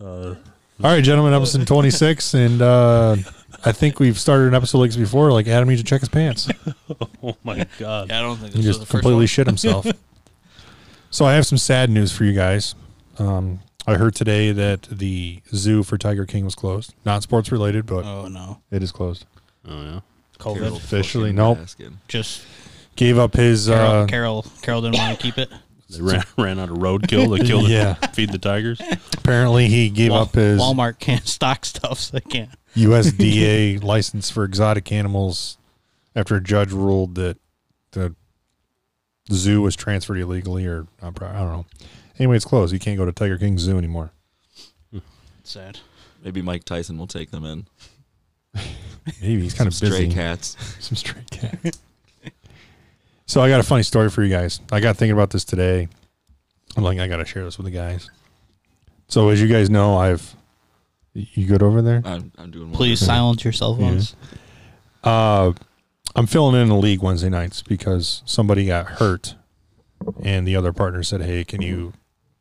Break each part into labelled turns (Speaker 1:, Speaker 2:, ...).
Speaker 1: Uh,
Speaker 2: All right, gentlemen, episode 26. And uh, I think we've started an episode like this before. Like, Adam needs to check his pants.
Speaker 1: oh my god!
Speaker 3: Yeah, I don't think
Speaker 2: He
Speaker 3: this was
Speaker 2: just
Speaker 3: the
Speaker 2: completely
Speaker 3: first
Speaker 2: shit himself. so I have some sad news for you guys. Um, I heard today that the zoo for Tiger King was closed. Not sports related, but
Speaker 3: one. Oh no,
Speaker 2: it is closed.
Speaker 4: Oh yeah.
Speaker 3: COVID.
Speaker 2: Officially, nope.
Speaker 3: Just
Speaker 2: Gave up his.
Speaker 3: Carol,
Speaker 2: Uh,
Speaker 3: Carol, Carol didn't want to keep it.
Speaker 4: They ran, ran out of roadkill to kill the
Speaker 2: Yeah.
Speaker 4: feed the tigers.
Speaker 2: apparently, he gave
Speaker 3: Wal-
Speaker 2: up his
Speaker 3: Walmart can't stock stuff, so they can't.
Speaker 2: USDA license for exotic animals after a judge ruled that the zoo was transferred illegally or not, pro- I don't know. Anyway, it's closed. You can't go to Tiger King Zoo anymore.
Speaker 3: Sad.
Speaker 5: Maybe Mike Tyson will take them in.
Speaker 2: Maybe he's kind of
Speaker 5: Some
Speaker 2: busy.
Speaker 5: Stray cats.
Speaker 2: Some stray cat. so I got a funny story for you guys. I got thinking about this today. I'm like, I got to share this with the guys. So as you guys know, I've you good over there?
Speaker 5: I'm, I'm doing.
Speaker 3: Please silence your cell phones.
Speaker 2: Uh, I'm filling in the league Wednesday nights because somebody got hurt, and the other partner said, "Hey, can you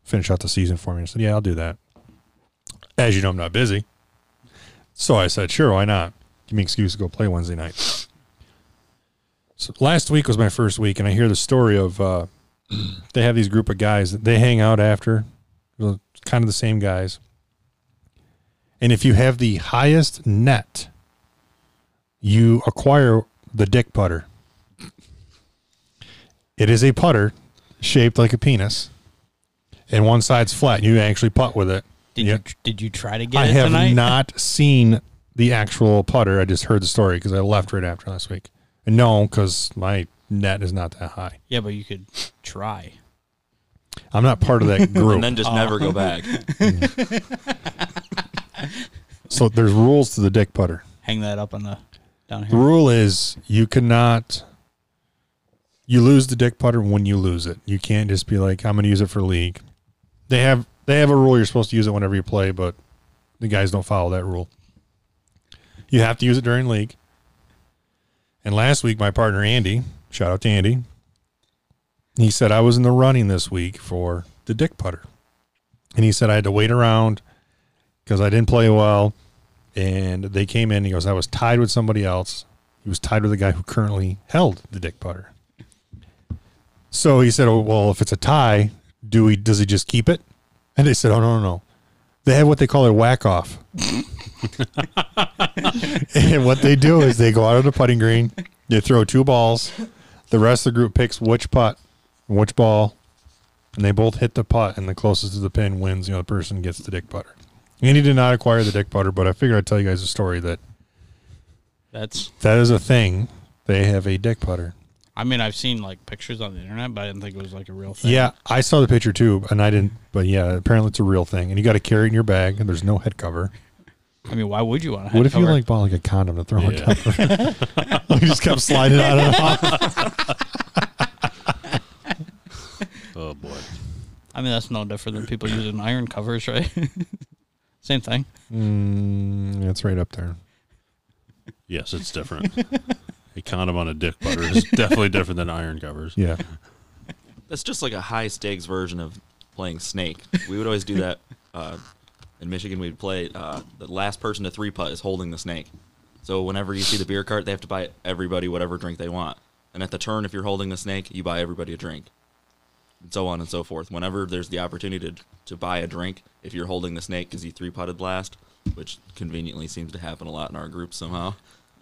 Speaker 2: finish out the season for me?" I said, "Yeah, I'll do that." As you know, I'm not busy, so I said, "Sure, why not? Give me an excuse to go play Wednesday night." So last week was my first week, and I hear the story of uh, they have these group of guys that they hang out after, uh, kind of the same guys, and if you have the highest net you acquire the dick putter. It is a putter shaped like a penis, and one side's flat. You actually putt with it.
Speaker 3: Did
Speaker 2: Yeah.
Speaker 3: you did you try to get
Speaker 2: I
Speaker 3: it
Speaker 2: have
Speaker 3: tonight?
Speaker 2: not seen the actual putter. I just heard the story because I left right after last week. And no, because my net is not that high.
Speaker 3: yeah, but you could try.
Speaker 2: I'm not part of that group.
Speaker 5: And then just never go back.
Speaker 2: so there's rules to the dick putter.
Speaker 3: Hang that up on the down
Speaker 2: The
Speaker 3: here.
Speaker 2: rule is you cannot. You lose the dick putter when you lose it. You can't just be like, "I'm going to use it for league." They have they have a rule. You're supposed to use it whenever you play, but the guys don't follow that rule. You have to use it during league. And last week, my partner Andy, shout out to Andy, he said I was in the running this week for the dick putter, and he said I had to wait around because I didn't play well and they came in. He goes, I was tied with somebody else. He was tied with the guy who currently held the dick putter. So he said, oh, well, if it's a tie, do we does he just keep it? And they said, oh no no no, they have what they call a whack off. and what they do is they go out on the putting green, they throw two balls, the rest of the group picks which putt, and which ball, and they both hit the putt, and the closest to the pin wins. The other person gets the dick putter. Andy did not acquire the dick putter, but I figured I'd tell you guys a story that
Speaker 3: That's.
Speaker 2: that is a thing. They have a dick putter.
Speaker 3: I mean, I've seen like pictures on the internet, but I didn't think it was like a real thing.
Speaker 2: Yeah, I saw the picture too, and I didn't. But yeah, apparently it's a real thing, and you got to carry it in your bag, and there's no head cover.
Speaker 3: I mean, why would you want to?
Speaker 2: What if you like bought like a condom to throw on
Speaker 4: Yeah.
Speaker 2: top? of it? you just kept sliding out of the
Speaker 4: Oh boy.
Speaker 3: I mean, that's no different than people using iron covers, right? Same thing.
Speaker 2: mm, It's right up there.
Speaker 4: Yes, it's different. a condom on a dick butter is definitely different than iron covers.
Speaker 2: Yeah,
Speaker 5: That's just like a high stakes version of playing snake. We would always do that. Uh, in Michigan, we'd play uh, the last person to three putt is holding the snake. So whenever you see the beer cart, they have to buy everybody whatever drink they want. And at the turn, if you're holding the snake, you buy everybody a drink, and so on and so forth. Whenever there's the opportunity to, to buy a drink, if you're holding the snake because you three putted last, which conveniently seems to happen a lot in our group somehow,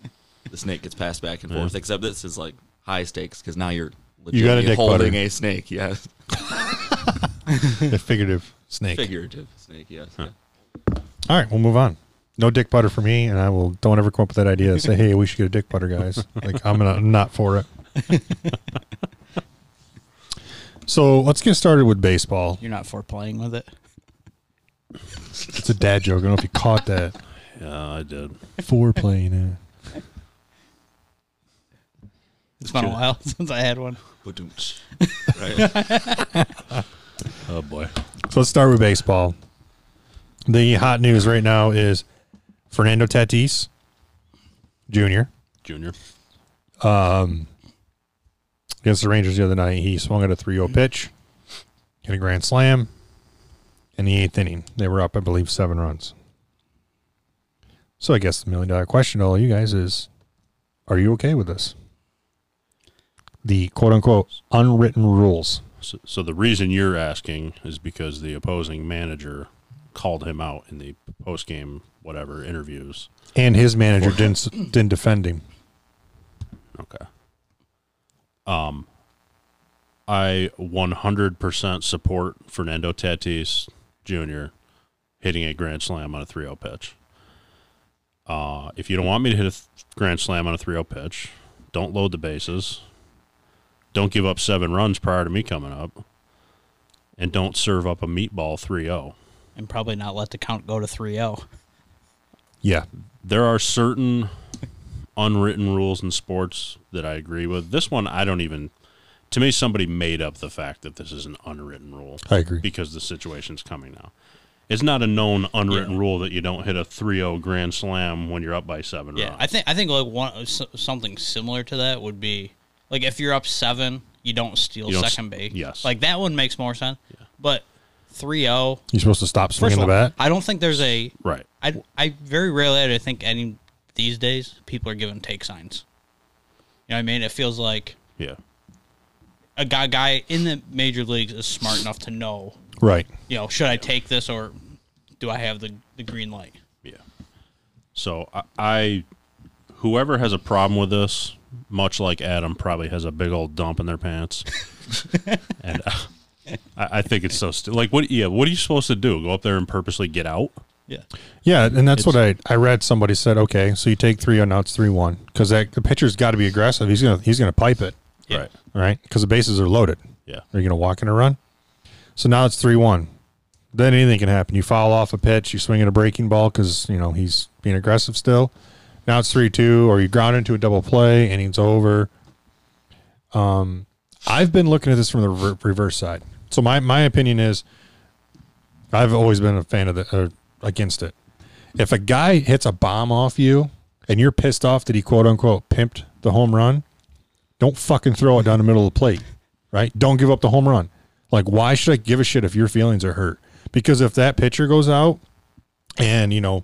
Speaker 5: the snake gets passed back and forth. Except this is like high stakes because now you're
Speaker 2: You got a
Speaker 5: legitimately
Speaker 2: dick
Speaker 5: holding
Speaker 2: butter.
Speaker 5: a snake. Yes.
Speaker 2: the figurative snake.
Speaker 5: Figurative snake, yes. yeah.
Speaker 2: All right, we'll move on. No dick butter for me, and I will. Don't ever come up with that idea. to Say, hey, we should get a dick butter, guys. like I'm not, I'm not for it. so let's get started with baseball.
Speaker 3: You're not for playing with it.
Speaker 2: It's a dad joke. I don't know if you caught that.
Speaker 4: Yeah, I did.
Speaker 2: Four playing it.
Speaker 3: It's been a while since I had one.
Speaker 5: Ba-doom-tsh.
Speaker 4: Oh boy.
Speaker 2: So let's start with baseball. The hot news right now is Fernando Tatis Jr.
Speaker 4: Junior.
Speaker 3: Mm-hmm.
Speaker 2: against the Rangers the other night. He swung at a 3 0 pitch, hit a grand slam, in the eighth inning. They were up, I believe, seven runs. So I guess the million dollar question to all you guys is are you okay with this? The quote unquote unwritten rules.
Speaker 4: So, so the reason you're asking is because the opposing manager called him out in the post game whatever interviews.
Speaker 2: And his manager didn't s- didn't defend him.
Speaker 4: Okay. Um, I 100% support Fernando Tatis Jr. hitting a grand slam on a 3 0 pitch. Uh, if you don't want me to hit a th- grand slam on a 3 0 pitch, don't load the bases. Don't give up seven runs prior to me coming up. And don't serve up a meatball oh. 3 0.
Speaker 3: and probably not let the count go to 3-0.
Speaker 2: Yeah.
Speaker 4: there are certain unwritten rules in sports that I agree with. This one, I don't even. To me, somebody made up the fact that this is an unwritten rule
Speaker 2: I agree.
Speaker 4: because the situation's coming now. It's not a known unwritten rule that you don't hit a 3-0 grand slam when you're up by seven
Speaker 3: Yeah,
Speaker 4: runs.
Speaker 3: I think I think like one s- something similar to that would be like if you're up seven, you don't steal
Speaker 4: You don't s-
Speaker 3: second base.
Speaker 4: yes.
Speaker 3: like that one makes more sense. But 3-0,
Speaker 2: You're supposed to stop
Speaker 3: first
Speaker 2: swinging
Speaker 3: of
Speaker 2: the
Speaker 3: all,
Speaker 2: bat.
Speaker 3: I don't think there's a
Speaker 4: right.
Speaker 3: I I very rarely I think any these days people are given take signs. You know what I mean? It feels like
Speaker 4: Yeah.
Speaker 3: a guy guy in the major leagues is smart enough to know,
Speaker 2: Right.
Speaker 3: you know, should I take this or do I have the, the green light?
Speaker 4: Yeah. So I, I, whoever has a problem with this, much like Adam, probably has a big old dump in their pants. and uh, I, I think it's so st- like what? Yeah, what are you supposed to do? Go up there and purposely get out?
Speaker 3: Yeah.
Speaker 2: Yeah, and that's what I I read. Somebody said, okay, so you take three and now it's three one because that the pitcher's got to be aggressive. He's gonna he's gonna pipe it,
Speaker 3: Yeah.
Speaker 4: Right.
Speaker 2: all right? Because the bases are loaded.
Speaker 4: Yeah.
Speaker 2: Are you gonna walk in a run? So now it's three one. Then anything can happen. You foul off a pitch, you swing at a breaking ball because you know he's being aggressive still. Now it's three two, or you ground into a double play, innings over. Um, I've been looking at this from the rever- reverse side. So my my opinion is, I've always been a fan of the or against it. If a guy hits a bomb off you and you're pissed off that he quote unquote pimped the home run, don't fucking throw it down the middle of the plate, right? Don't give up the home run. Like, why should I give a shit if your feelings are hurt? Because if that pitcher goes out and, you know,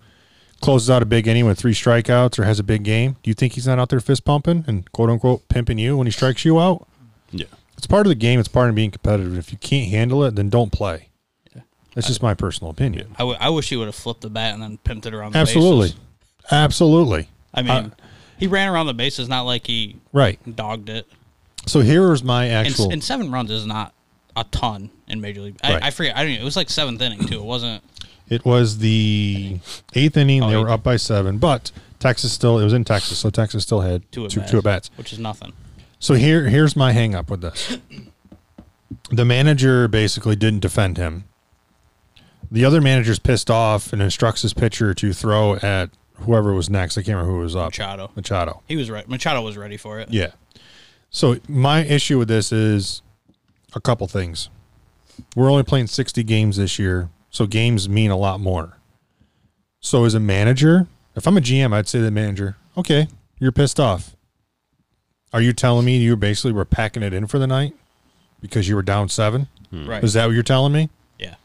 Speaker 2: closes out a big inning with three strikeouts or has a big game, do you think he's not out there fist pumping and quote unquote pimping you when he strikes you out?
Speaker 4: Yeah.
Speaker 2: It's part of the game. It's part of being competitive. If you can't handle it, then don't play. That's just my personal opinion.
Speaker 3: I, w- I wish he would have flipped the bat and then pimped it around the
Speaker 2: Absolutely.
Speaker 3: bases.
Speaker 2: Absolutely.
Speaker 3: I
Speaker 2: Uh,
Speaker 3: mean, he ran around the bases, not like he
Speaker 2: Right.
Speaker 3: dogged it.
Speaker 2: So here's my
Speaker 3: And, s-
Speaker 2: actual.
Speaker 3: and seven runs is not a ton in Major League. I,
Speaker 2: Right.
Speaker 3: I forget. I don't. even- It was like seventh inning too. It wasn't.
Speaker 2: It was the eighth inning. They
Speaker 3: Oh,
Speaker 2: were up by seven, but Texas still. It was in Texas, so Texas still had
Speaker 3: Two at
Speaker 2: two,
Speaker 3: bats,
Speaker 2: two at bats.
Speaker 3: which is nothing.
Speaker 2: So here, here's my hang up with this. The manager basically didn't defend him. The other manager's pissed off and instructs his pitcher to throw at whoever was next. I can't remember who was up.
Speaker 3: Machado.
Speaker 2: Machado.
Speaker 3: He was right. Machado was ready for it.
Speaker 2: Yeah. So my issue with this is a couple things. We're only playing 60 games this year, so games mean a lot more. So as a manager, if I'm a GM, I'd say to the manager, "Okay, you're pissed off. Are you telling me you basically were packing it in for the night because you were down 7?
Speaker 3: Right.
Speaker 2: Is that what you're telling me?
Speaker 3: yeah.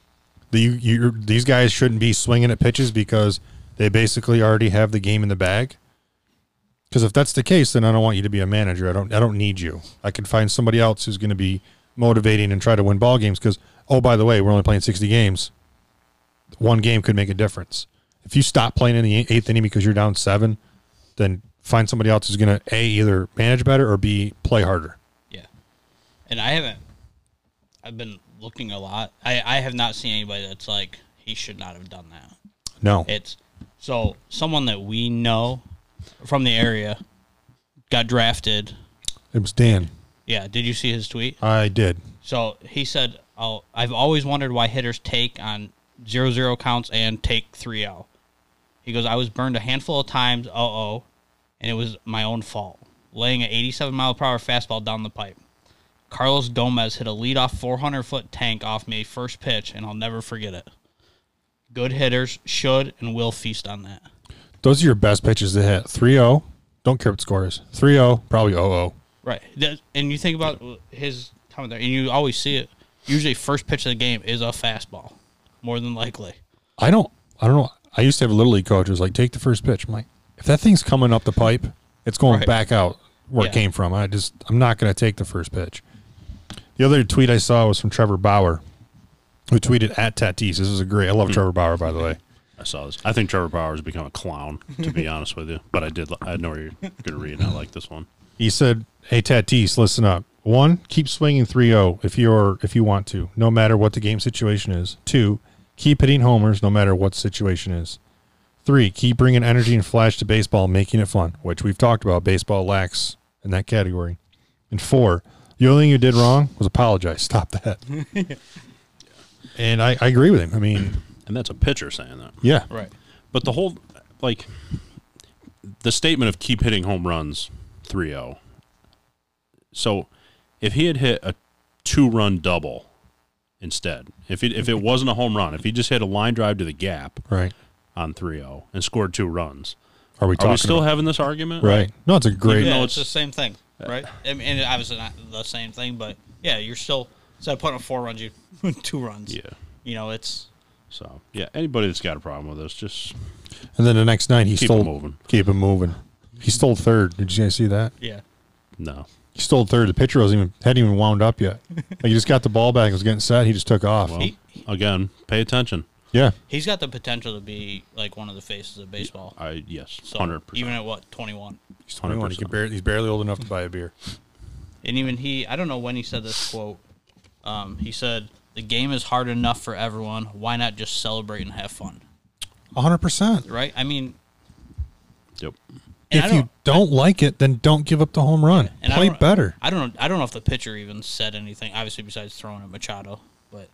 Speaker 2: That you you these guys shouldn't be swinging at pitches because they basically already have the game in the bag?" Because if that's the case, then I don't want you to be a manager. I don't. I don't need you. I can find somebody else who's going to be motivating and try to win ball games. Because oh, by the way, we're only playing sixty games. One game could make a difference. If you stop playing in the eighth inning because you're down seven, then find somebody else who's going to a either manage better or b play harder.
Speaker 3: Yeah. And I haven't. I've been looking a lot. I I have not seen anybody that's like he should not have done that.
Speaker 2: No,
Speaker 3: It's so someone that we know from the area got drafted.
Speaker 2: it was Dan.
Speaker 3: Yeah. Did you see his tweet?
Speaker 2: I did.
Speaker 3: So he said, oh, I've always wondered why hitters take on 0 0 counts and take 3 0. He goes, I was burned a handful of times, uh oh, and it was my own fault. Laying an 87 mile per hour fastball down the pipe. Carlos Gomez hit a leadoff 400 foot tank off me first pitch, and I'll never forget it. Good hitters should and will feast on that.
Speaker 2: Those are your best pitches to hit. 3-0. Don't care what the score is. 3-0, probably 0-0.
Speaker 3: Right. That- And you think about his comment there, and you always see it. Usually, first pitch of the game is a fastball. more than likely.
Speaker 2: I don't. I don't know. I used to have a little league coach who was like, "Take the first pitch." I'm like, if that thing's coming up the pipe, it's going
Speaker 3: Right.
Speaker 2: back out where
Speaker 3: Yeah.
Speaker 2: it came from. I just, I'm not going to take the first pitch. The other tweet I saw was from Trevor Bauer, who tweeted at Tatis. This is a great. I
Speaker 3: Hmm.
Speaker 2: love Trevor Bauer, by the way.
Speaker 4: I saw this. I think Trevor Bauer has become a clown, to be honest with you. But I did. li- I know where you're going to read, and I like this one.
Speaker 2: He said, "Hey Tatis, listen up. One, keep swinging 3-0 if you're if you want to, no matter what the game situation is. Two, keep hitting homers no matter what situation is. Three, keep bringing energy and flash to baseball, making it fun, which we've talked about. Baseball lacks in that category. And four, the only thing you did wrong was apologize. Stop that." And I, I agree with him. I mean,
Speaker 4: And that's a pitcher saying that.
Speaker 2: yeah,
Speaker 3: Right.
Speaker 4: But the whole, like, the statement of keep hitting home runs 3 0. So if he had hit a two run double instead, if it, if it wasn't a home run, if he just hit a line drive to the gap
Speaker 2: right.
Speaker 4: on 3 0 and scored two runs,
Speaker 2: Are we
Speaker 4: are
Speaker 2: talking
Speaker 4: we still
Speaker 2: about-
Speaker 4: having this argument?
Speaker 2: right? No, it's a great.
Speaker 3: Yeah,
Speaker 4: No,
Speaker 3: it's,
Speaker 4: it's-
Speaker 3: the same thing, right? I mean, and obviously not the same thing, but yeah, you're still instead of putting up four runs, you two runs.
Speaker 4: Yeah.
Speaker 3: You know, it's
Speaker 4: So, yeah, anybody that's got a problem with this, just
Speaker 2: And then the next night he
Speaker 4: Keep
Speaker 2: stole
Speaker 4: him moving.
Speaker 2: Keep him moving. He stole third. Did you guys see that?
Speaker 3: yeah.
Speaker 4: no.
Speaker 2: He stole third. The pitcher wasn't even hadn't even wound up yet. Like he just got the ball back. It was getting set. He just took off.
Speaker 4: Well,
Speaker 3: He-
Speaker 4: again, pay attention.
Speaker 2: yeah,
Speaker 3: He's got the potential to be like one of the faces of baseball.
Speaker 4: I yes,
Speaker 3: So
Speaker 4: hundred
Speaker 3: even
Speaker 4: percent.
Speaker 3: at what twenty one,
Speaker 2: he's twenty one. He can barely, he's barely old enough to buy a beer.
Speaker 3: and even he, I don't know when he said this quote. Um, he said, "The game is hard enough for everyone. Why not just celebrate and have fun?"
Speaker 2: One hundred percent.
Speaker 3: Right? I mean,
Speaker 4: Yep.
Speaker 3: and I
Speaker 2: If you don't like it, then don't give up the home run.
Speaker 3: and I
Speaker 2: Play
Speaker 3: don't-
Speaker 2: better.
Speaker 3: I don't know. I don't know if the pitcher even said anything. Obviously, besides throwing at Machado, but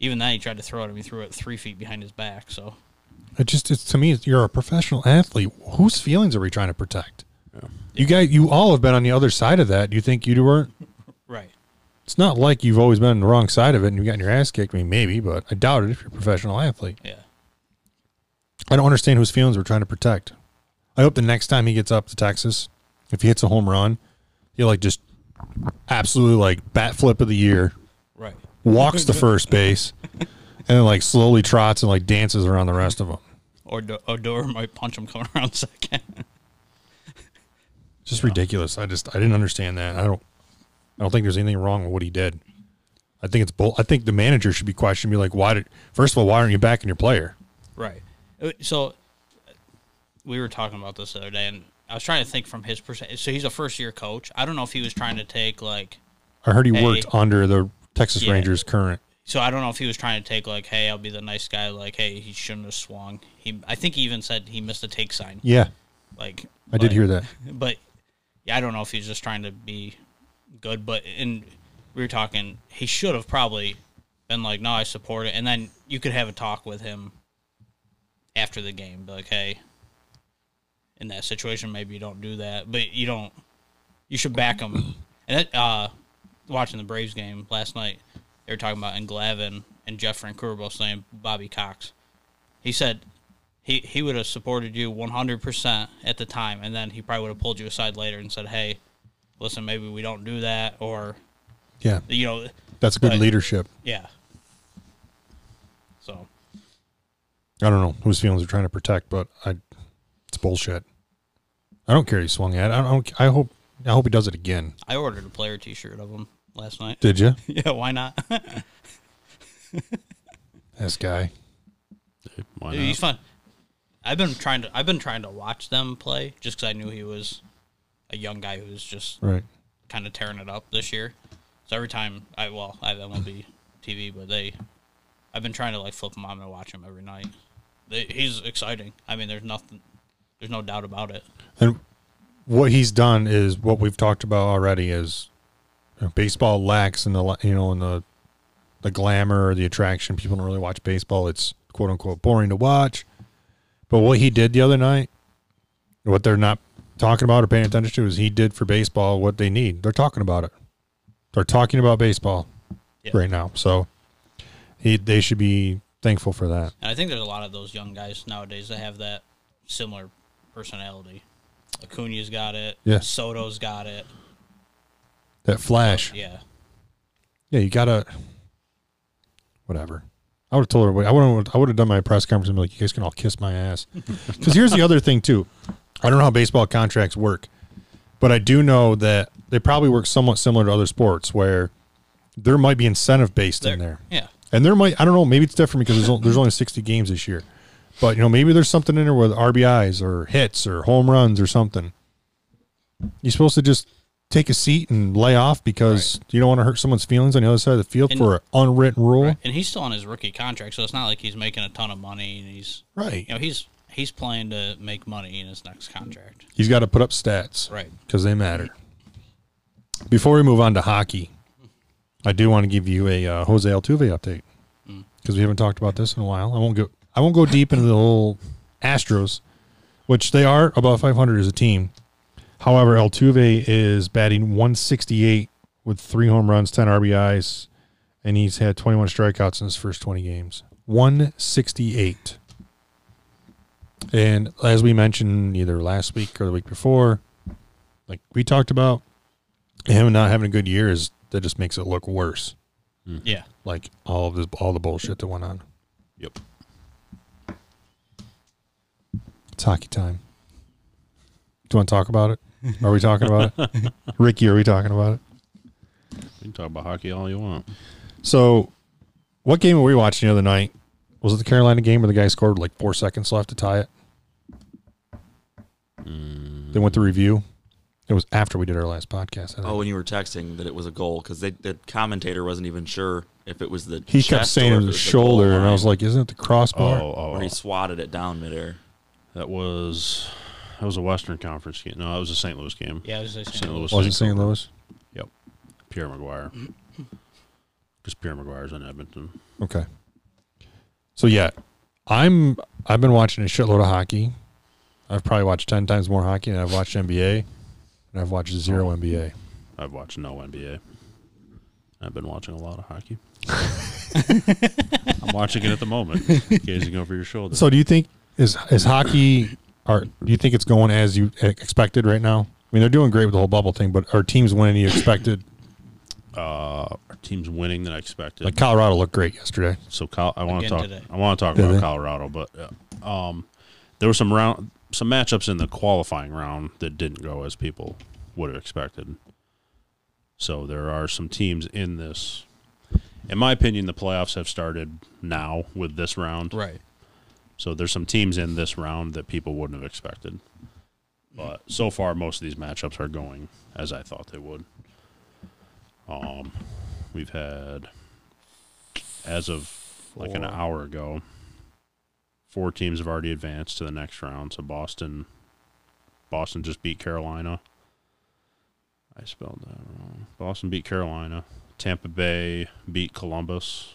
Speaker 3: even then, he tried to throw it. him. He threw it three feet behind his back. So
Speaker 2: It just it's to me. You're a professional athlete. Whose feelings are we trying to protect? You guys, you all have been on the other side of that. You think you weren't?
Speaker 3: right,
Speaker 2: It's not like you've always been on the wrong side of it and you've gotten your ass kicked. I mean, maybe, but I doubt it. If you're a professional athlete.
Speaker 3: yeah,
Speaker 2: I don't understand whose feelings we're trying to protect. I hope the next time he gets up to Texas, if he hits a home run, he'll like just absolutely like bat flip of the year,
Speaker 3: right,
Speaker 2: walks to first base, and then like slowly trots and like dances around the rest of them.
Speaker 3: or Do- Odor might punch him coming around second.
Speaker 2: Just ridiculous. I just I didn't understand that. I don't I don't think there's anything wrong with what he did. I think it's bull. I think the manager should be questioned. Be like, why did first of all, why aren't you backing your player?
Speaker 3: right. Uh, So uh, we were talking about this the other day, and I was trying to think from his perspective. So he's a first year coach. I don't know if he was trying to take like.
Speaker 2: I heard he
Speaker 3: Hey.
Speaker 2: worked under the Texas
Speaker 3: Yeah.
Speaker 2: Rangers current.
Speaker 3: So I don't know if he was trying to take like, hey, I'll be the nice guy. Like, hey, he shouldn't have swung. He, I think he even said he missed a take sign.
Speaker 2: Yeah,
Speaker 3: Like,
Speaker 2: I did
Speaker 3: but-
Speaker 2: hear that.
Speaker 3: but yeah, I don't know if he's just trying to be good. But and we were talking, he should have probably been like, "No, I support it," and then you could have a talk with him after the game, be like, "Hey, in that situation, maybe you don't do that, but you don't, you should back him." And that, uh, watching the Braves game last night, they were talking about and Glavin and Jeff Francoeur both saying Bobby Cox. He said he he would have supported you 100% at the time and then he probably would have pulled you aside later and said hey listen maybe we don't do that or
Speaker 2: Yeah,
Speaker 3: you know
Speaker 2: that's good
Speaker 3: But-
Speaker 2: leadership.
Speaker 3: yeah so
Speaker 2: I don't know whose feelings are trying to protect, but I, it's bullshit. I don't care. He swung at. it. I don't. I hope. I hope he does it again.
Speaker 3: i ordered a player t-shirt of him last night
Speaker 2: Did you?
Speaker 3: yeah why not
Speaker 2: This guy.
Speaker 4: Why
Speaker 3: Dude,
Speaker 4: not?
Speaker 3: he's fun i've been trying to i've been trying to watch them play just because i knew he was a young guy who's just
Speaker 2: Right.
Speaker 3: kind of tearing it up this year. So every time I well, I have MLB TV, but they, I've been trying to like flip them on and watch him every night. They, he's exciting. I mean, there's nothing, there's no doubt about it.
Speaker 2: And what he's done is what we've talked about already. Is you know, baseball lacks in the li- you know in the the glamour or the attraction. People don't really watch baseball. It's quote unquote boring to watch. But what he did the other night, what they're not talking about or paying attention to, is he did for baseball what they need. They're talking about it. They're talking about baseball
Speaker 3: Yeah.
Speaker 2: right now. So he they should be thankful for that.
Speaker 3: And I think there's a lot of those young guys nowadays that have that similar personality. Acuna's got it.
Speaker 2: Yeah.
Speaker 3: Soto's got it.
Speaker 2: That flash.
Speaker 3: Yeah.
Speaker 2: Yeah, you gotta. Whatever. I would have told everybody. I would have. I would have done my press conference and be like, "You guys can all kiss my ass." Because here's the other thing too. I don't know how baseball contracts work, but I do know that they probably work somewhat similar to other sports where there might be incentive based in there.
Speaker 3: Yeah.
Speaker 2: And there might, I don't know, maybe it's different because there's, only, there's only 60 games this year. But, you know, maybe there's something in there with RBIs or hits or home runs or something. You're supposed to just take a seat and lay off because you don't want to hurt someone's feelings on the other side of the field
Speaker 3: And-
Speaker 2: for an unwritten rule. Right.
Speaker 3: And he's still on his rookie contract, so it's not like he's making a ton of money and he's you know, he's he's playing to make money in his next contract.
Speaker 2: He's got to put up stats.
Speaker 3: Right.
Speaker 2: Because they matter. Before we move on to hockey, I do want to give you a uh, Jose Altuve update because we haven't talked about this in a while. I won't go. I won't go deep into the whole Astros, which they are above 500 as a team. However, Altuve is batting 168 with three home runs, 10 RBIs, and he's had 21 strikeouts in his first 20 games. 168. And as we mentioned either last week or the week before, like we talked about, him not having a good year is that just makes it look worse.
Speaker 3: Yeah.
Speaker 2: Like all of this, all the bullshit that went on.
Speaker 4: Yep.
Speaker 2: It's hockey time. Do you want to talk about it? Are we talking about it, Ricky? Are we talking about it?
Speaker 4: You can talk about hockey all you want.
Speaker 2: So, what game were we watching the other night? Was it the Carolina game where the guy scored with, like four seconds left to tie it? They went to review. It was after we did our last podcast. I think.
Speaker 5: Oh, when you were texting that it was a goal because the commentator wasn't even sure if it was the
Speaker 2: he kept
Speaker 5: chest
Speaker 2: saying
Speaker 5: or
Speaker 2: it
Speaker 5: if
Speaker 2: was the
Speaker 5: goal
Speaker 2: shoulder, and I
Speaker 5: line,
Speaker 2: was like, "Isn't it the crossbar?"
Speaker 4: Oh, oh,
Speaker 5: where
Speaker 4: oh.
Speaker 5: he swatted it down midair.
Speaker 4: that was that was a Western Conference game. No, that was a St. Louis game.
Speaker 3: Yeah, I was just
Speaker 4: St. Louis.
Speaker 2: Wasn't
Speaker 4: Vancouver.
Speaker 2: St. Louis?
Speaker 4: Yep. Pierre McGuire. Because Pierre McGuire's in Edmonton.
Speaker 2: Okay. So yeah, I'm I've been watching a shitload of hockey. I've probably watched ten times more hockey than I've watched NBA, and I've watched zero NBA.
Speaker 4: I've watched no NBA. I've been watching a lot of hockey. I'm watching it at the moment, gazing over your shoulder.
Speaker 2: So do you think is is hockey? Are do you think it's going as you e, expected right now? I mean, they're doing great with the whole bubble thing, but are teams winning you expected?
Speaker 4: uh, our team's winning than I expected.
Speaker 2: Like Colorado looked great yesterday.
Speaker 4: So Col- I want to
Speaker 3: Again
Speaker 4: talk.
Speaker 3: today.
Speaker 4: I want to talk
Speaker 2: Did
Speaker 4: about
Speaker 2: they?
Speaker 4: Colorado, but uh, um, there were some round, some matchups in the qualifying round that didn't go as people would have expected. So there are some teams in this. In my opinion, the playoffs have started now with this round.
Speaker 3: Right.
Speaker 4: So there's some teams in this round that people wouldn't have expected. But so far, most of these matchups are going as I thought they would. Um, we've had, as of like an
Speaker 2: Four.
Speaker 4: hour ago, four teams have already advanced to the next round. So Boston, Boston just beat Carolina. I spelled that wrong. Boston beat Carolina. Tampa Bay beat Columbus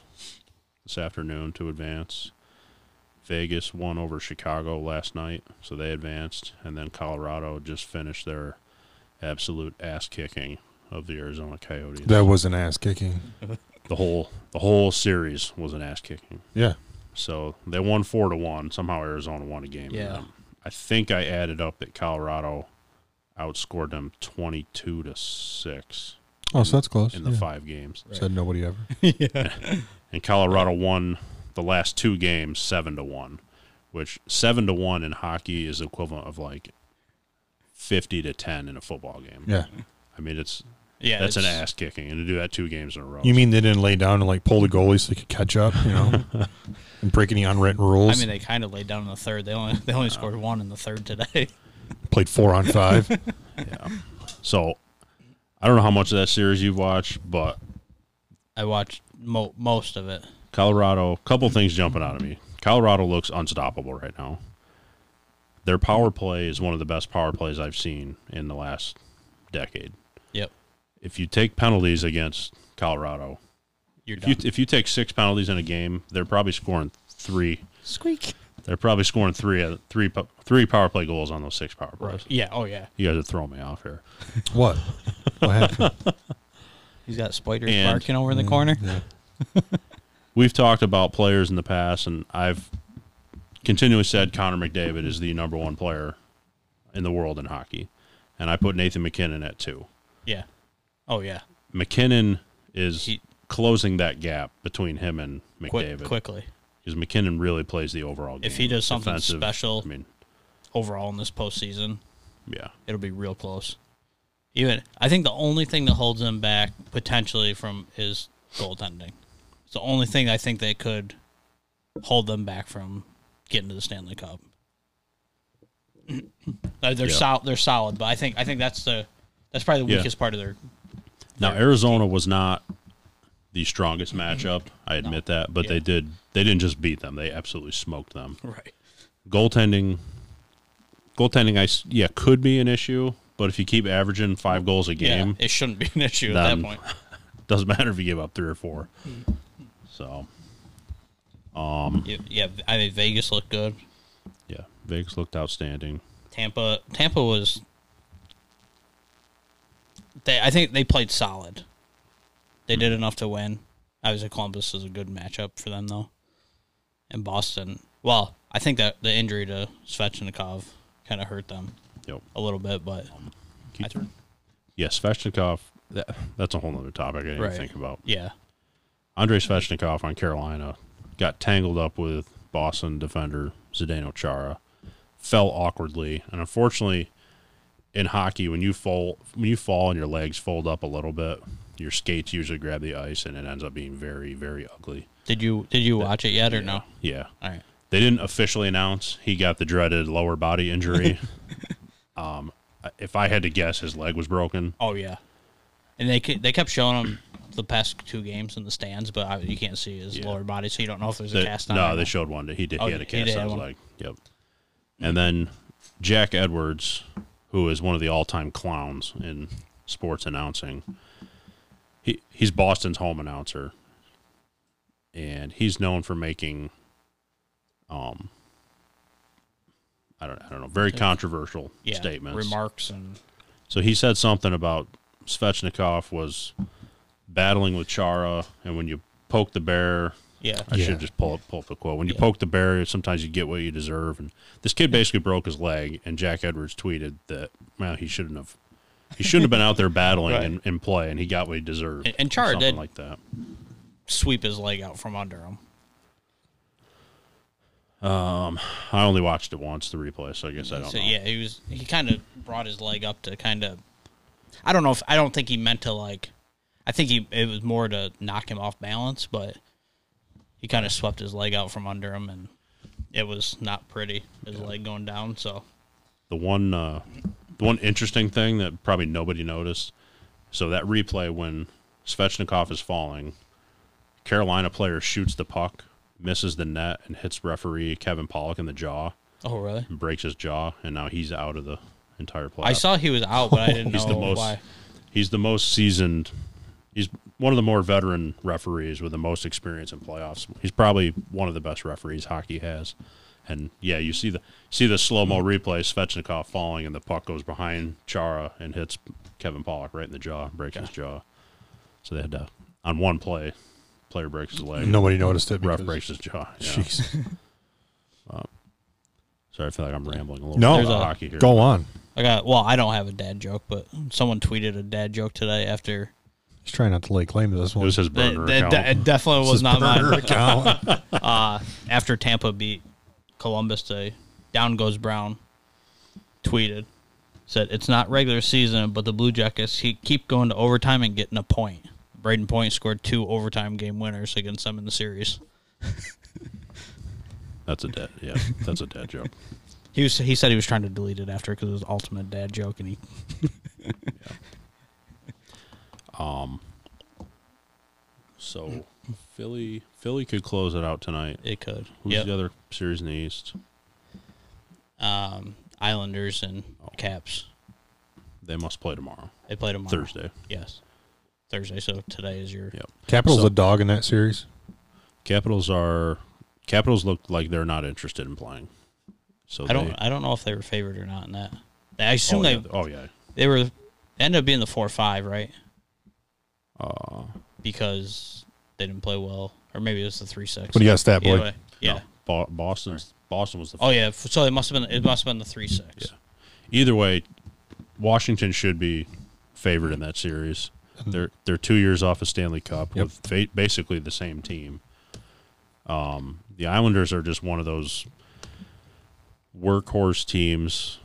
Speaker 4: this afternoon to advance. Vegas won over Chicago last night, so they advanced. And then Colorado just finished their absolute ass kicking of the Arizona Coyotes.
Speaker 2: That was an ass kicking.
Speaker 4: the whole the whole series was an ass kicking.
Speaker 2: Yeah,
Speaker 4: So they won four to one. Somehow Arizona won a game. to
Speaker 3: Yeah.
Speaker 4: them. I think I added up that Colorado outscored them twenty two to six
Speaker 2: Oh, so that's close.
Speaker 4: in the
Speaker 2: yeah.
Speaker 4: five games.
Speaker 2: Said nobody ever.
Speaker 4: and Colorado won the last two games seven to one, which seven to one in hockey is equivalent of like fifty to ten in a football game.
Speaker 2: Yeah.
Speaker 4: I mean it's
Speaker 3: Yeah.
Speaker 4: that's an
Speaker 3: it's-
Speaker 4: ass kicking, and to do that two games in a row.
Speaker 2: You mean they didn't lay down and like pull the goalie so they could catch up, you know, and break any unwritten
Speaker 3: I
Speaker 2: rules?
Speaker 3: mean they kinda laid down in the third. They only they
Speaker 4: Uh-huh.
Speaker 3: only scored one in the third today.
Speaker 2: Played four on five.
Speaker 4: so? I don't know how much of that series you've watched, but
Speaker 3: I watched mo- most of it.
Speaker 4: Colorado, couple things jumping out at me. Colorado looks unstoppable right now. Their power play is one of the best power plays I've seen in the last decade.
Speaker 3: Yep.
Speaker 4: If you take penalties against Colorado,
Speaker 3: You're
Speaker 4: if
Speaker 3: done.
Speaker 4: you, if you take six penalties in a game, they're probably scoring three.
Speaker 3: Squeak.
Speaker 4: They're probably scoring three out of- three po- three power play goals on those six power plays.
Speaker 3: Yeah, oh yeah.
Speaker 4: You guys are throwing me off here.
Speaker 2: what? What happened?
Speaker 3: He's got spiders
Speaker 4: And- Mm,
Speaker 3: barking over in the corner.
Speaker 4: we've talked about players in the past, and I've continually said Connor McDavid is the number one player in the world in hockey, and I put Nathan McKinnon at two.
Speaker 3: Yeah. Oh yeah.
Speaker 4: McKinnon is
Speaker 3: He
Speaker 4: closing that gap between him and
Speaker 3: Quick,
Speaker 4: McDavid.
Speaker 3: quickly
Speaker 4: Because McKinnon really plays the overall game.
Speaker 3: If he does something
Speaker 4: Defensive,
Speaker 3: special-
Speaker 4: I mean,
Speaker 3: overall in this postseason.
Speaker 4: yeah.
Speaker 3: it'll be real close. Even I think the only thing that holds them back potentially from is goaltending. It's the only thing I think they could hold them back from getting to the Stanley Cup. Uh, they're
Speaker 4: Yeah.
Speaker 3: solid. They're solid, but I think I think that's the that's probably the
Speaker 4: Yeah.
Speaker 3: weakest part of their.
Speaker 4: Now Arizona was not the strongest matchup. I admit that, but
Speaker 3: Yeah.
Speaker 4: they did. They didn't just beat them. They absolutely smoked them.
Speaker 3: Right.
Speaker 4: Goaltending, goaltending. I s- yeah could be an issue, but if you keep averaging five goals a game,
Speaker 3: Yeah, it shouldn't be an issue at
Speaker 4: Then-
Speaker 3: that point.
Speaker 4: doesn't matter if you give up three or four.
Speaker 3: Hmm.
Speaker 4: So
Speaker 3: Yeah, yeah, I mean Vegas looked good.
Speaker 4: yeah, Vegas looked outstanding.
Speaker 3: Tampa Tampa was they I think they played solid. They did enough to win. Obviously Columbus is a good matchup for them though. And Boston well, I think that the injury to Svechnikov kinda hurt them
Speaker 4: Yep.
Speaker 3: a little bit, but I-
Speaker 4: Yeah, Svechnikov. That, that's a whole other topic I didn't
Speaker 3: Right.
Speaker 4: think about.
Speaker 3: yeah.
Speaker 4: Andrei Svechnikov on Carolina got tangled up with Boston defender Zdeno Chara, fell awkwardly, and unfortunately, in hockey, when you fall when you fall and your legs fold up a little bit, your skates usually grab the ice, and it ends up being very very ugly.
Speaker 3: Did you did you watch it yet or no?
Speaker 4: Yeah,
Speaker 3: All right.
Speaker 4: they didn't officially announce he got the dreaded lower body injury. um, if I had to guess, his leg was broken.
Speaker 3: Oh yeah. And they ke- they kept showing him the past two games in the stands, but I, you can't see his
Speaker 4: Yeah.
Speaker 3: lower body, so you don't know if there's a
Speaker 4: They-
Speaker 3: cast on.
Speaker 4: no,
Speaker 3: or
Speaker 4: they
Speaker 3: not.
Speaker 4: showed one that he did.
Speaker 3: Oh,
Speaker 4: he had a
Speaker 3: he did
Speaker 4: cast. I
Speaker 3: have
Speaker 4: was
Speaker 3: one.
Speaker 4: like, yep. And then Jack Edwards, who is one of the all-time clowns in sports announcing, he he's Boston's home announcer, and he's known for making, um, I don't I don't know, very controversial
Speaker 3: yeah,
Speaker 4: statements.
Speaker 3: remarks and
Speaker 4: So he said something about Svechnikov was battling with Chara, and when you poke the bear,
Speaker 3: yeah.
Speaker 4: I
Speaker 2: Yeah.
Speaker 4: should just pull up, pull up the quote. When you
Speaker 3: Yeah.
Speaker 4: poke the bear, sometimes you get what you deserve. And this kid basically broke his leg, and Jack Edwards tweeted that well, he shouldn't have, he shouldn't have been out there battling
Speaker 3: Right.
Speaker 4: in, in play, and he got what he deserved.
Speaker 3: And- and Chara
Speaker 4: something
Speaker 3: did.
Speaker 4: like that.
Speaker 3: sweep his leg out from under him.
Speaker 4: I only watched it once, the replay, so I guess I don't
Speaker 3: So
Speaker 4: know.
Speaker 3: yeah, he was he kind of brought his leg up to kind of I don't know if I don't think he meant to like I think he it was more to knock him off balance, but he kind of swept his leg out from under him and it was not pretty. His leg going down, so
Speaker 4: The one, uh, the one interesting thing that probably nobody noticed. So that replay when Svechnikov is falling, Carolina player shoots the puck, misses the net, and hits referee Kevin Pollock in the jaw.
Speaker 3: Oh, really?
Speaker 4: and breaks his jaw, and now he's out of the entire playoff.
Speaker 3: I saw he was out, but I didn't
Speaker 4: he's
Speaker 3: know
Speaker 4: the most.
Speaker 3: why.
Speaker 4: He's the most seasoned. He's one of the more veteran referees with the most experience in playoffs. He's probably one of the best referees hockey has. And yeah, you see the see the slow mo replay, Svechnikov falling, and the puck goes behind Chara and hits Kevin Pollock right in the jaw, breaks his jaw. So they had to on one play, player breaks his leg,
Speaker 2: Nobody noticed it.
Speaker 4: ref
Speaker 2: because-
Speaker 4: breaks his jaw. Yeah.
Speaker 2: Jeez.
Speaker 4: Sorry, I feel like I'm rambling a little.
Speaker 2: No. uh,
Speaker 4: bit
Speaker 3: There's
Speaker 4: about
Speaker 3: a-
Speaker 4: hockey here.
Speaker 2: Go on.
Speaker 3: I got well, I don't have a dad joke, but someone tweeted a dad joke today after
Speaker 2: He's trying not to lay claim to this
Speaker 4: It
Speaker 2: one.
Speaker 4: was his
Speaker 3: that,
Speaker 4: burner
Speaker 3: that-
Speaker 4: account.
Speaker 3: that- it definitely was not mine.
Speaker 2: account.
Speaker 3: uh, after Tampa beat Columbus Day, down goes Brown. Tweeted, said it's not regular season, but the Blue Jackets he keep going to overtime and getting a point. Braden Point scored two overtime game winners against them in the series.
Speaker 4: That's a dead. Yeah, that's a dead joke.
Speaker 3: He was he said he was trying to delete it after because it was ultimate dad joke, and he
Speaker 4: Um, So Philly, Philly could close it out tonight.
Speaker 3: it could.
Speaker 4: Who's
Speaker 3: Yep.
Speaker 4: the other series in the East?
Speaker 3: Um, Islanders and
Speaker 4: Oh.
Speaker 3: Caps.
Speaker 4: They must play tomorrow,
Speaker 3: They played them
Speaker 4: Thursday.
Speaker 3: Yes, Thursday. So today is your
Speaker 4: Yep.
Speaker 2: Capital's
Speaker 4: So-
Speaker 2: a dog in that series.
Speaker 4: Capitals are. Capitals look like they're not interested in playing. So
Speaker 3: I don't
Speaker 4: They,
Speaker 3: I don't know if they were favored or not in that. I assume
Speaker 4: oh,
Speaker 3: they
Speaker 4: yeah, oh yeah.
Speaker 3: they were they ended up being the four five, right?
Speaker 4: Uh,
Speaker 3: Because they didn't play well, or maybe it was the three six.
Speaker 2: What do you got, stat boy?
Speaker 3: Either way, yeah.
Speaker 4: no, Bo- Boston's Boston was the.
Speaker 3: Oh yeah. f- So it must have been it must have been the three six.
Speaker 4: Either way, Washington should be favored in that series. They're they're two years off of Stanley Cup
Speaker 2: Yep.
Speaker 4: with fa- basically the same team. Um, the Islanders are just one of those workhorse teams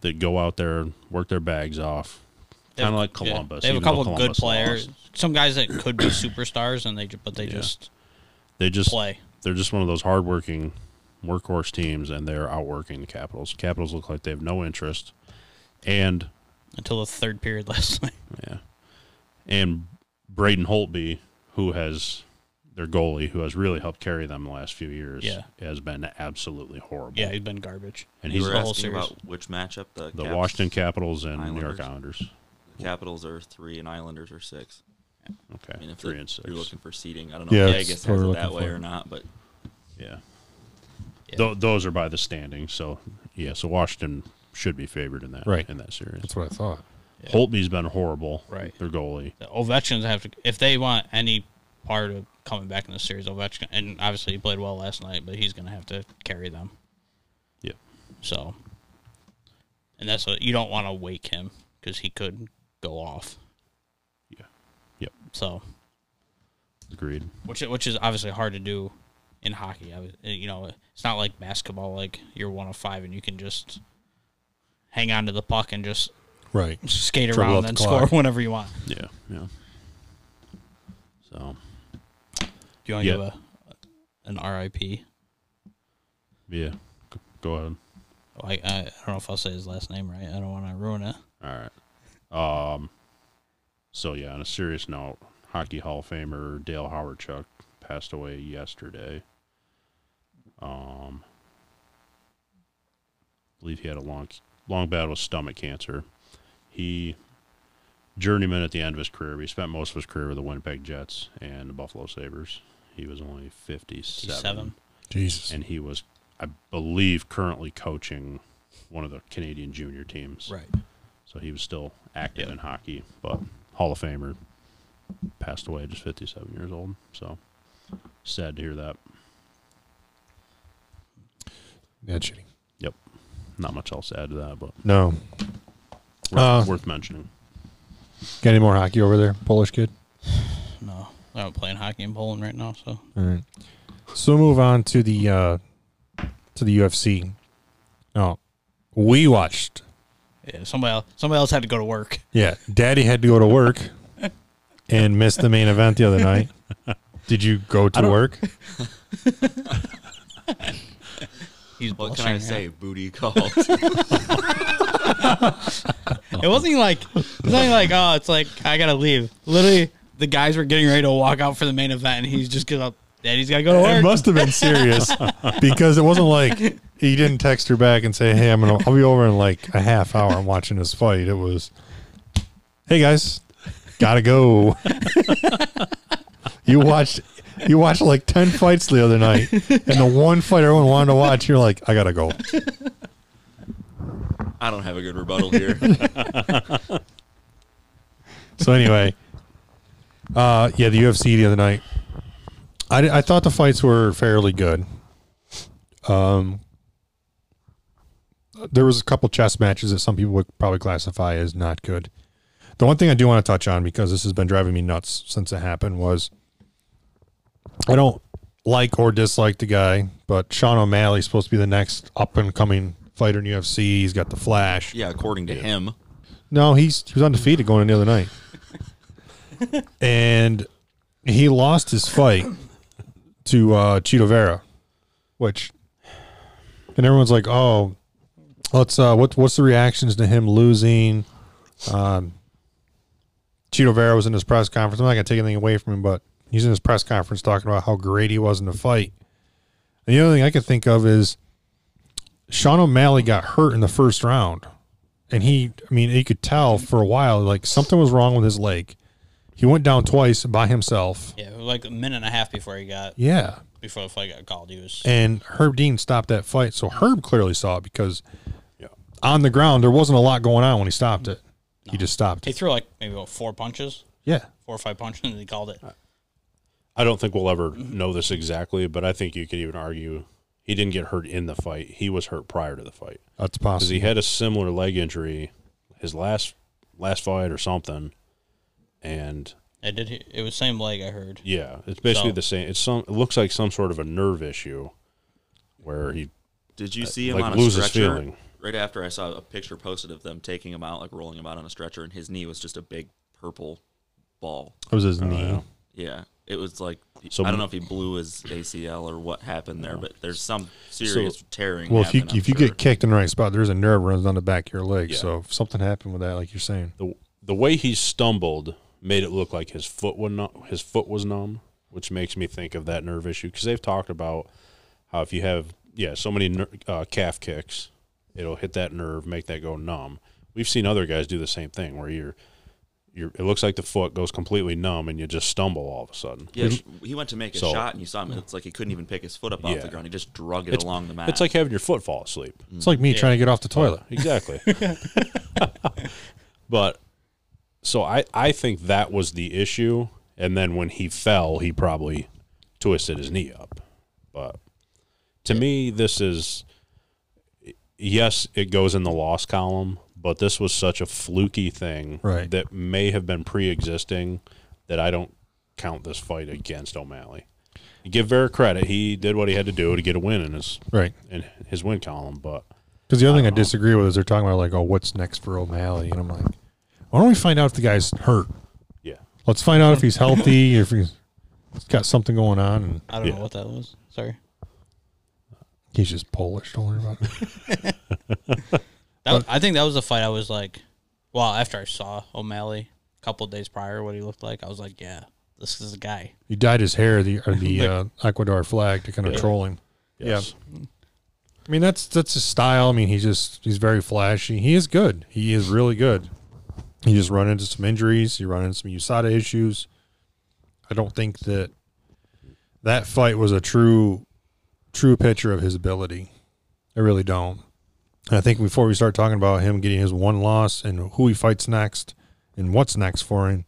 Speaker 4: that go out there, work their bags off,
Speaker 3: They have-
Speaker 4: kind of like
Speaker 3: yeah,
Speaker 4: Columbus.
Speaker 3: they have a
Speaker 4: even though
Speaker 3: couple of good
Speaker 4: Columbus
Speaker 3: players.
Speaker 4: lost.
Speaker 3: Some guys that could be superstars, and they ju- but they just
Speaker 4: They just
Speaker 3: play.
Speaker 4: they're just one of those hardworking workhorse teams, and they're outworking the Capitals. Capitals look like they have no interest, and
Speaker 3: until the third period last night.
Speaker 4: Yeah. And Braden Holtby, who has their goalie, who has really helped carry them the last few years,
Speaker 3: Yeah.
Speaker 4: has been absolutely horrible.
Speaker 3: Yeah, he's been garbage.
Speaker 4: And
Speaker 5: You
Speaker 4: he's
Speaker 5: were
Speaker 3: the whole
Speaker 5: asking
Speaker 3: series.
Speaker 5: about which matchup the,
Speaker 4: the
Speaker 5: Caps-
Speaker 4: Washington Capitals and New York
Speaker 5: Islanders.
Speaker 4: Islanders.
Speaker 5: the Capitals are three and Islanders are six.
Speaker 4: Okay.
Speaker 5: I mean, if
Speaker 4: Three
Speaker 5: they-
Speaker 4: and six.
Speaker 5: you're looking for seeding, I don't know
Speaker 2: Yeah,
Speaker 5: if
Speaker 2: that's
Speaker 5: Vegas
Speaker 2: what
Speaker 5: has
Speaker 2: we're
Speaker 5: it that
Speaker 2: looking
Speaker 5: way
Speaker 2: for.
Speaker 5: or not, but
Speaker 4: yeah.
Speaker 3: Yeah.
Speaker 4: Tho- those are by the standings. So, yeah, so Washington should be favored in that
Speaker 2: Right.
Speaker 4: in that series.
Speaker 2: That's what I thought.
Speaker 4: Holtby's been horrible.
Speaker 3: Right.
Speaker 4: Their goalie.
Speaker 3: The Ovechkins have to if they want any part of coming back in the series. Ovechkin and obviously he played well last night, but he's going to have to carry them.
Speaker 4: Yeah.
Speaker 3: So, and that's what you don't want to wake him because he could go off.
Speaker 4: Yeah. Yep.
Speaker 3: So,
Speaker 4: Agreed.
Speaker 3: which which is obviously hard to do in hockey. I was, you know, it's not like basketball. Like you're one of five and you can just hang on to the puck and just
Speaker 2: Right.
Speaker 3: skate
Speaker 2: Dribble
Speaker 3: around
Speaker 2: up
Speaker 3: and
Speaker 2: the
Speaker 3: then
Speaker 2: clock.
Speaker 3: score whenever you want.
Speaker 4: Yeah. Yeah. So,
Speaker 3: Do you want to
Speaker 4: Yeah.
Speaker 3: give a, an RIP?
Speaker 4: yeah. G- Go ahead.
Speaker 3: Like I, I don't know if I'll say his last name right. I don't want to ruin it.
Speaker 4: All right. Um. So yeah, on a serious note, Hockey Hall of Famer Dale Howard Chuck passed away yesterday. Um. Believe he had a long, long battle with stomach cancer. He journeyman at the end of his career. He spent most of his career with the Winnipeg Jets and the Buffalo Sabers. He was only fifty-seven,
Speaker 3: Seven.
Speaker 2: Jesus.
Speaker 4: and he was, I believe, currently coaching one of the Canadian junior teams.
Speaker 3: Right.
Speaker 4: So he was still active in hockey, but Hall of Famer passed away just 57 years old. So sad to hear that.
Speaker 2: Yeah, cheating.
Speaker 4: Yep. Not much else to add to that, but
Speaker 2: No.
Speaker 4: worth,
Speaker 2: Uh,
Speaker 4: worth mentioning.
Speaker 2: Got any more hockey over there, Polish kid?
Speaker 3: No, I'm playing hockey in Poland right now. So
Speaker 2: All right. So we'll move on to the uh to the UFC. No. Oh, We watched.
Speaker 3: yeah, somebody else, somebody else had to go to work.
Speaker 2: Yeah. Daddy had to go to work and missed the main event the other night. Did you go to work?
Speaker 3: He's
Speaker 5: what can
Speaker 3: blushing
Speaker 5: I
Speaker 3: now.
Speaker 5: say? Booty calls.
Speaker 3: It wasn't like it's not like oh, it's like I gotta leave. Literally, the guys were getting ready to walk out for the main event, and he's just gonna Daddy's gotta go to work.
Speaker 2: It must have been serious because it wasn't like he didn't text her back and say, "Hey, I'm gonna I'll be over in like a half hour. I'm watching this fight." It was, "Hey guys, gotta go." you watched you watched like ten fights the other night, and the one fight everyone wanted to watch, you're like, "I gotta go."
Speaker 5: I don't have a good rebuttal here.
Speaker 2: So anyway, uh, yeah, the UFC the other night, I, I thought the fights were fairly good. Um, there was a couple chess matches that some people would probably classify as not good. The one thing I do want to touch on because this has been driving me nuts since it happened was I don't like or dislike the guy, but Sean O'Malley's supposed to be the next up and coming fighter in UFC. He's got the flash.
Speaker 5: yeah, according to him.
Speaker 2: No, he's he was undefeated going in the other night, and he lost his fight to uh, Cheeto Vera, which, and everyone's like, "Oh, let's uh, what what's the reactions to him losing?" Um, Cheeto Vera was in his press conference. I'm not gonna take anything away from him, but he's in his press conference talking about how great he was in the fight. And the other thing I could think of is Sean O'Malley got hurt in the first round and he i mean you could tell for a while like something was wrong with his leg he went down twice by himself
Speaker 3: Yeah, like a minute and a half before he got
Speaker 2: yeah
Speaker 3: before the fight got called, he was
Speaker 2: and herb dean stopped that fight so herb clearly saw it because on the ground there wasn't a lot going on when he stopped it he just stopped
Speaker 3: he
Speaker 2: it
Speaker 3: threw like maybe what, four punches,
Speaker 2: yeah
Speaker 3: four or five punches, and he called it.
Speaker 4: I don't think we'll ever know this exactly, but I think you could even argue he didn't get hurt in the fight. He was hurt prior to the fight.
Speaker 2: that's
Speaker 4: because he
Speaker 2: possible
Speaker 4: had a similar leg injury his last last fight or something and
Speaker 3: I did. hear- It was same leg. I heard.
Speaker 4: yeah, it's basically
Speaker 3: So-
Speaker 4: the same. It's some. It looks like some sort of a nerve issue where he
Speaker 5: Did
Speaker 2: Uh,
Speaker 5: you see him
Speaker 4: like,
Speaker 5: on a
Speaker 4: lose his
Speaker 5: stretcher?
Speaker 4: feeling.
Speaker 5: Right after I saw a picture posted of them taking him out, like rolling him out on a stretcher, and his knee was just a big purple ball.
Speaker 2: That was his knee.
Speaker 5: Yeah, it was like
Speaker 4: So-
Speaker 5: I don't know if he blew his ACL or what happened there, but there's some serious tearing.
Speaker 2: Well, if you
Speaker 5: happened, I'm
Speaker 2: if you
Speaker 5: sure.
Speaker 2: get kicked in the right spot, there's a nerve runs down the back of your leg.
Speaker 4: Yeah.
Speaker 2: So if something happened with that, like you're saying,
Speaker 4: the the way he stumbled made it look like his foot was numb, his foot was numb, which makes me think of that nerve issue because they've talked about how if you have yeah so many ner- uh, calf kicks, it'll hit that nerve, make that go numb. We've seen other guys do the same thing where you're you're it looks like the foot goes completely numb and you just stumble all of a sudden.
Speaker 5: yeah, he went to make a
Speaker 4: So-
Speaker 5: shot, and you saw him. It's like he couldn't even pick his foot up off
Speaker 4: Yeah.
Speaker 5: the ground. He just drug it
Speaker 4: It's-
Speaker 5: along the mat.
Speaker 4: It's like having your foot fall asleep.
Speaker 2: it's like me trying to get off the toilet.
Speaker 4: Exactly. but so I I think that was the issue, and then when he fell, he probably twisted his knee up. But to me, this is yes, it goes in the loss column, but this was such a fluky thing
Speaker 2: Right.
Speaker 4: that may have been pre-existing that I don't count this fight against O'Malley. Give Vera credit; he did what he had to do to get a win in his
Speaker 2: Right.
Speaker 4: in his win column, but.
Speaker 2: Because the other thing I disagree with is they're talking about like, oh, what's next for O'Malley, and I'm like, why don't we find out if the guy's hurt?
Speaker 4: Yeah.
Speaker 2: Let's find out if he's healthy, if he's got something going on, and
Speaker 3: I don't
Speaker 4: Yeah.
Speaker 3: know what that was. Sorry.
Speaker 2: he's just Polish. Don't worry about it.
Speaker 3: That I think that was the fight. I was like, well, after I saw O'Malley a couple days prior, what he looked like, I was like, yeah, this is the guy.
Speaker 2: He dyed his hair the or the uh, Ecuador flag to kind of
Speaker 4: Yeah.
Speaker 2: troll him.
Speaker 4: Yes.
Speaker 2: I mean that's that's his style. I mean he's just he's very flashy. He is good. He is really good. He just run into some injuries. He run into some USADA issues. I don't think that that fight was a true true picture of his ability. I really don't. I think before we start talking about him getting his one loss and who he fights next and what's next for him,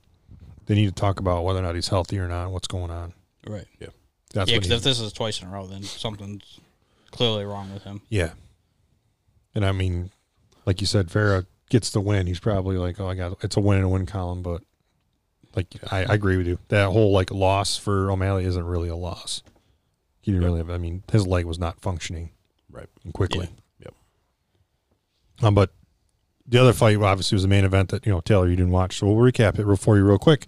Speaker 2: they need to talk about whether or not he's healthy or not. What's going on?
Speaker 3: Right. Yeah.
Speaker 2: That's
Speaker 3: Yeah.
Speaker 2: what
Speaker 3: Because
Speaker 2: he-
Speaker 3: if this is twice in a row, then something's clearly wrong with him.
Speaker 2: Yeah. And I mean, like you said, Farah gets the win. He's probably like, oh, I got it's a win in a win column, but like I, I agree with you. That whole like loss for O'Malley isn't really a loss. He didn't really have. I mean, his leg was not functioning
Speaker 4: Right.
Speaker 2: and quickly.
Speaker 4: Yep.
Speaker 2: Um, but the other fight obviously was the main event that you know Taylor you didn't watch, so we'll recap it for you real quick.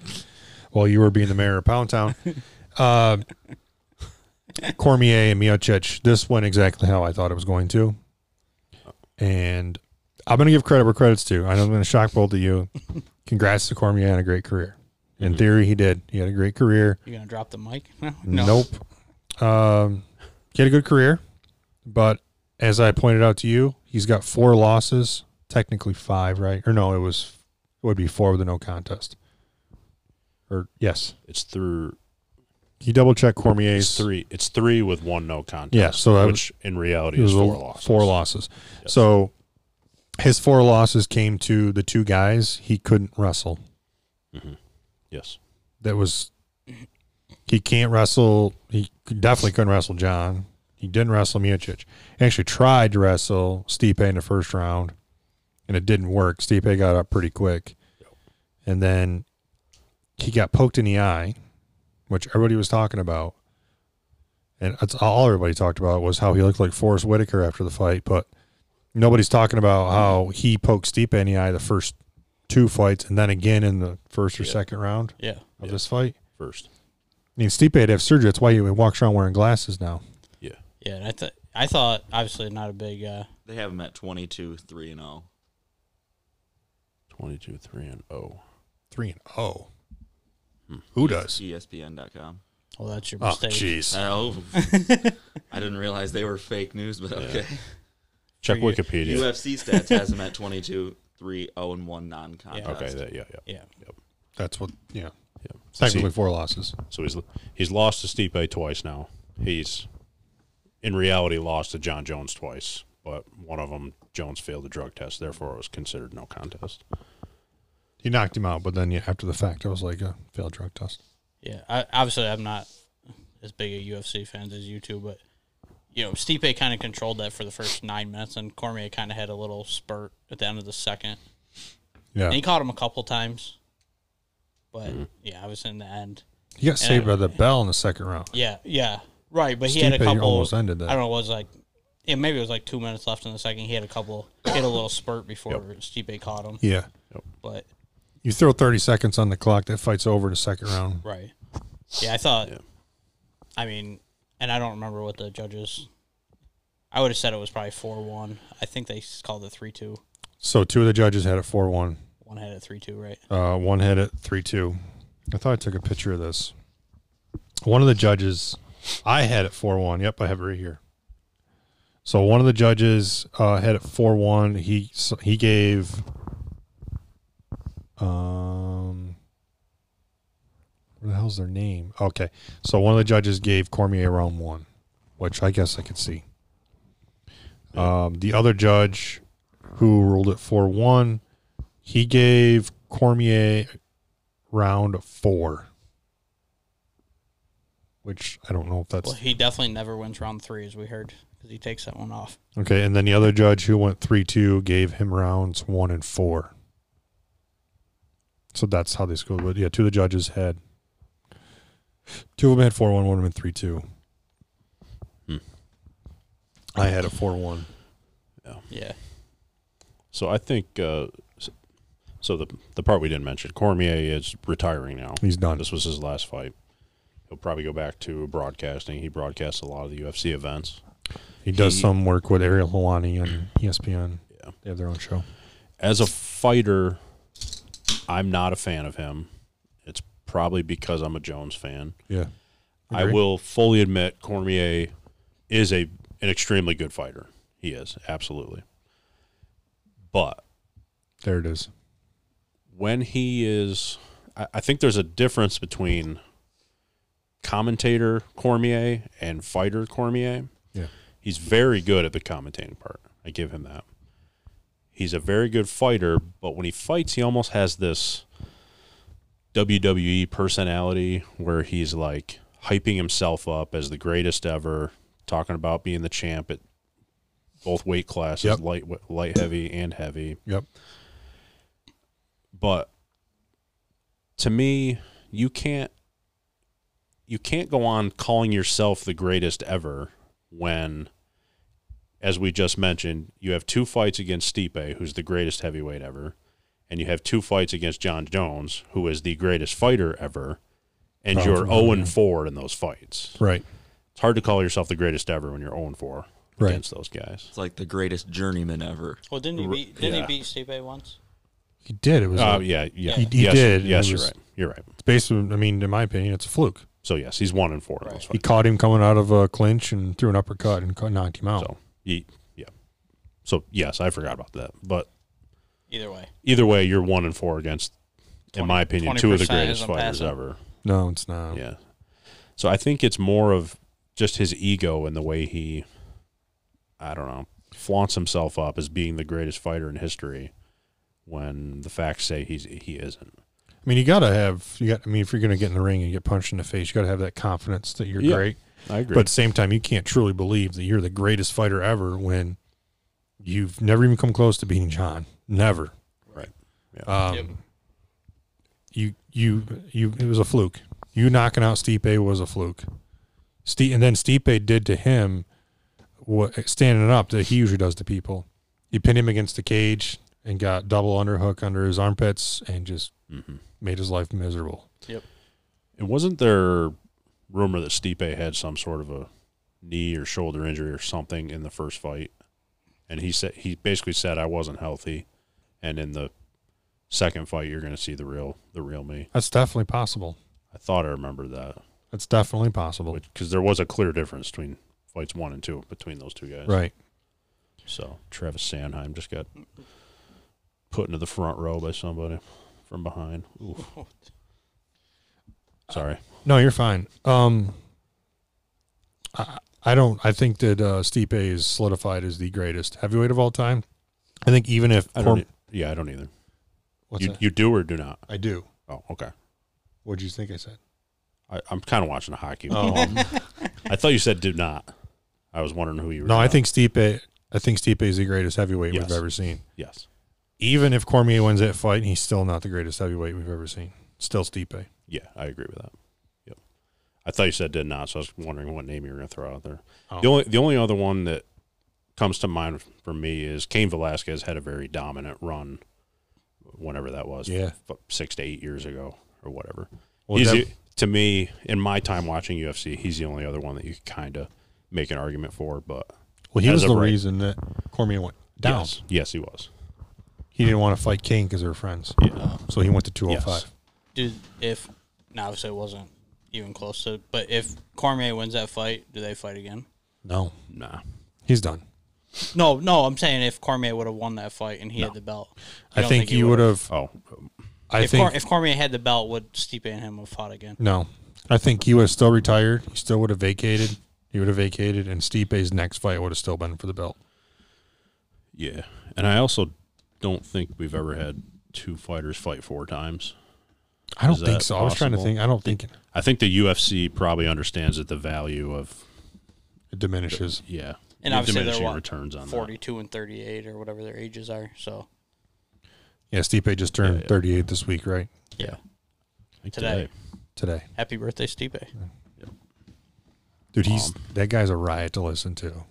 Speaker 2: While you were being the mayor of Pound Town, uh, Cormier and Miocic, this went exactly how I thought it was going to, and I'm going to give credit where credit's due. I know I'm going to shock both of you. Congrats to Cormier on a great career. In theory, he did. He had a great career.
Speaker 3: You gonna drop the mic?
Speaker 2: Nope. Um, he had a good career, but as I pointed out to you, he's got four losses, technically five, right? Or no, it was it would be four with a no contest. Or yes,
Speaker 4: It's through
Speaker 2: he double checked Cormier's
Speaker 4: it's three. It's three with one no contest.
Speaker 2: Yeah, so I would-
Speaker 4: which in reality
Speaker 2: It
Speaker 4: is
Speaker 2: was
Speaker 4: four
Speaker 2: a-
Speaker 4: losses.
Speaker 2: Four losses.
Speaker 4: Yes.
Speaker 2: So his four losses came to the two guys he couldn't wrestle.
Speaker 4: Yes.
Speaker 2: that was he can't wrestle. He could- definitely couldn't wrestle John. He didn't wrestle Miocic. He actually tried to wrestle Stipe in the first round, and it didn't work. Stipe got up pretty quick, and then he got poked in the eye, which everybody was talking about, and that's all everybody talked about was how he looked like Forrest Whitaker after the fight, but nobody's talking about how he poked Stipe in the eye the first two fights, and then again in the first or second round
Speaker 3: Yeah.
Speaker 2: of this fight.
Speaker 4: First.
Speaker 2: I mean, Stipe had to have surgery. That's why he walks around wearing glasses now.
Speaker 4: Yeah.
Speaker 3: Yeah. And I thought I thought obviously not a big. Uh,
Speaker 5: they have him at 22, 3 and oh, 0.
Speaker 4: Twenty-two, three, and oh.
Speaker 2: Three and oh.
Speaker 3: Hmm.
Speaker 2: Who does?
Speaker 5: E ESPN.com.
Speaker 3: well, that's your
Speaker 2: Oh,
Speaker 3: mistake.
Speaker 2: jeez.
Speaker 5: Oh, I didn't realize they were fake news, but okay.
Speaker 4: Check
Speaker 3: For you-
Speaker 4: Wikipedia.
Speaker 5: UFC stats has him at 22, 3 0 and 1 non contest.
Speaker 4: okay. That, yeah. Yeah.
Speaker 3: Yeah.
Speaker 2: That's what. Yeah.
Speaker 4: Yeah. So,
Speaker 2: Technically
Speaker 4: see,
Speaker 2: four losses.
Speaker 4: so he's he's lost to Stipe twice now. He's in reality lost to John Jones twice, but one of them Jones failed the drug test, therefore it was considered no contest.
Speaker 2: He knocked him out, but then yeah, after the fact, I was like, uh, failed drug test.
Speaker 3: Yeah, I, obviously I'm not as big a UFC fan as you two, but you know Stipe kind of controlled that for the first nine minutes, and Cormier kind of had a little spurt at the end of the second,
Speaker 2: Yeah.
Speaker 3: and he caught him a couple times. But
Speaker 2: Mm-hmm.
Speaker 3: yeah, I was in the end.
Speaker 2: He got saved by the bell in the second round.
Speaker 3: Yeah, yeah, right. But he had a
Speaker 2: Stipe
Speaker 3: couple.
Speaker 2: almost ended that.
Speaker 3: I don't know. It was like, yeah, maybe it was like two minutes left in the second. He had a couple. Hit a little spurt before Stipe caught him.
Speaker 2: Yeah.
Speaker 3: But
Speaker 2: You throw 30 seconds on the clock, that fight's over in the second round.
Speaker 3: right, yeah, I thought. I mean, and I don't remember what the judges. I would have said it was probably four one. I think they s- called it three two.
Speaker 2: So two of the judges had it 4 1.
Speaker 3: One had it three two, right?
Speaker 2: Uh, one hit it 3 2. I thought I took a picture of this. One of the judges, I had it 4 1. Yep, I have it right here. So one of the judges uh, had it 4 1. He, so he gave. Um, what the hell's their name? Okay. So one of the judges gave Cormier round one, which I guess I could see. Um, the other judge who ruled it 4 1 he gave Cormier round four, which I don't know if that's
Speaker 3: Well, he definitely never wins round three, as we heard, because he takes that one off.
Speaker 2: okay. And then the other judge who went three two gave him rounds one and four. So that's how they scored. But yeah, two of the judges had two of them had four one, one of them had three two.
Speaker 4: Hmm.
Speaker 2: I had a four one.
Speaker 3: Yeah,
Speaker 4: So I think uh, s- so. The the part we didn't mention, Cormier is retiring now.
Speaker 2: He's done.
Speaker 4: Uh, This was his last fight. He'll probably go back to broadcasting. He broadcasts a lot of the UFC events.
Speaker 2: He does
Speaker 4: He-
Speaker 2: some work with Ariel Helwani E and ESPN.
Speaker 4: Yeah.
Speaker 2: They have their own show.
Speaker 4: As a fighter, I'm not a fan of him. It's probably because I'm a Jones fan.
Speaker 2: Yeah.
Speaker 4: I
Speaker 2: Agree.
Speaker 4: will fully admit Cormier is a an extremely good fighter. He is absolutely. But
Speaker 2: There it is.
Speaker 4: when he is I, I think there's a difference between commentator Cormier and fighter Cormier.
Speaker 2: Yeah.
Speaker 4: He's very good at the commentating part. I give him that. He's a very good fighter, but when he fights, he almost has this WWE personality where he's like hyping himself up as the greatest ever, talking about being the champ at both weight classes,
Speaker 2: Yep.
Speaker 4: light light heavy and heavy
Speaker 2: Yep.
Speaker 4: but to me you can't you can't go on calling yourself the greatest ever when as we just mentioned you have two fights against Stipe who's the greatest heavyweight ever and you have two fights against John Jones who is the greatest fighter ever and
Speaker 2: Round Oh, for
Speaker 4: you're
Speaker 2: round,
Speaker 4: 0
Speaker 2: yeah.
Speaker 4: and 4 in those fights
Speaker 2: Right.
Speaker 4: it's hard to call yourself the greatest ever when you're 0 and 4
Speaker 2: Right.
Speaker 4: against those guys
Speaker 5: It's like the greatest journeyman ever.
Speaker 3: Well, didn't he beat? Didn't
Speaker 4: yeah.
Speaker 3: he beat Stipe once?
Speaker 2: He did. It was
Speaker 4: uh,
Speaker 2: a-
Speaker 4: yeah yeah
Speaker 3: He-
Speaker 2: he
Speaker 4: yes,
Speaker 2: did, and
Speaker 4: yes
Speaker 2: it
Speaker 4: you're
Speaker 2: was-
Speaker 4: right you're right
Speaker 2: It's basically, I mean, in my opinion, it's a fluke.
Speaker 4: so yes he's 1 and 4 in
Speaker 3: Right.
Speaker 4: those
Speaker 2: He
Speaker 4: fights
Speaker 2: caught him coming out of a clinch and threw an uppercut and cut- knocked him out.
Speaker 4: So ye- yeah. So yes, I forgot about that. But
Speaker 3: Either way,
Speaker 4: either way, you're one and four against, in my opinion, two of the
Speaker 3: 20%
Speaker 4: greatest
Speaker 3: isn't
Speaker 4: fighters
Speaker 3: passing.
Speaker 4: ever.
Speaker 2: no, it's not.
Speaker 4: Yeah. So I think it's more of just his ego and the way he, I don't know, flaunts himself up as being the greatest fighter in history, when the facts say he's he isn't.
Speaker 2: I mean, you gotta have. You got. I mean, if you're gonna get in the ring and get punched in the face, you gotta have that confidence that you're
Speaker 4: Yeah,
Speaker 2: great.
Speaker 4: I agree.
Speaker 2: But at the same time, you can't truly believe that you're the greatest fighter ever when you've never even come close to beating John. Never.
Speaker 4: right.
Speaker 2: Um, You you you. It was a fluke. You knocking out Stipe was a fluke. Ste and then Stipe did to him what standing up that he usually does to people. He pinned him against the cage and got double underhook under his armpits and just made his life miserable.
Speaker 4: It wasn't there rumor that Stipe had some sort of a knee or shoulder injury or something in the first fight, and he said he basically said I wasn't healthy, and in the second fight you're going to see the real the real me.
Speaker 2: That's definitely possible.
Speaker 4: I thought I remembered that
Speaker 2: That's definitely possible.
Speaker 4: because there was a clear difference between fights one and two between those two guys.
Speaker 2: Right.
Speaker 4: So Travis Sandheim just got put into the front row by somebody from behind. Oof. Sorry.
Speaker 2: No, you're fine. Um, I, I don't. I think that uh, Stipe is solidified as the greatest heavyweight of all time. I think even if
Speaker 4: I
Speaker 2: Corm-
Speaker 4: don't. e- yeah, I don't either.
Speaker 2: what's
Speaker 4: You,
Speaker 2: that?
Speaker 4: you do or do not.
Speaker 2: I do.
Speaker 4: Oh, okay.
Speaker 2: What do you think I said?
Speaker 4: I, I'm kind of watching hockey.
Speaker 2: Um,
Speaker 4: I thought you said do not. I was wondering who you were.
Speaker 2: no, I
Speaker 4: talking-
Speaker 2: think Stipe. I think Stipe is the greatest heavyweight
Speaker 4: Yes.
Speaker 2: we've ever seen.
Speaker 4: yes.
Speaker 2: Even if Cormier wins that fight, he's still not the greatest heavyweight we've ever seen. Still Stipe.
Speaker 4: Yeah, I agree with that. Yep. I thought you said did not, so I was wondering what name you were going to throw out there.
Speaker 2: Oh.
Speaker 4: The only the only other one that comes to mind for me is Cain Velasquez had a very dominant run, whenever that was,
Speaker 2: Yeah.
Speaker 4: f- six to eight years ago or whatever.
Speaker 2: Well,
Speaker 4: he's
Speaker 2: that-
Speaker 4: the- to me, in my time watching UFC, he's the only other one that you kind of make an argument for. But
Speaker 2: Well, he
Speaker 4: As
Speaker 2: was
Speaker 4: of
Speaker 2: the
Speaker 4: right-
Speaker 2: reason that Cormier went down.
Speaker 4: yes, yes, he was.
Speaker 2: He didn't want to fight Kane because they were friends.
Speaker 4: Yeah.
Speaker 2: So he went to 205.
Speaker 4: Yes.
Speaker 3: Do if now obviously it wasn't even close to, but if Cormier wins that fight, do they fight again?
Speaker 2: No,
Speaker 4: Nah,
Speaker 2: he's done.
Speaker 3: No, no, I'm saying if Cormier would have won that fight and he had the belt,
Speaker 2: I,
Speaker 3: don't
Speaker 2: think,
Speaker 3: he
Speaker 2: he would
Speaker 3: would've.
Speaker 2: have.
Speaker 4: oh,
Speaker 2: I
Speaker 3: if,
Speaker 2: think
Speaker 3: Cor- if Cormier had the belt, would Stipe and him have fought again?
Speaker 2: no. I think he would have still retired. He still would have vacated. He would have vacated, and Stipe's next fight would have still been for the belt.
Speaker 4: yeah. And I also don't think we've ever had two fighters fight four times.
Speaker 2: I don't
Speaker 4: Is
Speaker 2: think
Speaker 4: that
Speaker 2: so. I was trying to
Speaker 4: possible?
Speaker 2: think. I don't think
Speaker 4: I think the UFC probably understands that the value of
Speaker 2: it diminishes.
Speaker 4: yeah,
Speaker 3: And
Speaker 4: the
Speaker 3: obviously they're
Speaker 4: diminishing
Speaker 3: what,
Speaker 4: returns on that.
Speaker 3: 42 and 38 or whatever their ages are. So
Speaker 2: Yeah, Stipe just turned
Speaker 4: Yeah, yeah.
Speaker 2: 38 this week, right?
Speaker 4: Yeah. I think
Speaker 3: Today.
Speaker 2: Today,
Speaker 3: happy birthday, Stipe.
Speaker 2: dude, he's that guy's a riot to listen to.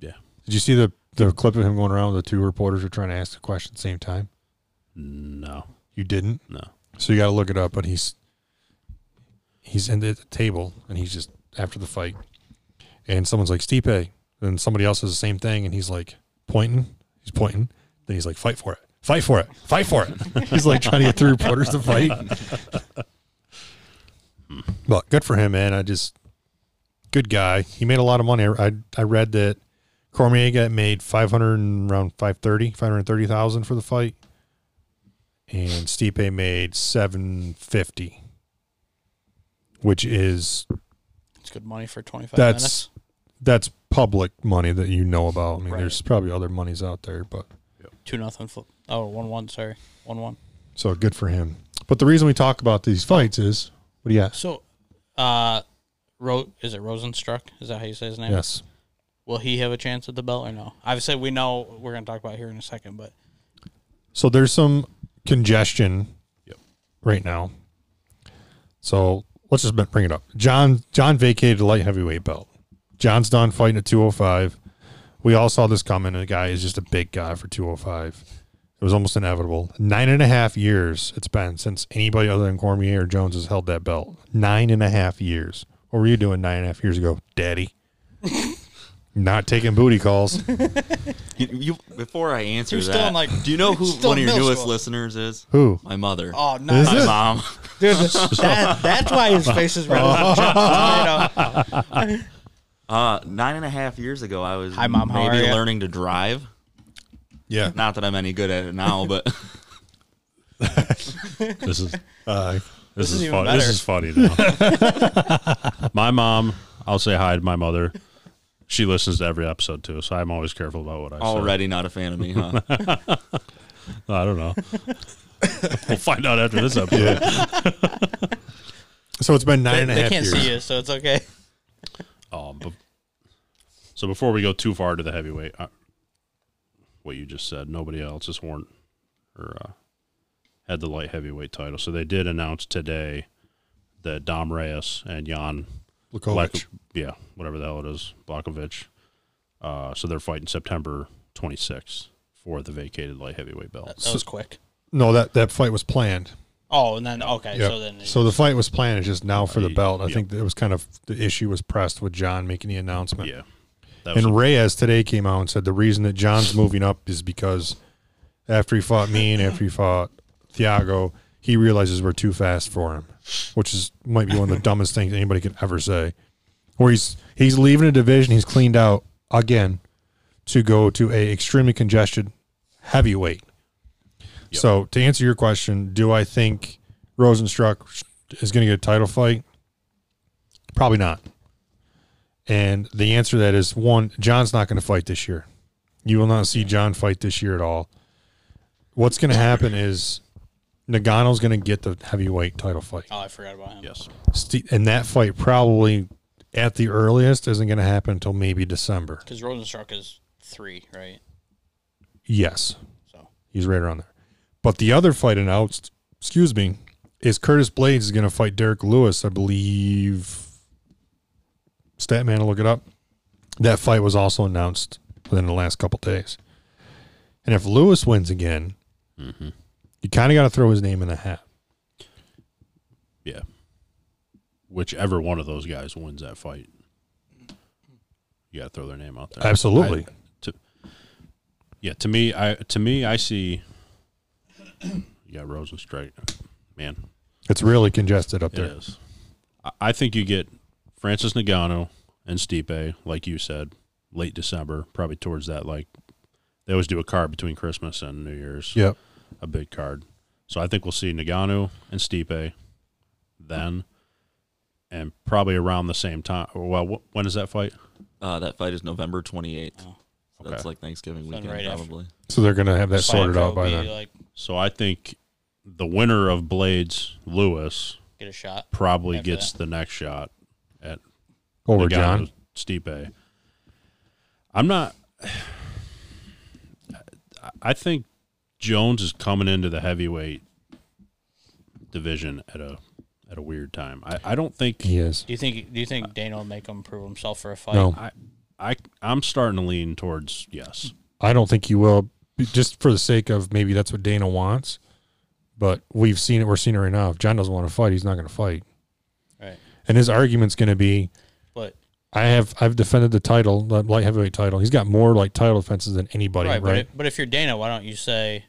Speaker 4: Yeah.
Speaker 2: Did you see the the clip of him going around? with The two reporters were trying to ask a question at the same time.
Speaker 4: No.
Speaker 2: You didn't,
Speaker 4: No.
Speaker 2: so you got to look it up. But he's he's in the- at the table, and he's just after the fight, and someone's like Stipe, then somebody else says the same thing, and he's like pointing, he's pointing, then he's like fight for it, fight for it, fight for it. he's like trying to get three reporters to fight. but good for him, man. I just good guy. He made a lot of money. I I read that Cormier got made 500 and around 530, 530,000 for the fight. And Stipe made 750, which is
Speaker 3: It's good money for 25 minutes.
Speaker 2: that's that's public money that you know about. I mean,
Speaker 3: Right.
Speaker 2: there's probably other monies out there, but
Speaker 3: Two nothing. Flip. Oh, one one. Sorry, one one.
Speaker 2: so good for him. But the reason we talk about these fights is what do you got?
Speaker 3: So, uh, Ro- is it Rosenstruck? Is that how you say his name?
Speaker 2: Yes.
Speaker 3: Will he have a chance at the belt or no? Obviously, we know we're going to talk about it here in a second, but
Speaker 2: So there's some congestion
Speaker 4: Yep.
Speaker 2: right now. So let's just bring it up. John John vacated the light heavyweight belt. John's done fighting at 205. We all saw this coming. The guy is just a big guy for 205. It was almost inevitable. Nine and a half years it's been since anybody other than Cormier or Jones has held that belt. Nine and a half years. What were you doing nine and a half years ago, Daddy? Not taking booty calls.
Speaker 5: You, you, before I answer
Speaker 3: You're
Speaker 5: that,
Speaker 3: still in, like-
Speaker 5: do you know who
Speaker 3: still
Speaker 5: one of
Speaker 3: in
Speaker 5: your
Speaker 3: middle
Speaker 5: newest
Speaker 3: school.
Speaker 5: listeners is?
Speaker 2: Who?
Speaker 5: My mother.
Speaker 3: oh no,
Speaker 2: Is
Speaker 5: my
Speaker 2: it?
Speaker 5: mom.
Speaker 3: dude, that, that's why his face is red.
Speaker 2: Oh.
Speaker 3: as a tomato.
Speaker 5: Uh, nine and a half years ago, I was
Speaker 3: Hi, Mom, how
Speaker 5: maybe
Speaker 3: are ya?
Speaker 5: learning to drive.
Speaker 2: Yeah.
Speaker 5: Not that I'm any good at it now, but
Speaker 4: This is
Speaker 2: Uh,
Speaker 4: this,
Speaker 3: is
Speaker 4: is
Speaker 3: even
Speaker 4: funny. This
Speaker 3: better.
Speaker 4: is funny now. my mom, I'll say hi to my mother. She listens to every episode too, so I'm always careful about what I
Speaker 5: already not a fan of me, huh?
Speaker 4: say. I don't know. we'll find out after this episode.
Speaker 2: so it's been nine and a
Speaker 3: they
Speaker 2: half
Speaker 3: can't
Speaker 2: years. Oh,
Speaker 3: see you, so it's okay.
Speaker 4: Um, but, so before we go too far to the heavyweight, uh, what you just said, nobody else has worn or uh, had the light heavyweight title. So they did announce today that Dom Reyes and Jan
Speaker 2: Black-
Speaker 4: Black- yeah, whatever the hell it is, Blakovich. Uh, so they're fighting September 26th for the vacated light heavyweight
Speaker 3: That,
Speaker 4: belt.
Speaker 3: that was quick.
Speaker 2: No, that that fight was planned.
Speaker 3: Oh, and then okay,
Speaker 2: Yeah.
Speaker 3: so then
Speaker 2: so the fight was planned. It's just now for the
Speaker 4: Yeah.
Speaker 2: belt. I think that it was kind of the issue was pressed with John making the announcement.
Speaker 4: Yeah, that was
Speaker 2: And Reyes today came out and said the reason that John's moving up is because after he fought me and after he fought Thiago, he realizes we're too fast for him, which is might be one of the dumbest things anybody could ever say. Where he's he's leaving a division he's cleaned out again to go to a extremely congested heavyweight.
Speaker 4: Yep.
Speaker 2: So to answer your question, do I think Rosenstruck is going to get a title fight? Probably not. And the answer to that is one, John's not going to fight this year. You will not see John fight this year at all. What's going to happen is Nagano's going to get the heavyweight title fight.
Speaker 3: oh, I forgot about him.
Speaker 4: yes,
Speaker 2: Ste- And that fight probably at the earliest isn't going to happen until maybe December.
Speaker 3: because Rosenstruck is three, right?
Speaker 2: Yes.
Speaker 3: So
Speaker 2: He's right around there. But the other fight announced, excuse me, is Curtis Blades is going to fight Derek Lewis, I believe. Statman, look it up. That fight was also announced within the last couple days. And if Lewis wins again, you kind of got to throw his name in the hat.
Speaker 4: Yeah. Whichever one of those guys wins that fight, you got to throw their name out there.
Speaker 2: Absolutely.
Speaker 4: I- to, yeah, to me, I to me, I see. Yeah, Rosenstrike, man,
Speaker 2: It's really congested up
Speaker 4: it
Speaker 2: there.
Speaker 4: is. I, I think you get Francis Nagano and Stipe, like you said, late December, probably towards that. Like they always do a card between Christmas and New Year's
Speaker 2: Yep.
Speaker 4: a big card. So I think we'll see Nagano and Stipe then, and probably around the same time. Well, wh- when is that fight?
Speaker 5: Uh, that fight is November 28th.
Speaker 3: Oh.
Speaker 5: So That's
Speaker 4: Okay.
Speaker 5: like Thanksgiving
Speaker 3: Then
Speaker 5: weekend,
Speaker 3: right after.
Speaker 5: probably.
Speaker 2: So they're going to have that
Speaker 3: Fight
Speaker 2: sorted out
Speaker 3: would
Speaker 2: by
Speaker 3: be,
Speaker 2: then.
Speaker 3: Like
Speaker 4: So I think the winner of Blades Lewis
Speaker 3: get a shot.
Speaker 4: probably
Speaker 3: After
Speaker 4: gets the next shot at
Speaker 2: Over
Speaker 4: Nagano
Speaker 2: John.
Speaker 4: Stipe. I'm not. I- I think Jones is coming into the heavyweight division at a at a weird time. I, I don't think
Speaker 2: He is.
Speaker 3: Do you think? Do you think Dana will make him prove himself for a fight?
Speaker 2: Uh, No,
Speaker 4: I, I, I'm starting to lean towards yes.
Speaker 2: I don't think he will. Just for the sake of maybe that's what Dana wants. But we've seen it. We're seeing it right now. If John doesn't want to fight, he's not going to fight.
Speaker 3: Right.
Speaker 2: And his argument's going to be,
Speaker 3: But
Speaker 2: I have I've defended the title, the light heavyweight title. He's got more like title defenses than anybody,
Speaker 3: right,
Speaker 2: right?
Speaker 3: but, if, but if you're Dana, why don't you say,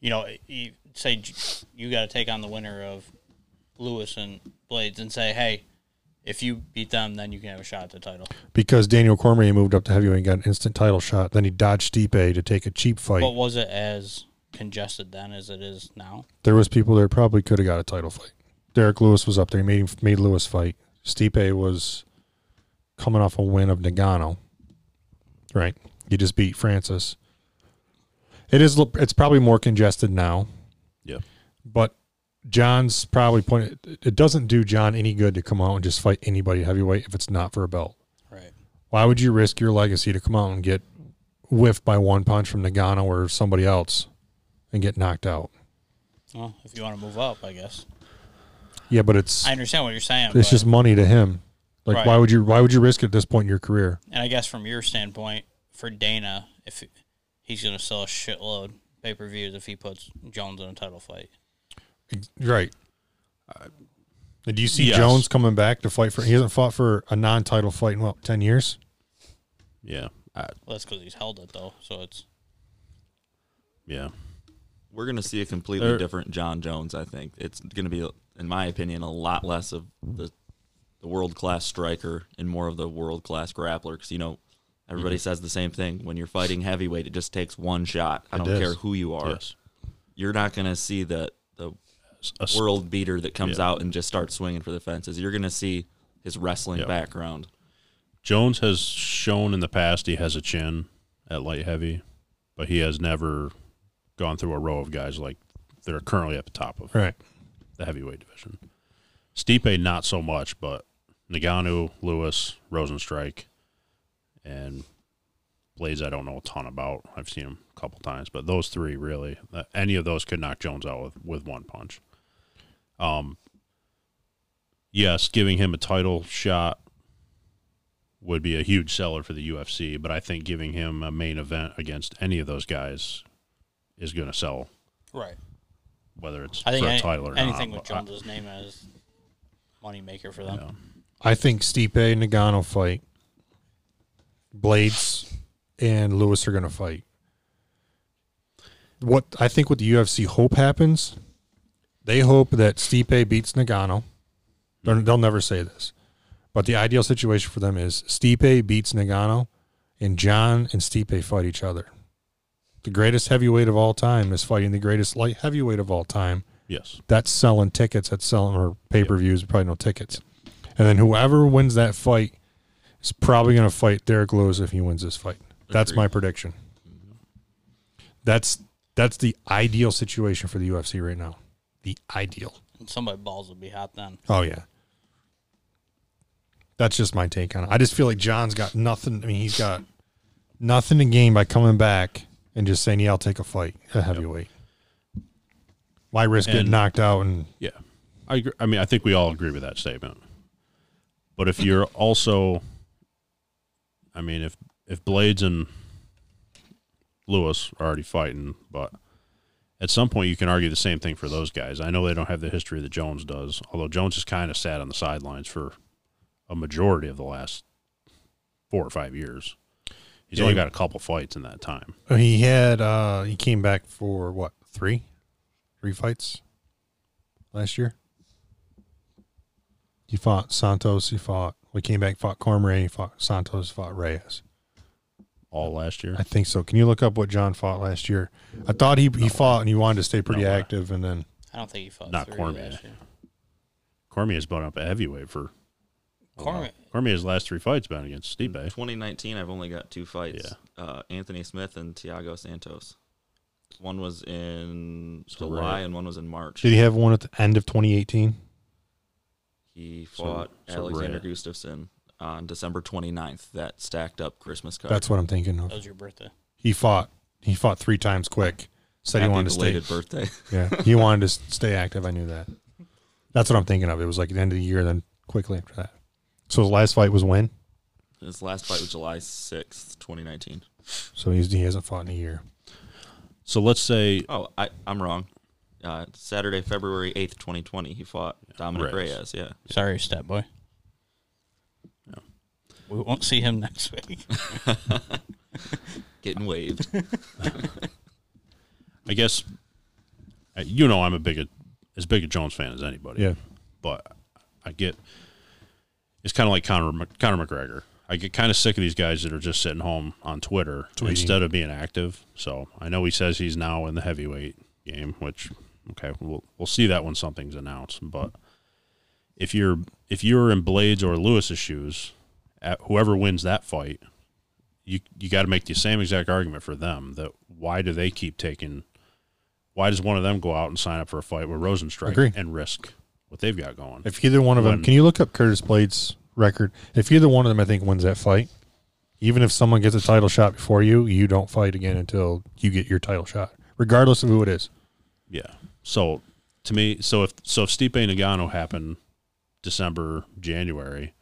Speaker 3: you know, you say j- you got to take on the winner of Lewis and Blades and say, hey, if you beat them, then you can have a shot at the title.
Speaker 2: because Daniel Cormier moved up to heavyweight and got an instant title shot. Then he dodged Stipe to take a cheap fight.
Speaker 3: But was it as congested then as it is now?
Speaker 2: there was people there probably could have got a title fight. Derek Lewis was up there. He made him, made Lewis fight. Stipe was coming off a win of Nagano. Right, he just beat Francis. It is. It's probably more congested now.
Speaker 4: Yeah.
Speaker 2: but John's probably point. It doesn't do John any good to come out and just fight anybody heavyweight if it's not for a belt.
Speaker 3: Right.
Speaker 2: Why would you risk your legacy to come out and get whiffed by one punch from Nagano or somebody else and get knocked out?
Speaker 3: Well, if you want to move up, I guess.
Speaker 2: Yeah, but it's
Speaker 3: I understand what you're saying.
Speaker 2: it's
Speaker 3: but-
Speaker 2: just money to him. Like,
Speaker 3: Right.
Speaker 2: why would you? Why would you risk it at this point in your career?
Speaker 3: And I guess from your standpoint, for Dana, if he's going to sell a shitload pay per views if he puts Jones in a title fight.
Speaker 2: Right. Uh, Do you see
Speaker 4: Yes.
Speaker 2: Jones coming back to fight for? He hasn't fought for a non-title fight in what ten years?
Speaker 4: Yeah, I,
Speaker 3: Well, that's because he's held it though, so it's
Speaker 4: yeah.
Speaker 5: We're going to see a completely
Speaker 4: There-
Speaker 5: different John Jones, I think. It's going to be, in my opinion, a lot less of the, the world class striker and more of the world class grappler. Because, you know,
Speaker 4: Mm-hmm.
Speaker 5: everybody says the same thing. When you're fighting heavyweight, it just takes one shot. I
Speaker 2: It
Speaker 5: don't
Speaker 2: does.
Speaker 5: care who you are.
Speaker 4: Yes.
Speaker 5: You're not going to see the, the
Speaker 4: A s-
Speaker 5: world beater that comes
Speaker 4: Yeah.
Speaker 5: out and just starts swinging for the fences. You're going to see his wrestling
Speaker 4: Yeah.
Speaker 5: background.
Speaker 4: Jones has shown in the past he has a chin at light heavy, but he has never gone through a row of guys like that are currently at the top of
Speaker 2: Right.
Speaker 4: the heavyweight division. Stipe not so much, but Nagano, Lewis, Rosenstrike, and Blades. I don't know a ton about. I've seen him a couple times, but those three really, uh, any of those could knock Jones out with, with one punch. Um, yes, giving him a title shot would be a huge seller for the UFC, but I think giving him a main event against any of those guys is going to sell,
Speaker 3: right.
Speaker 4: whether it's
Speaker 3: I think
Speaker 4: for a
Speaker 3: any-
Speaker 4: title or
Speaker 3: anything
Speaker 4: not,
Speaker 3: with
Speaker 4: but I-
Speaker 3: Jones's name as moneymaker for them.
Speaker 4: Yeah.
Speaker 2: I think Stipe and Nagano fight. Blades and Lewis are going to fight. What I think what the UFC hope happens, they hope that Stipe beats Nagano. They're, they'll never say this, but the ideal situation for them is Stipe beats Nagano, and John and Stipe fight each other. The greatest heavyweight of all time is fighting the greatest light heavyweight of all time
Speaker 4: Yes.
Speaker 2: that's selling tickets. That's selling or pay per views. Probably no tickets. And then whoever wins that fight is probably going to fight Derek Lewis if he wins this fight. That's
Speaker 5: Agreed.
Speaker 2: my prediction. That's that's the ideal situation for the UFC right now. The ideal.
Speaker 3: And somebody balls would be hot then.
Speaker 2: Oh yeah. That's just my take on it. I just feel like John's got nothing. I mean, he's got nothing to gain by coming back and just saying, "Yeah, I'll take a fight, a heavyweight." Why risk getting
Speaker 4: And-
Speaker 2: knocked out and
Speaker 4: Yeah. I agree. I mean, I think we all agree with that statement. But if you're also, I mean, if if Blades and Lewis are already fighting, but at some point you can argue the same thing for those guys. I know they don't have the history that Jones does, although Jones has kind of sat on the sidelines for a majority of the last four or five years. He's
Speaker 2: Yeah,
Speaker 4: only
Speaker 2: he-
Speaker 4: got a couple fights in that time.
Speaker 2: Oh, He had uh he came back for what three, three fights last year. He fought Santos. He fought. We came back, fought Cormier. He fought Santos. Fought Reyes.
Speaker 4: All last year.
Speaker 2: I think so. Can you look up what John fought last year? I thought he he fought and he wanted to stay pretty
Speaker 4: No way.
Speaker 2: active, and then
Speaker 3: I don't think he fought
Speaker 4: Not
Speaker 3: three
Speaker 4: Cormier.
Speaker 3: last year.
Speaker 4: Cormier's been up at heavyweight for
Speaker 3: Cormier.
Speaker 4: Cormier's last three fights been against Stipe.
Speaker 5: 2019, I've only got two fights. Uh, Anthony Smith and Tiago Santos. One was in
Speaker 4: So
Speaker 5: July
Speaker 4: right.
Speaker 5: and one was in March.
Speaker 2: did he have one at the end of 2018?
Speaker 5: He
Speaker 4: So-
Speaker 5: fought
Speaker 4: so
Speaker 5: Alexander
Speaker 4: right.
Speaker 5: Gustafsson on December 29th. That stacked up Christmas card.
Speaker 2: That's what I'm thinking
Speaker 3: That
Speaker 2: of.
Speaker 3: was your birthday.
Speaker 2: He fought. He fought three times quick. Said
Speaker 5: Happy
Speaker 2: he wanted to stay.
Speaker 5: belated birthday.
Speaker 2: Yeah, he wanted to s- stay active. I knew that. That's what I'm thinking of. It was like the end of the year, then quickly after that. So his last fight was when?
Speaker 5: His last fight was July 6th, 2019.
Speaker 2: So he's, he hasn't fought in a year.
Speaker 4: So let's say
Speaker 5: Oh, I, I'm wrong. Uh, Saturday, February 8th, 2020, he fought Dominic
Speaker 4: Reyes.
Speaker 5: Reyes. Yeah.
Speaker 3: Sorry, step boy.
Speaker 4: No.
Speaker 3: We won't see him next week.
Speaker 5: Getting waived.
Speaker 4: I guess uh, you know I'm a big as big a Jones fan as anybody.
Speaker 2: Yeah.
Speaker 4: but I get it's kind of like Conor Mc- Conor McGregor. I get kind of sick of these guys that are just sitting home on Twitter
Speaker 2: Tweeting.
Speaker 4: instead of being active. So I know he says he's now in the heavyweight game, which okay, we'll we'll see that when something's announced. But if you're if you're in Blades or Lewis's shoes, at whoever wins that fight, you you got to make the same exact argument for them that why do they keep taking why does one of them go out and sign up for a fight with Rosenstrike
Speaker 2: Agree.
Speaker 4: and risk what they've got going?
Speaker 2: If either one of them,
Speaker 4: When-
Speaker 2: can you look up Curtis Blade's record? If either one of them, I think, wins that fight, even if someone gets a title shot before you, you don't fight again until you get your title shot, regardless of who it is.
Speaker 4: Yeah. So to me, so if so if Stipe Nagano happened December, January,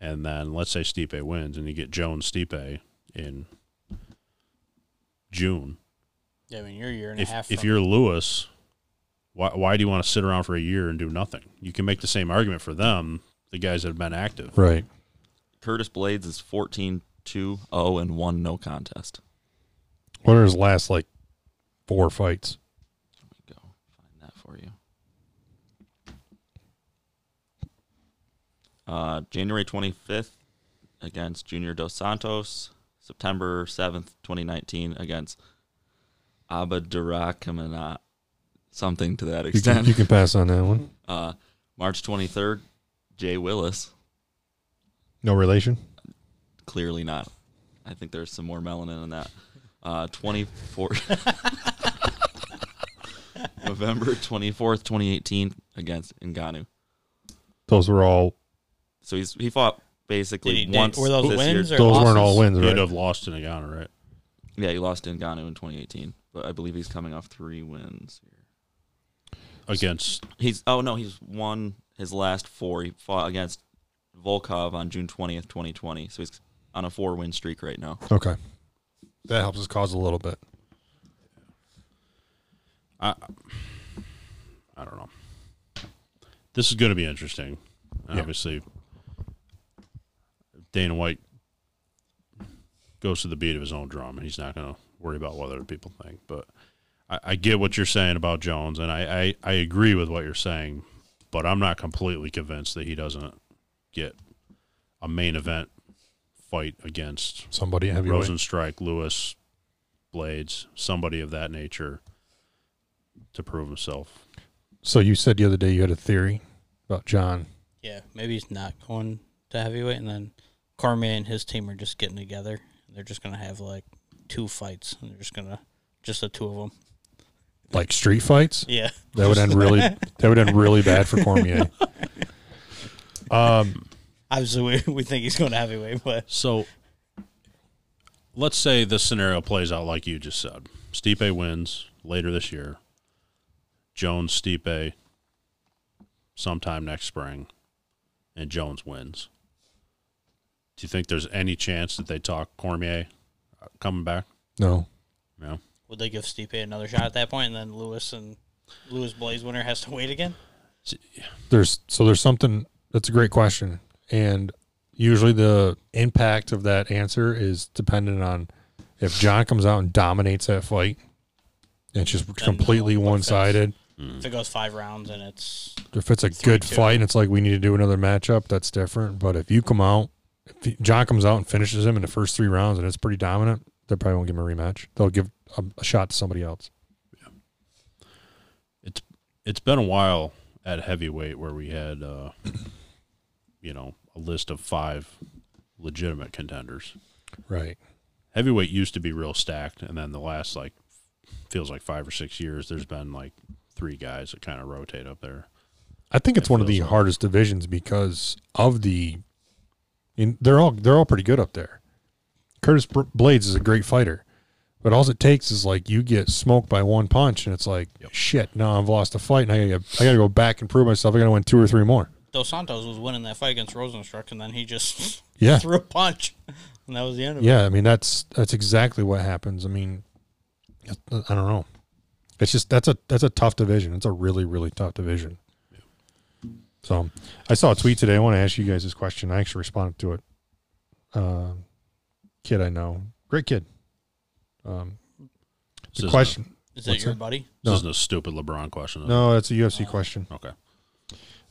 Speaker 4: and then let's say Stipe wins and you get Jones Stipe in June.
Speaker 3: yeah, I mean, you're a year and a half.
Speaker 4: If if
Speaker 3: from-
Speaker 4: you're Lewis, why why do you want to sit around for a year and do nothing? You can make the same argument for them, the guys that have been active.
Speaker 2: Right.
Speaker 5: Curtis Blades is 14 2 0 and 1 no contest.
Speaker 2: What are his last, like, four fights?
Speaker 5: Let me go find that for you. Uh, January 25th against Junior Dos Santos. September 7th, 2019 against Abadurakamana. Something to that
Speaker 2: You can,
Speaker 5: extent.
Speaker 2: you can pass on that one.
Speaker 5: Uh, March 23rd, Jay Willis.
Speaker 2: No relation?
Speaker 5: Clearly not. I think there's some more melanin in that. Uh, 24. November 24th, 2018 against Ngannou.
Speaker 2: Those were all,
Speaker 5: So he's he fought
Speaker 3: Did
Speaker 5: basically
Speaker 3: he- did-
Speaker 5: once.
Speaker 3: were those
Speaker 5: this
Speaker 3: wins
Speaker 5: year.
Speaker 3: or
Speaker 2: those weren't all
Speaker 3: losses?
Speaker 2: wins,
Speaker 4: He'd
Speaker 2: right?
Speaker 4: have lost to Nagano, right?
Speaker 5: Yeah, he lost to Ngannou in 2018, but I believe he's coming off three wins. here.
Speaker 4: Against
Speaker 5: He's oh no, he's won his last four. He fought against Volkov on June 20th, 2020. So he's on a four-win streak right now.
Speaker 2: Okay. That helps his cause a little bit.
Speaker 4: I don't know. This is going to be interesting. And
Speaker 2: Yeah.
Speaker 4: Obviously, Dana White goes to the beat of his own drum, and he's not going to worry about what other people think. But I, I get what you're saying about Jones, and I, I, I agree with what you're saying, but I'm not completely convinced that he doesn't get a main event fight against
Speaker 2: Somebody heavyweight.
Speaker 4: Rosenstrike, Lewis, Blades, somebody of that nature to prove himself.
Speaker 2: So you said the other day you had a theory about John.
Speaker 3: yeah, maybe he's not going to heavyweight, and then Cormier and his team are just getting together. They're just gonna have like two fights, and they're just gonna just the two of them.
Speaker 2: Like street fights?
Speaker 3: Yeah,
Speaker 2: That would end really that would end really bad for Cormier. Um
Speaker 3: obviously we, we think he's going to heavyweight, but
Speaker 4: So let's say this scenario plays out like you just said. Stipe wins later this year. Jones Stipe sometime next spring and Jones wins, do you think there's any chance that they talk Cormier uh, coming back?
Speaker 2: No.
Speaker 4: No.
Speaker 3: Would they give Stipe another shot at that point, and then Lewis and Lewis Blaze winner has to wait again?
Speaker 2: there's so there's something that's a great question and usually the impact of that answer is dependent on if john comes out and dominates that fight and it's just completely
Speaker 3: no,
Speaker 2: one-sided
Speaker 3: If it goes five rounds and it's
Speaker 2: if it's a
Speaker 3: Three,
Speaker 2: good
Speaker 3: two.
Speaker 2: fight and it's like we need to do another matchup that's different but if you come out if he- john comes out and finishes him in the first three rounds and it's pretty dominant they probably won't give him a rematch they'll give a, a shot to somebody else
Speaker 4: It's it's been a while at heavyweight where we had uh you know, a list of five legitimate contenders.
Speaker 2: right
Speaker 4: heavyweight used to be real stacked and then the last like feels like five or six years there's been like three guys that kind of rotate up there
Speaker 2: I think it's
Speaker 4: It
Speaker 2: one of the
Speaker 4: feels like-
Speaker 2: hardest divisions because of the. In, they're all they're all pretty good up there. Curtis Br- Blades is a great fighter, but all it takes is like you get smoked by one punch, and it's like shit. Now I've lost a fight, and I gotta, I gotta go back and prove myself. I gotta win two or three more.
Speaker 3: Dos Santos was winning that fight against Rosenstruck, and then he just
Speaker 2: Yeah.
Speaker 3: threw a punch, and that was the end of it.
Speaker 2: Yeah, I mean that's that's exactly what happens. I mean, I I don't know. It's just that's a that's a tough division. It's a really really tough division. So, I saw a tweet today. I want to ask you guys this question. I actually responded to it. Uh, kid I know, great kid. Um,
Speaker 4: This
Speaker 2: the
Speaker 4: isn't
Speaker 2: question?
Speaker 3: Is that
Speaker 2: What's
Speaker 3: your
Speaker 2: that?
Speaker 3: buddy?
Speaker 4: a,
Speaker 2: no.
Speaker 4: this isn't a stupid lebron question is
Speaker 2: No, it's a UFC question.
Speaker 4: it? okay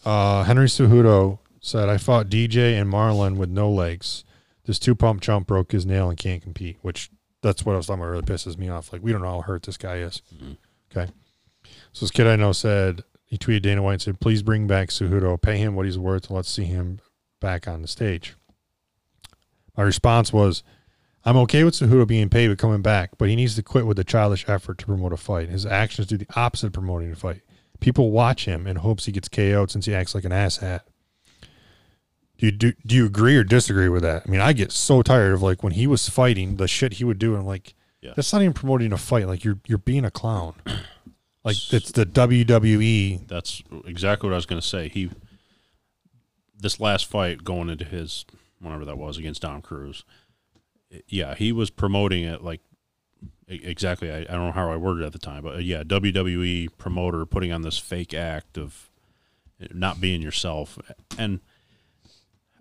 Speaker 2: Uh, Henry Cejudo said, "I fought DJ and Marlon with no legs. This two pump chump broke his nail and can't compete." Which that's what I was talking about. Really pisses me off. Like we don't know how hurt this guy is. Okay, so this kid I know said he tweeted Dana White and said, "Please bring back Cejudo. Pay him what he's worth, and let's see him back on the stage." My response was. I'm okay with Cejudo being paid but coming back, but he needs to quit with the childish effort to promote a fight. His actions do the opposite of promoting a fight. People watch him in hopes he gets KO'd since he acts like an asshat. Do you do, do you agree or disagree with that? I mean, I get so tired of like when he was fighting, the shit he would do, and I'm like,
Speaker 4: Yeah.
Speaker 2: that's not even promoting a fight. Like you're you're being a clown. like it's the E WWE.
Speaker 4: that's exactly what i was going to say he this last fight going into his whenever that was against Dom Cruz, i- yeah, he was promoting it like e- exactly. I, I don't know how I worded it at the time, but uh, yeah, WWE promoter putting on this fake act of eh, not being yourself, and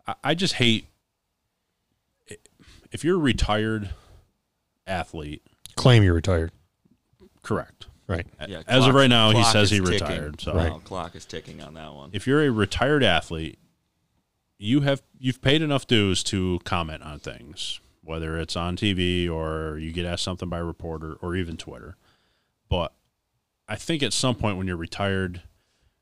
Speaker 4: I, I just hate i- if you're a retired athlete.
Speaker 2: Claim you're retired,
Speaker 4: Correct.
Speaker 2: right?
Speaker 5: Yeah,
Speaker 4: As of
Speaker 5: clock-
Speaker 4: right now, he
Speaker 5: clock
Speaker 4: says he
Speaker 5: is ticking.
Speaker 4: retired. So
Speaker 5: Wow, clock is ticking on that one.
Speaker 4: if you're a retired athlete, you have you've paid enough dues to comment on things, whether it's on TV or you get asked something by a reporter or even Twitter. But I think at some point when you're retired,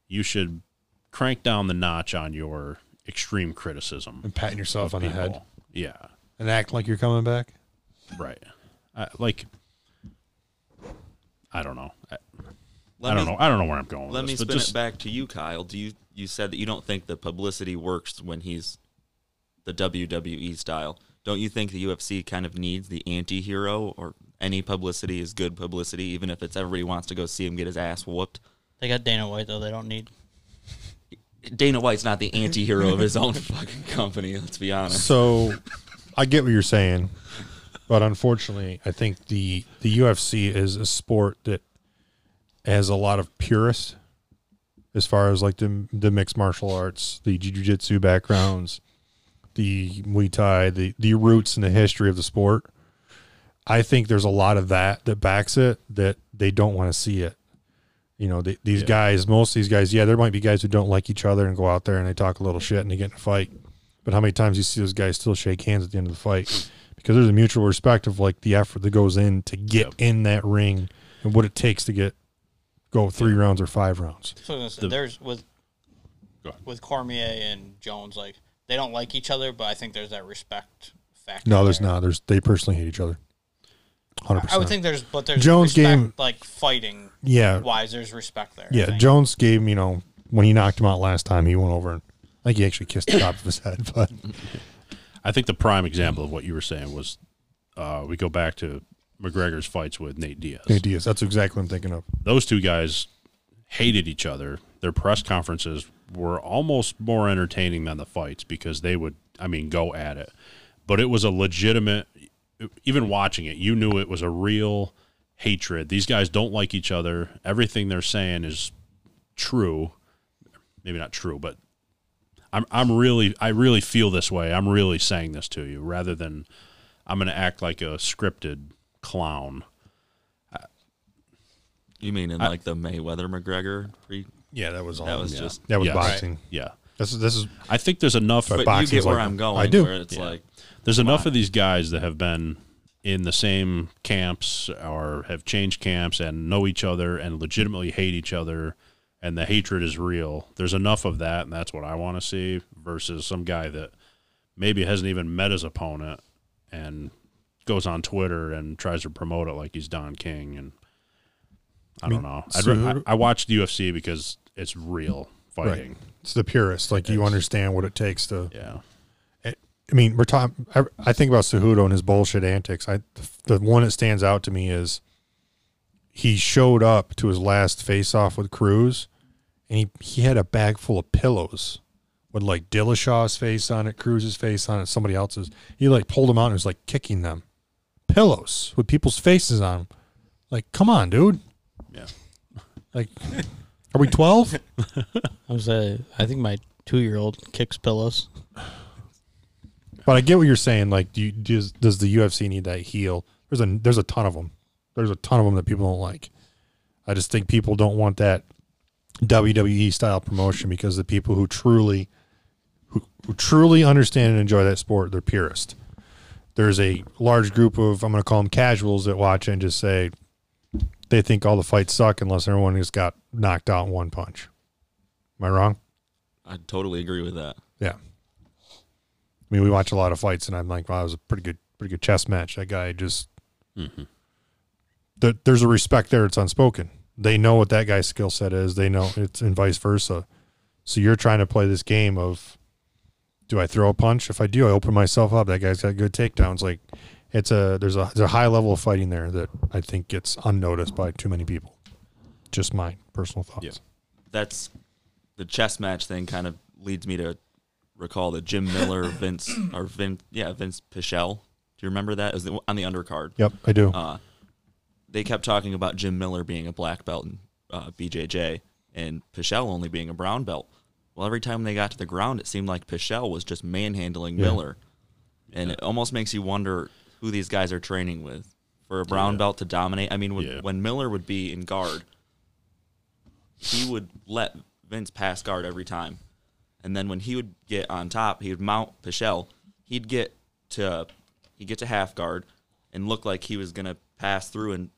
Speaker 4: you should crank down the notch on your extreme criticism.
Speaker 2: And patting yourself on the head
Speaker 4: People. Yeah.
Speaker 2: and acting like you're coming back.
Speaker 4: Right. I, like I don't know. I,
Speaker 5: Let
Speaker 4: I don't
Speaker 5: me-
Speaker 4: know. I don't know where I'm going.
Speaker 5: Let
Speaker 4: with
Speaker 5: me
Speaker 4: this, but
Speaker 5: spin
Speaker 4: just-
Speaker 5: it back to you, Kyle. Do you you said that you don't think the publicity works when he's the WWE style? Don't you think the UFC kind of needs the anti-hero or any publicity is good publicity, even if it's everybody wants to go see him get his ass whooped?
Speaker 3: They got Dana White though. They don't need.
Speaker 5: Dana White's not the anti-hero of his own fucking company. Let's be honest.
Speaker 2: So I get what you're saying, but unfortunately, I think the the UFC is a sport that has a lot of purists as far as like the the mixed martial arts, the jiu-jitsu backgrounds, the Muay Thai, the the roots and the history of the sport. I think there's a lot of that that backs it that they don't want to see it. You know, the, these guys, most of these guys, yeah, there might be guys who don't like each other and go out there and they talk a little shit and they get in a fight. But how many times you see those guys still shake hands at the end of the fight? Because there's a mutual respect of like the effort that goes in to get in that ring and what it takes to get go three rounds or five rounds.
Speaker 3: So I was gonna say, there's with
Speaker 4: Go ahead.
Speaker 3: with Cormier and Jones, like they don't like each other, but I think there's that respect factor.
Speaker 2: No, there's
Speaker 3: there.
Speaker 2: not. There's they personally hate each other. Hundred
Speaker 3: I would
Speaker 2: percent.
Speaker 3: think there's, but there's
Speaker 2: Jones
Speaker 3: respect,
Speaker 2: game-
Speaker 3: like fighting
Speaker 2: Yeah,
Speaker 3: wise. There's respect there. I
Speaker 2: yeah.
Speaker 3: think.
Speaker 2: Jones gave him, you know when he knocked him out last time, he went over and I think he actually kissed the top of his head. But
Speaker 4: I think the prime example of what you were saying was uh, we go back to McGregor's fights with Nate Diaz.
Speaker 2: Nate Diaz, that's exactly what I'm thinking of.
Speaker 4: Those two guys hated each other. Their press conferences were almost more entertaining than the fights because they would, I mean, go at it. But it was a legitimate, even watching it, you knew it was a real hatred. These guys don't like each other. Everything they're saying is true. Maybe not true, but I'm, I'm really, I really feel this way. I'm really saying this to you rather than I'm going to act like a scripted clown.
Speaker 5: You mean in like the Mayweather McGregor pre?
Speaker 2: Yeah, that was all.
Speaker 5: That was just.
Speaker 2: that was
Speaker 4: Yes.
Speaker 2: boxing.
Speaker 4: Yeah.
Speaker 2: This is this is
Speaker 4: I think there's enough.
Speaker 2: But
Speaker 5: But you
Speaker 2: boxing's
Speaker 5: get where
Speaker 2: like-
Speaker 5: I'm going.
Speaker 2: I do.
Speaker 5: Where it's like
Speaker 4: There's enough of these guys that have been in the same camps or have changed camps and know each other and legitimately hate each other and the hatred is real. There's enough of that and that's what I want to see versus some guy that maybe hasn't even met his opponent and goes on Twitter and tries to promote it like he's Don King and I,
Speaker 2: mean,
Speaker 4: don't know. I'd re-
Speaker 2: so-
Speaker 4: I, I watched UFC because it's real fighting.
Speaker 2: right. It's the purest. Like you
Speaker 4: It's-
Speaker 2: understand what it takes to.
Speaker 4: Yeah.
Speaker 2: I mean, we're talking. I, I think about Cejudo and his bullshit antics. I the one that stands out to me is he showed up to his last face off with Cruz, and he he had a bag full of pillows with like Dillashaw's face on it, Cruz's face on it, somebody else's. He like pulled them out and was like kicking them, pillows with people's faces on them. Like, come on, dude.
Speaker 4: Yeah.
Speaker 2: Like, are we twelve?
Speaker 3: I was uh, I think my two year old kicks pillows.
Speaker 2: But I get what you're saying. Like, do you, does does the UFC need that heel? There's a there's a ton of them. There's a ton of them that people don't like. I just think people don't want that WWE style promotion because the people who truly who, who truly understand and enjoy that sport, they're purist. There's a large group of I'm going to call them casuals that watch and just say they think all the fights suck unless everyone just got knocked out in one punch. Am I wrong?
Speaker 5: I totally agree with that.
Speaker 2: Yeah. I mean, we watch a lot of fights, and I'm like, wow, that was a pretty good, pretty good chess match. That guy just.
Speaker 4: Mm-hmm.
Speaker 2: There- there's a respect there. It's unspoken. They know what that guy's skill set is. They know it's and vice versa. So you're trying to play this game of, do I throw a punch? If I do, I open myself up. That guy's got good takedowns. Like, it's a there's a there's a high level of fighting there that I think gets unnoticed by too many people. Just my personal thoughts.
Speaker 4: Yeah.
Speaker 5: That's the chess match thing. Kind of leads me to recall the Jim Miller Vince or Vince yeah Vince Pichel. Do you remember that? It was the- on the undercard.
Speaker 2: Yep, I do.
Speaker 5: uh, they kept talking about Jim Miller being a black belt and uh, BJJ and Pichel only being a brown belt. Well, every time they got to the ground, it seemed like Pichel was just manhandling Miller. And it almost makes you wonder who these guys are training with for a brown belt to dominate. I mean, when,
Speaker 4: Yeah.
Speaker 5: when Miller would be in guard, he would let Vince pass guard every time. And then when he would get on top, he would mount Pichel. He'd get to he'd get to half guard and look like he was gonna pass through and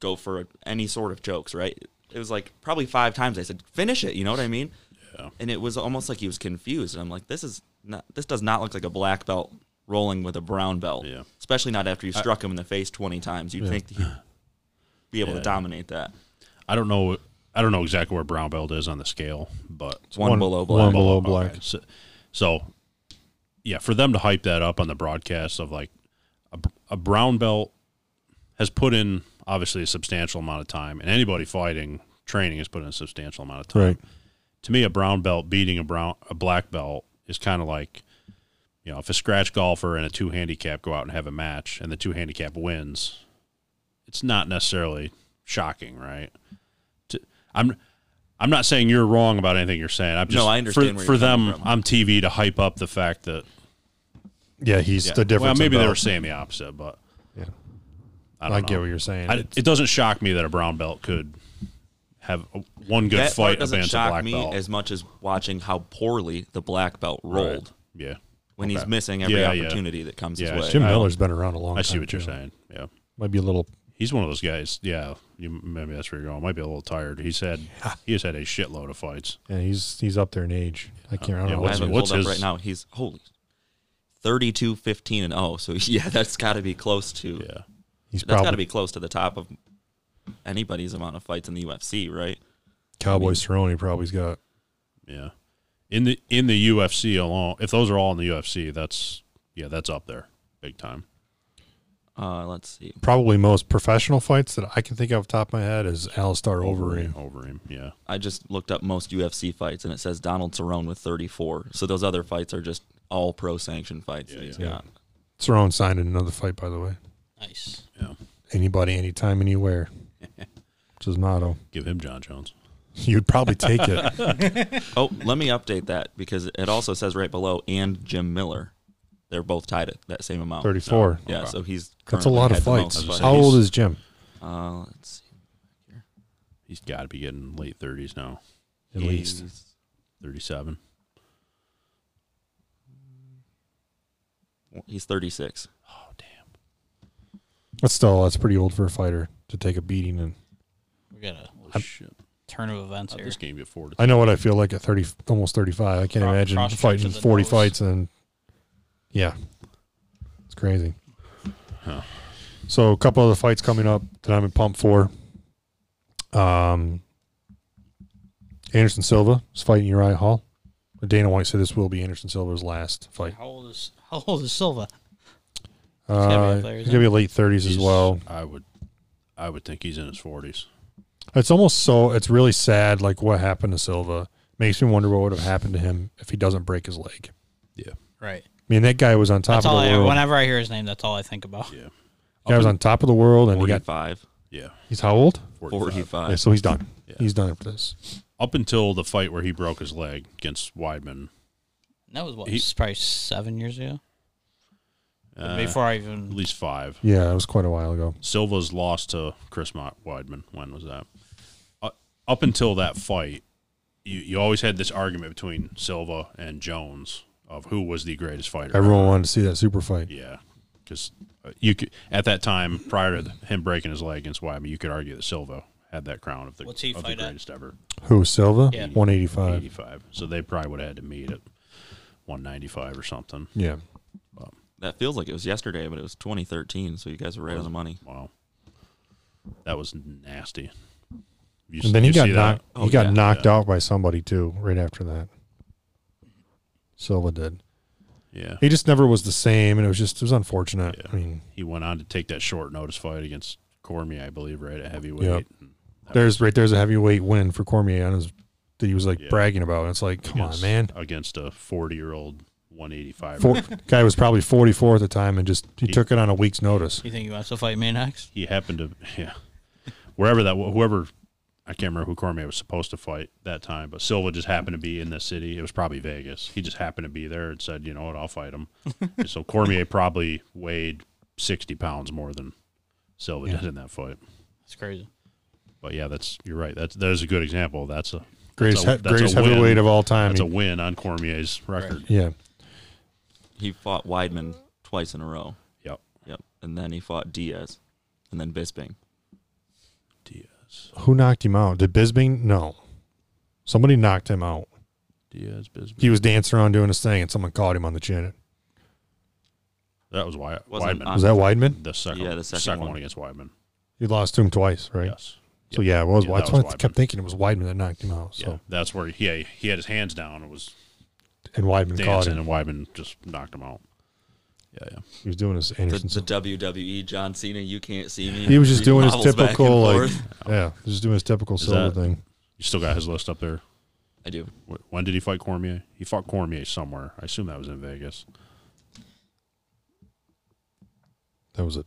Speaker 5: go for any sort of jokes. Right? It was like probably five times I said, "Finish it." You know what I mean? Yeah. And it was almost like he was confused. And I'm like, "This is not. This does not look like a black belt rolling with a brown belt.
Speaker 4: Yeah.
Speaker 5: Especially not after you struck him in the face 20 times. You'd think he'd be able
Speaker 4: Yeah.
Speaker 5: to dominate that.
Speaker 4: I don't know. I don't know exactly where brown belt is on the scale, but
Speaker 5: It's one, below black.
Speaker 2: One below black.
Speaker 4: Okay, So, so, yeah, for them to hype that up on the broadcast of like a, a brown belt has put in obviously a substantial amount of time, and anybody fighting training has put in a substantial amount of time.
Speaker 2: Right.
Speaker 4: To me, a brown belt beating a brown a black belt is kind of like you know if a scratch golfer and a two handicap go out and have a match, and the two handicap wins, it's not necessarily shocking, right? To, I'm I'm not saying you're wrong about anything you're saying. I'm just
Speaker 5: No, I understand
Speaker 4: for,
Speaker 5: where
Speaker 4: for
Speaker 5: you're coming
Speaker 4: them
Speaker 5: from.
Speaker 4: on TV to hype up the fact that
Speaker 2: Yeah, he's
Speaker 4: yeah.
Speaker 2: the difference.
Speaker 4: Well,
Speaker 2: in
Speaker 4: maybe they
Speaker 2: belt.
Speaker 4: were saying the opposite, but
Speaker 2: Yeah.
Speaker 4: I
Speaker 2: I,
Speaker 4: don't
Speaker 2: get
Speaker 4: know.
Speaker 2: what you're saying.
Speaker 4: I, it doesn't shock me that a brown belt could have a- one good
Speaker 5: that
Speaker 4: fight
Speaker 5: part doesn't
Speaker 4: advance a
Speaker 5: shock
Speaker 4: black
Speaker 5: me
Speaker 4: belt.
Speaker 5: as much as watching how poorly the black belt rolled
Speaker 4: Right. Yeah,
Speaker 5: when he's
Speaker 4: Okay.
Speaker 5: missing every
Speaker 4: Yeah, yeah.
Speaker 5: opportunity that comes
Speaker 4: Yeah,
Speaker 5: his way.
Speaker 2: Jim
Speaker 4: I don't-
Speaker 2: Miller's been around a long time.
Speaker 4: I see what you're
Speaker 2: too.
Speaker 4: saying. Yeah,
Speaker 2: Might be a little.
Speaker 4: he's one of those guys. Yeah, you, maybe that's where you're going. Might be a little tired. He's had he has had a shitload of fights.
Speaker 2: Yeah, he's he's up there in age. I can't remember.
Speaker 4: yeah,
Speaker 5: I
Speaker 4: what's-
Speaker 5: have it
Speaker 4: what's
Speaker 5: pulled
Speaker 4: his-
Speaker 5: up right now. He's holy 32 15 and 0. So yeah, that's got to be close to
Speaker 4: Yeah,
Speaker 2: he's
Speaker 5: that's
Speaker 2: probably
Speaker 5: got to be close to the top of anybody's amount of fights in the UFC, right?
Speaker 2: Cowboy Cerrone. Probably's got.
Speaker 4: yeah. In the in the UFC alone, if those are all in the UFC, that's yeah, that's up there big time.
Speaker 5: Uh, let's see.
Speaker 2: Probably most professional fights that I can think of off the top of my head is Alistair Overeem.
Speaker 4: Over him, yeah.
Speaker 5: I just looked up most UFC fights, and it says Donald Cerrone with 34. So those other fights are just all pro sanctioned fights that he's got.
Speaker 2: Cerrone signed in another fight, by the way.
Speaker 3: Nice.
Speaker 2: Anybody, anytime, anywhere. Which is motto.
Speaker 4: Give him John Jones.
Speaker 2: You'd probably take it.
Speaker 5: Oh, let me update that because it also says right below and Jim Miller. They're both tied at that same amount.
Speaker 2: 34.
Speaker 5: Yeah, so he's
Speaker 2: That's a
Speaker 5: currently
Speaker 2: lot of
Speaker 5: had the most
Speaker 2: fights.
Speaker 4: fights.
Speaker 2: How old is Jim?
Speaker 5: Uh, let's see.
Speaker 4: He's got to be getting late 30s now,
Speaker 2: At least.
Speaker 5: He's
Speaker 4: 37.
Speaker 5: he's 36.
Speaker 4: Oh, damn.
Speaker 2: But still, that's pretty old for a fighter to take a beating. And
Speaker 3: We got a
Speaker 4: Holy
Speaker 2: I'm-
Speaker 4: shit.
Speaker 3: turn of events
Speaker 4: How'd
Speaker 3: here.
Speaker 4: this game get forward?
Speaker 2: I know what I feel like at 30, almost 35. I can't
Speaker 3: Cross-
Speaker 2: imagine
Speaker 3: cross-check
Speaker 2: fighting
Speaker 3: to the
Speaker 2: 40
Speaker 3: nose.
Speaker 2: fights and yeah, it's crazy.
Speaker 4: Huh.
Speaker 2: So a couple other fights coming up that I'm pumped for. Um, Anderson Silva is fighting Uriah Hall. Dana White said this will be Anderson Silva's last fight.
Speaker 3: How old is How old is Silva? gotta be
Speaker 2: Uh,
Speaker 3: up there,
Speaker 2: he's
Speaker 3: isn't
Speaker 2: gonna be late 30s as
Speaker 4: He's-
Speaker 2: well.
Speaker 4: I would, I would think he's in his 40s.
Speaker 2: It's almost so. It's really sad. Like what happened to Silva makes me wonder what would have happened to him if he doesn't break his leg.
Speaker 4: Yeah.
Speaker 3: Right.
Speaker 2: I mean, that guy was on top
Speaker 3: That's all.
Speaker 2: of the
Speaker 3: I,
Speaker 2: world.
Speaker 3: whenever I hear his name, that's all I think about.
Speaker 4: Yeah.
Speaker 2: guy was on top of the world, and he got
Speaker 5: 45.
Speaker 4: Yeah.
Speaker 2: he's how old?
Speaker 4: 45.
Speaker 5: 45.
Speaker 2: Yeah, so he's done.
Speaker 4: Yeah.
Speaker 2: He's done after this.
Speaker 4: Up until the fight where he broke his leg against
Speaker 3: And
Speaker 4: Weidman.
Speaker 3: that was what
Speaker 4: He-
Speaker 3: probably seven years ago.
Speaker 4: Uh,
Speaker 3: Before I
Speaker 4: At
Speaker 3: even
Speaker 4: least five.
Speaker 2: Yeah, that was quite a while ago.
Speaker 4: Silva's loss to Chris Mo- Weidman. When was that? Uh, up until that fight, you, you always had this argument between Silva and Jones of who was the greatest fighter.
Speaker 2: Everyone wanted to see that super fight.
Speaker 4: Uh, Yeah, because you could at that time prior to him breaking his leg against Wyman, you could argue that Silva had that crown of the,
Speaker 3: What's he
Speaker 4: of the
Speaker 3: fight at?
Speaker 4: greatest ever,
Speaker 2: Who Silva?
Speaker 3: Yeah.
Speaker 2: One eighty five.
Speaker 4: eighty-five. So they probably would have had to meet at one ninety-five or something.
Speaker 2: Yeah,
Speaker 5: That feels like it was yesterday, but it was 2013, so you guys were right on the money.
Speaker 4: Wow, that was nasty. You,
Speaker 2: and then he
Speaker 4: you
Speaker 2: got
Speaker 4: see that? Oh,
Speaker 2: knocked. he got
Speaker 5: yeah,
Speaker 2: knocked
Speaker 4: yeah.
Speaker 2: out by somebody too. Right after that, Silva did.
Speaker 4: Yeah,
Speaker 2: He just never was the same, and it was just it was unfortunate.
Speaker 4: Yeah.
Speaker 2: I mean,
Speaker 4: he went on to take that short notice fight against Cormier, I believe, right at heavyweight.
Speaker 2: Yep.
Speaker 4: And that
Speaker 2: there's right there's a heavyweight win for Cormier on his that he was like
Speaker 4: Yeah.
Speaker 2: bragging about. And it's like, come on,
Speaker 4: against-
Speaker 2: man.
Speaker 4: against a forty-year-old one eighty-five.
Speaker 2: Four, guy was probably 44 at the time and just he
Speaker 4: He-
Speaker 2: took it on a week's notice.
Speaker 3: you think he wants to fight me next?
Speaker 4: he happened to yeah wherever that whoever I can't remember who Cormier was supposed to fight that time, but Silva just happened to be in the city. It was probably Vegas. He just happened to be there and said, "You know what? I'll fight him." And so Cormier probably weighed sixty pounds more than Silva
Speaker 2: Yeah.
Speaker 4: did in that fight.
Speaker 3: That's crazy.
Speaker 4: But yeah, that's you're right. That's that is a good example. That's a
Speaker 2: Greatest,
Speaker 4: that's a-
Speaker 2: he-
Speaker 4: that's a
Speaker 2: greatest
Speaker 4: win.
Speaker 2: heavyweight of all time.
Speaker 4: that's a
Speaker 2: He-
Speaker 4: win on Cormier's record.
Speaker 2: yeah.
Speaker 5: He fought Weidman twice in a row.
Speaker 4: Yep.
Speaker 5: Yep. And then he fought Diaz and then Bisping.
Speaker 4: Diaz,
Speaker 2: Who knocked him out? Did Bisbing? No. Somebody knocked him out.
Speaker 4: Diaz, Bisbee.
Speaker 2: He was dancing around doing his thing and someone caught him on the chin.
Speaker 4: That was Wy-
Speaker 5: Wasn't
Speaker 4: Weidman.
Speaker 5: on-
Speaker 2: Was that Weidman?
Speaker 4: the second,
Speaker 5: Yeah, the second
Speaker 4: one.
Speaker 5: one.
Speaker 4: against Weidman.
Speaker 2: He lost to him twice, right?
Speaker 4: Yes.
Speaker 2: So yeah, it was.
Speaker 4: Yeah,
Speaker 2: Weidman.
Speaker 4: that
Speaker 2: That's why
Speaker 4: was
Speaker 2: I kept
Speaker 4: Weidman.
Speaker 2: thinking it was Weidman that knocked him out. So
Speaker 4: Yeah, that's where he yeah, he had his hands down and was
Speaker 2: and Weidman caught
Speaker 4: dancing,
Speaker 2: him.
Speaker 4: and Wyman just knocked him out. Yeah, yeah.
Speaker 2: He was doing his
Speaker 5: The,
Speaker 2: Anderson.
Speaker 5: the WWE John Cena, you can't see me.
Speaker 2: he was just doing his
Speaker 5: Hobbles back and
Speaker 2: typical like
Speaker 5: forth.
Speaker 2: yeah, just doing his typical Silva
Speaker 4: that-
Speaker 2: thing.
Speaker 4: You still got his list up there.
Speaker 5: I do.
Speaker 4: Wh- When did he fight Cormier? He fought Cormier somewhere. I assume that was in Vegas.
Speaker 2: That was a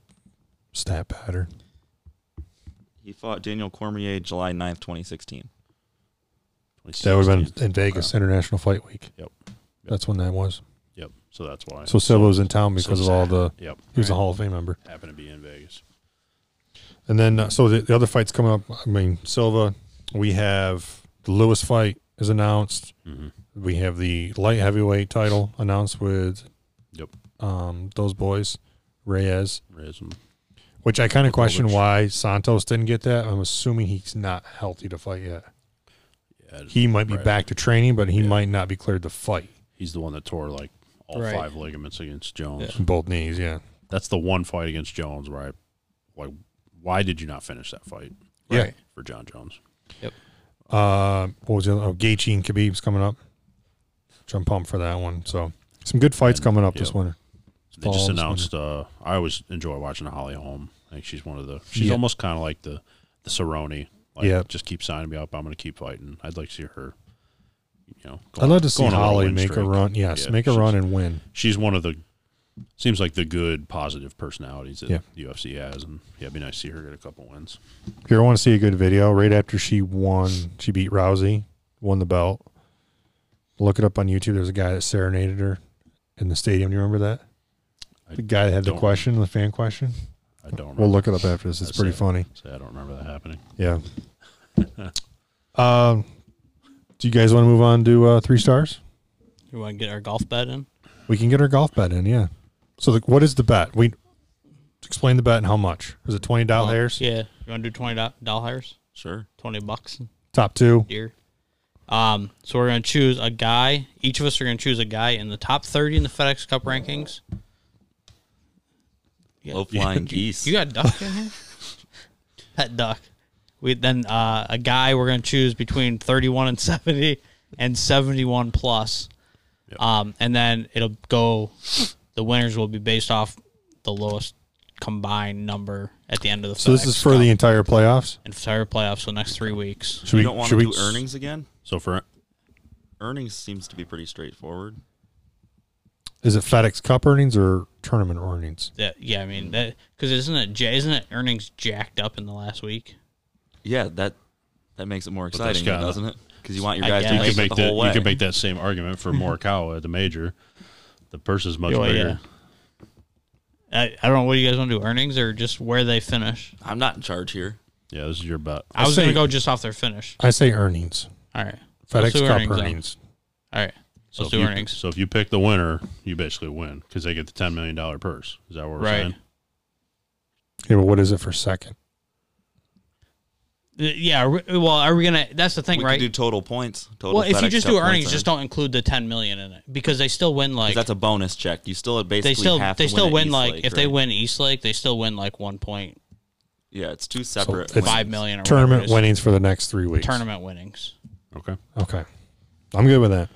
Speaker 2: stat pattern.
Speaker 5: He fought Daniel Cormier July 9th, 2016.
Speaker 2: That would have been in Vegas, International Fight Week.
Speaker 4: Yep.
Speaker 2: That's when that was.
Speaker 4: Yep. So that's why.
Speaker 2: So Silva was in town because
Speaker 4: So
Speaker 2: of all
Speaker 4: sad.
Speaker 2: the.
Speaker 4: Yep.
Speaker 2: He was a Hall of Fame member.
Speaker 4: Happened to be in Vegas.
Speaker 2: And then, uh, so the, the other fights coming up. I mean, Silva, we have the Lewis fight is announced.
Speaker 4: Mm-hmm.
Speaker 2: We have the light heavyweight title announced with
Speaker 4: Yep.
Speaker 2: um, those boys, Reyes,
Speaker 4: Reyes and-
Speaker 2: which I kind of question
Speaker 4: Pavlovich.
Speaker 2: why Santos didn't get that. I'm assuming he's not healthy to fight yet.
Speaker 4: yeah,
Speaker 2: He might be
Speaker 4: Right.
Speaker 2: back to training, but he
Speaker 4: Yeah.
Speaker 2: might not be cleared to fight.
Speaker 4: He's the one that tore like all
Speaker 3: Right.
Speaker 4: five ligaments against Jones.
Speaker 2: Both knees, yeah.
Speaker 4: That's the one fight against Jones where I, like, why did you not finish that fight
Speaker 2: Yeah.
Speaker 4: for John Jones?
Speaker 2: Uh, what was the other? Oh, Gaethje and Khabib's coming up. Which I'm pumped for that one. So some good fights
Speaker 4: And-
Speaker 2: coming up this
Speaker 4: yep.
Speaker 2: winter.
Speaker 4: They just
Speaker 2: Falls,
Speaker 4: announced. Uh, I always enjoy watching Holly Holm. I think she's one of the. She's
Speaker 2: Yeah.
Speaker 4: almost kind of like the the Cerrone. Like,
Speaker 2: Yeah.
Speaker 4: just keep signing me up. I'm going to keep fighting. I'd like to see her. You know,
Speaker 2: I'd love to see
Speaker 4: going on a little
Speaker 2: Holly
Speaker 4: win
Speaker 2: make a
Speaker 4: streak.
Speaker 2: run. Yes,
Speaker 4: Yeah,
Speaker 2: make a
Speaker 4: she's-
Speaker 2: run and win.
Speaker 4: She's one of the. Seems like the good, positive personalities that
Speaker 2: Yeah.
Speaker 4: the UFC has, and yeah, it'd be nice to see her get a couple wins.
Speaker 2: If you ever want to see a good video, right after she won, she beat Rousey, won the belt. Look it up on YouTube. There's a guy that serenaded her in the stadium. Do you remember that?
Speaker 4: I
Speaker 2: the guy that had the
Speaker 4: don't-
Speaker 2: question, the fan question.
Speaker 4: I don't. Remember.
Speaker 2: We'll look it up after this. It's
Speaker 4: That's
Speaker 2: pretty
Speaker 4: it.
Speaker 2: funny.
Speaker 4: Say I don't remember that happening.
Speaker 2: Yeah. um, do you guys want to move on to uh, three stars?
Speaker 3: You want to get our golf bet in?
Speaker 2: We can get our golf bet in. Yeah. So, the, what is the bet? We explain the bet and how much. Is it twenty dollars?
Speaker 3: Yeah. You want to do twenty do- dollars?
Speaker 5: Sure.
Speaker 3: Twenty bucks,
Speaker 2: Top two.
Speaker 3: dear. Um. So we're gonna choose a guy. Each of us are gonna choose a guy in the top thirty in the FedEx Cup rankings. Yeah.
Speaker 5: Low flying geese.
Speaker 3: You got a duck in here? Pet duck. We then uh, a guy we're gonna choose between thirty one and seventy and seventy one plus. Um, and then it'll go the winners will be based off the lowest combined number at the end of the
Speaker 2: So this
Speaker 3: FedEx
Speaker 2: is for
Speaker 3: Cup
Speaker 2: the entire playoffs.
Speaker 3: entire playoffs for the next three weeks.
Speaker 2: Should
Speaker 5: You
Speaker 2: we?
Speaker 5: don't want
Speaker 2: should
Speaker 5: to
Speaker 2: we
Speaker 5: do earnings again?
Speaker 4: So for
Speaker 5: Earnings seems to be pretty straightforward.
Speaker 2: Is it FedEx Cup earnings or tournament earnings?
Speaker 3: That, yeah, I mean, because isn't it Ja- isn't it earnings jacked up in the last week?
Speaker 5: Yeah, that that makes it more
Speaker 4: that's
Speaker 5: exciting,
Speaker 4: kinda-
Speaker 5: doesn't it? Because you want your
Speaker 3: I
Speaker 5: guys
Speaker 3: guess.
Speaker 5: to
Speaker 3: You
Speaker 4: you
Speaker 5: make it
Speaker 4: can make
Speaker 5: the
Speaker 4: that
Speaker 5: whole way.
Speaker 4: you can make that same argument for Morikawa at the major. The purse is much
Speaker 3: Oh, yeah.
Speaker 4: bigger.
Speaker 3: I, I don't know. What do you guys want to do? Earnings or just where they finish?
Speaker 5: I'm not in charge here.
Speaker 4: Yeah. this is your bet.
Speaker 3: I was
Speaker 2: say-
Speaker 3: gonna go just off their finish.
Speaker 2: I say earnings.
Speaker 3: All right. Let's
Speaker 2: FedEx
Speaker 3: do
Speaker 2: Cup
Speaker 3: then.
Speaker 2: earnings.
Speaker 3: All right.
Speaker 4: So
Speaker 3: Let's
Speaker 4: if
Speaker 3: do
Speaker 4: you-
Speaker 3: earnings.
Speaker 4: So if you pick the winner, you basically win because they get the ten million dollar purse. Is that what we're
Speaker 3: Right.
Speaker 4: saying?
Speaker 2: Yeah, but what is it for second?
Speaker 3: Uh, Yeah. are we- Well, are we gonna? That's the thing,
Speaker 5: We
Speaker 3: right?
Speaker 5: could do total points. Total
Speaker 3: well, if you
Speaker 5: FedEx
Speaker 3: just
Speaker 5: Cup
Speaker 3: do
Speaker 5: points
Speaker 3: earnings,
Speaker 5: earned.
Speaker 3: just don't include the ten million in it because they still win
Speaker 5: 'Cause
Speaker 3: like
Speaker 5: that's a bonus check. You still basically
Speaker 3: they still
Speaker 5: have to
Speaker 3: they
Speaker 5: win
Speaker 3: still
Speaker 5: at
Speaker 3: win
Speaker 5: East
Speaker 3: like
Speaker 5: Lake,
Speaker 3: if they
Speaker 5: right?
Speaker 3: win East Lake, they still win like one point
Speaker 5: Yeah, it's two separate.
Speaker 2: it's-
Speaker 5: wins.
Speaker 3: five million or whatever it
Speaker 2: Tournament
Speaker 3: is.
Speaker 2: winnings for the next three weeks.
Speaker 3: tournament winnings.
Speaker 4: Okay.
Speaker 2: Okay. I'm good with that.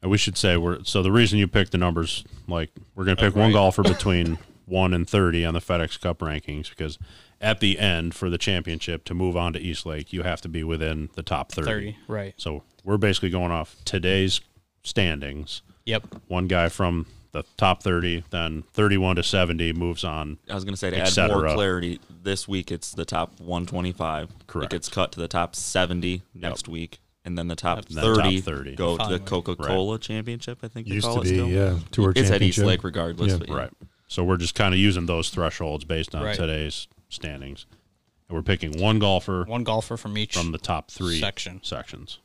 Speaker 4: And we should say we're so the reason you pick the numbers like we're going to pick one
Speaker 3: right.
Speaker 4: golfer between one and thirty on the FedEx Cup rankings because at the end for the championship to move on to East Lake, you have to be within the top thirty.
Speaker 3: Thirty. Right.
Speaker 4: So we're basically going off today's standings.
Speaker 3: Yep.
Speaker 4: one guy from the top 30, then 31 to 70 moves on.
Speaker 5: I was going to say to
Speaker 4: Et
Speaker 5: add more
Speaker 4: cetera.
Speaker 5: clarity. This week it's the top 125.
Speaker 4: Correct.
Speaker 5: It gets cut to the top 70 next week, and then the top
Speaker 4: Then
Speaker 5: 30,
Speaker 4: top 30.
Speaker 5: go to the
Speaker 3: Following.
Speaker 5: Coca Cola Championship. I think they
Speaker 2: Used
Speaker 5: call
Speaker 2: to
Speaker 5: it
Speaker 2: be,
Speaker 5: still.
Speaker 2: yeah, tour
Speaker 5: it's at East
Speaker 2: championship.
Speaker 5: Lake regardless.
Speaker 2: Yeah.
Speaker 5: but yeah.
Speaker 4: Right. So we're just kind of using those thresholds based on
Speaker 3: Right.
Speaker 4: today's standings. And we're picking one golfer
Speaker 3: One golfer from each.
Speaker 4: from the top three
Speaker 3: Section.
Speaker 4: sections.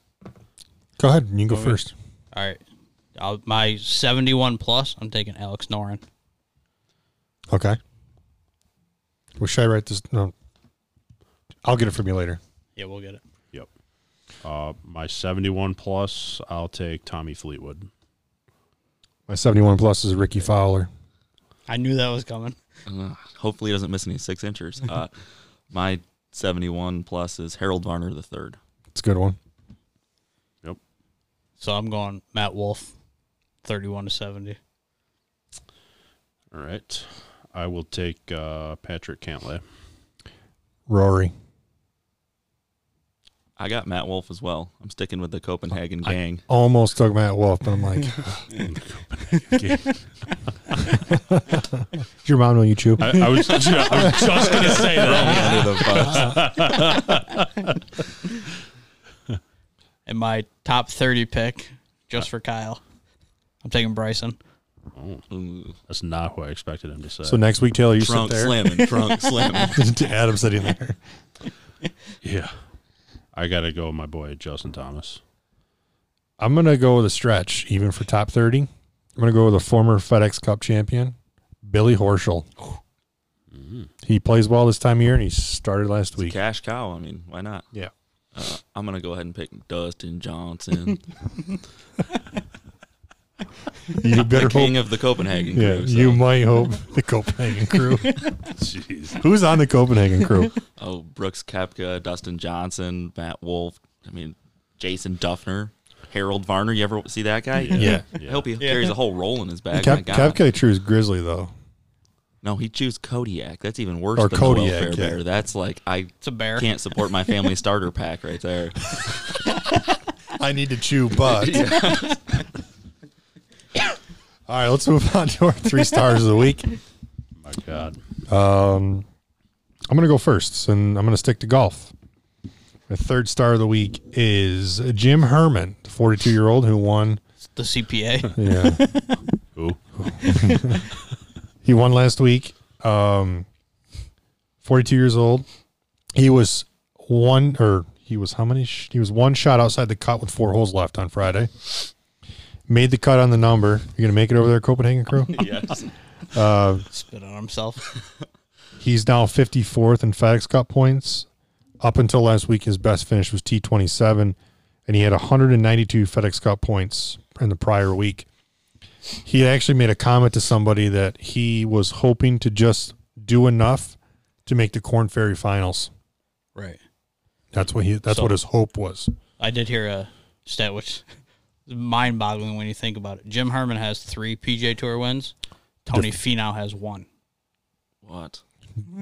Speaker 2: Go ahead. You can go first.
Speaker 3: All right. I'll, my seventy-one plus. I'm taking Alex Noren.
Speaker 2: Okay. Well, should I write this? No. I'll get it from you later.
Speaker 3: Yeah, we'll get it.
Speaker 4: Yep. Uh, my 71 plus, I'll take Tommy Fleetwood.
Speaker 2: My 71 plus is Ricky Fowler.
Speaker 3: I knew that was coming.
Speaker 5: Ugh, hopefully he doesn't miss any six inchers. Uh, my 71 plus is Harold Varner the third.
Speaker 2: It's a good one.
Speaker 4: Yep.
Speaker 3: So I'm going Matt Wolf, thirty-one to seventy.
Speaker 4: All right. I will take uh, Patrick Cantlay.
Speaker 2: Rory.
Speaker 5: I got Matt Wolf as well. I'm sticking with the Copenhagen gang.
Speaker 2: Almost took Matt Wolf, but I'm like, Is your mom know you chew?
Speaker 4: I, I was, I was just going to say that.
Speaker 5: Under the bus.
Speaker 3: And my top thirty pick, just for Kyle, I'm taking Bryson.
Speaker 5: Ooh,
Speaker 4: Oh, That's not what I expected him to say.
Speaker 2: So next week, Taylor, you
Speaker 5: trunk
Speaker 2: sit there.
Speaker 5: slamming, trunk slamming.
Speaker 2: Adam sitting there.
Speaker 4: yeah. I got to go with my boy, Justin Thomas.
Speaker 2: I'm gonna go with a stretch, even for top thirty. I'm gonna go with a former FedEx Cup champion, Billy Horschel.
Speaker 5: Mm.
Speaker 2: He plays well this time of year, and he started last week.
Speaker 5: Cash cow. I mean, why not?
Speaker 2: Yeah,
Speaker 5: Uh, I'm gonna go ahead and pick Dustin Johnson,
Speaker 2: you better
Speaker 5: the king
Speaker 2: hope.
Speaker 5: of the Copenhagen.
Speaker 2: Yeah,
Speaker 5: crew, so-
Speaker 2: you might hope the Copenhagen crew.
Speaker 4: Jeez.
Speaker 2: Who's on the Copenhagen crew?
Speaker 5: Oh, Brooks Kepka, Dustin Johnson, Matt Wolf. I mean, Jason Duffner. Harold Varner. You ever see that guy?
Speaker 2: Yeah.
Speaker 5: I hope he carries a whole roll in his bag. My
Speaker 2: Kep-
Speaker 5: God.
Speaker 2: Kepke True's Grizzly though.
Speaker 5: No, he chews Kodiak. That's even worse
Speaker 2: Or
Speaker 5: than
Speaker 2: Kodiak,
Speaker 5: the welfare
Speaker 2: yeah.
Speaker 5: bear. That's like I
Speaker 3: It's a bear.
Speaker 5: can't support my family starter pack right there.
Speaker 2: I need to chew, but. All right, let's move on to our three stars of the week.
Speaker 4: My God.
Speaker 2: I'm going to go first, and I'm going to stick to golf. My third star of the week is Jim Herman, the 42 year old who won.
Speaker 3: It's the CPA.
Speaker 2: Yeah,
Speaker 4: Who?
Speaker 2: he won last week. Um, 42 years old. He was one, or he was how many? Sh- he was one shot outside the cut with four holes left on Friday. Made the cut on the number. You're going to make it over there, Copenhagen crew.
Speaker 5: yes.
Speaker 3: Spit on himself.
Speaker 2: He's now 54th in FedEx Cup points. Up until last week, his best finish was T27, and he had 192 FedEx Cup points in the prior week. He actually made a comment to somebody that he was hoping to just do enough to make the Corn Ferry Finals.
Speaker 3: Right.
Speaker 2: That's what he. That's
Speaker 3: So-
Speaker 2: what his hope was.
Speaker 3: I did hear a stat which is mind boggling when you think about it. Jim Herman has three PJ Tour wins. Tony Finau has one.
Speaker 5: What?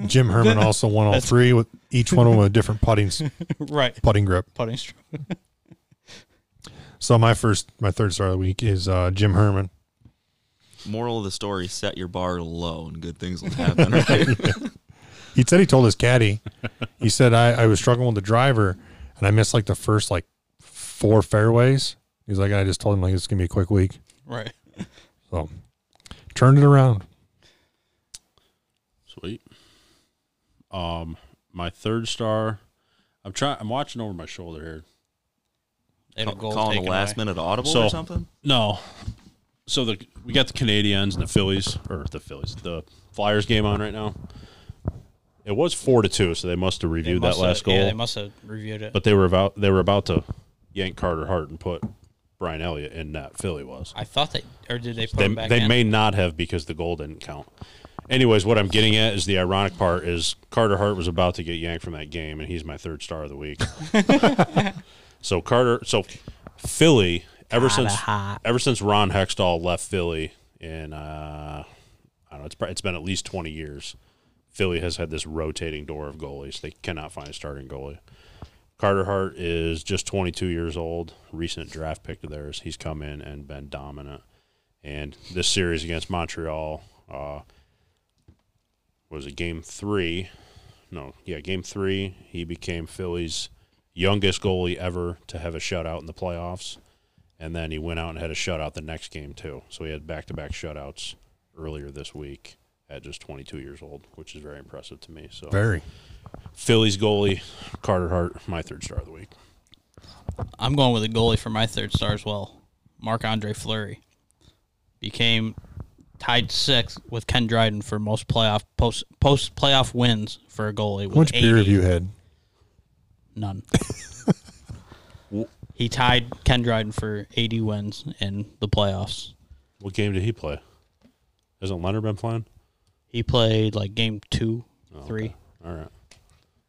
Speaker 2: Jim Herman also won all three with each one of them with a different putting s-
Speaker 3: Right.
Speaker 2: putting grip.
Speaker 3: Putting stroke.
Speaker 2: So my first, my third star of the week is uh, Jim Herman.
Speaker 5: Moral of the story: Set your bar low, and good things will happen. Right?
Speaker 2: He said he told his caddy. He said I, I was struggling with the driver and I missed like the first like four fairways. He's like, I just told him like it's gonna be a quick week.
Speaker 3: Right.
Speaker 2: So turned it around.
Speaker 4: Sweet. Um, my third star. I'm trying. I'm watching over my shoulder here.
Speaker 3: It'll go
Speaker 5: Calling a last minute audible
Speaker 4: So-
Speaker 5: or something.
Speaker 4: No. So the we got the Canadians and the Phillies or the Phillies, the Flyers game on right now. It was four to two, so they must have
Speaker 3: They
Speaker 4: reviewed
Speaker 3: must
Speaker 4: that last
Speaker 3: have,
Speaker 4: goal.
Speaker 3: Yeah, they must have reviewed it.
Speaker 4: but they were about they were about to yank Carter Hart and put Brian Elliott in that Philly was.
Speaker 3: I thought they or did they put
Speaker 4: They,
Speaker 3: him back
Speaker 4: they
Speaker 3: in?
Speaker 4: may not have because the goal didn't count. Anyways, what I'm getting at is the ironic part is Carter Hart was about to get yanked from that game, and he's my third star of the week. so Carter, so Philly ever since
Speaker 3: hot.
Speaker 4: ever since Ron Hextall left Philly in uh, I don't know it's prob- it's been at least 20 years. Philly has had this rotating door of goalies. They cannot find a starting goalie. Carter Hart is just 22 years old, recent draft pick of theirs. He's come in and been dominant. And this series against Montreal uh, was a game three. No, yeah, game three. He became Philly's youngest goalie ever to have a shutout in the playoffs. And then he went out and had a shutout the next game, too. So he had back to back shutouts earlier this week at just 22 years old, which is very impressive to me. So
Speaker 2: Very.
Speaker 4: Phillies goalie Carter Hart, my third star of the week.
Speaker 3: I'm going with a goalie for my third star as well. Marc Andre Fleury became tied sixth with Ken Dryden for most playoff post post playoff wins for a goalie. With
Speaker 2: How much
Speaker 3: 80.
Speaker 2: beer have you had?
Speaker 3: None. he tied Ken Dryden for 80 wins in the playoffs.
Speaker 4: What game did he play? Hasn't Leonard been playing?
Speaker 3: He played like game two, three.
Speaker 4: All right.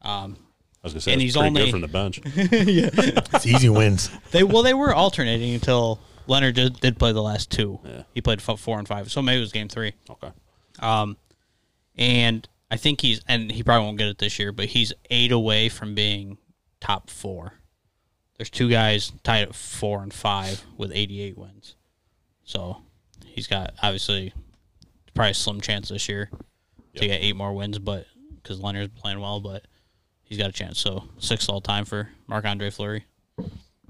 Speaker 3: Um,
Speaker 4: I was gonna say
Speaker 3: And
Speaker 4: and
Speaker 3: he's
Speaker 4: he's pretty
Speaker 3: only-
Speaker 4: good from the bench.
Speaker 2: It's easy wins.
Speaker 3: They well, they were alternating until Leonard did, did play the last two. He played f- four and five, so maybe it was game three.
Speaker 4: okay.
Speaker 3: Um, and I think he's and he probably won't get it this year, but he's eight away from being top four. There's two guys tied at four and five with 88 wins, so he's got obviously probably a slim chance this year to get eight more wins, but because Leonard's playing well, but he's got a chance. So sixth all time for Marc Andre Fleury.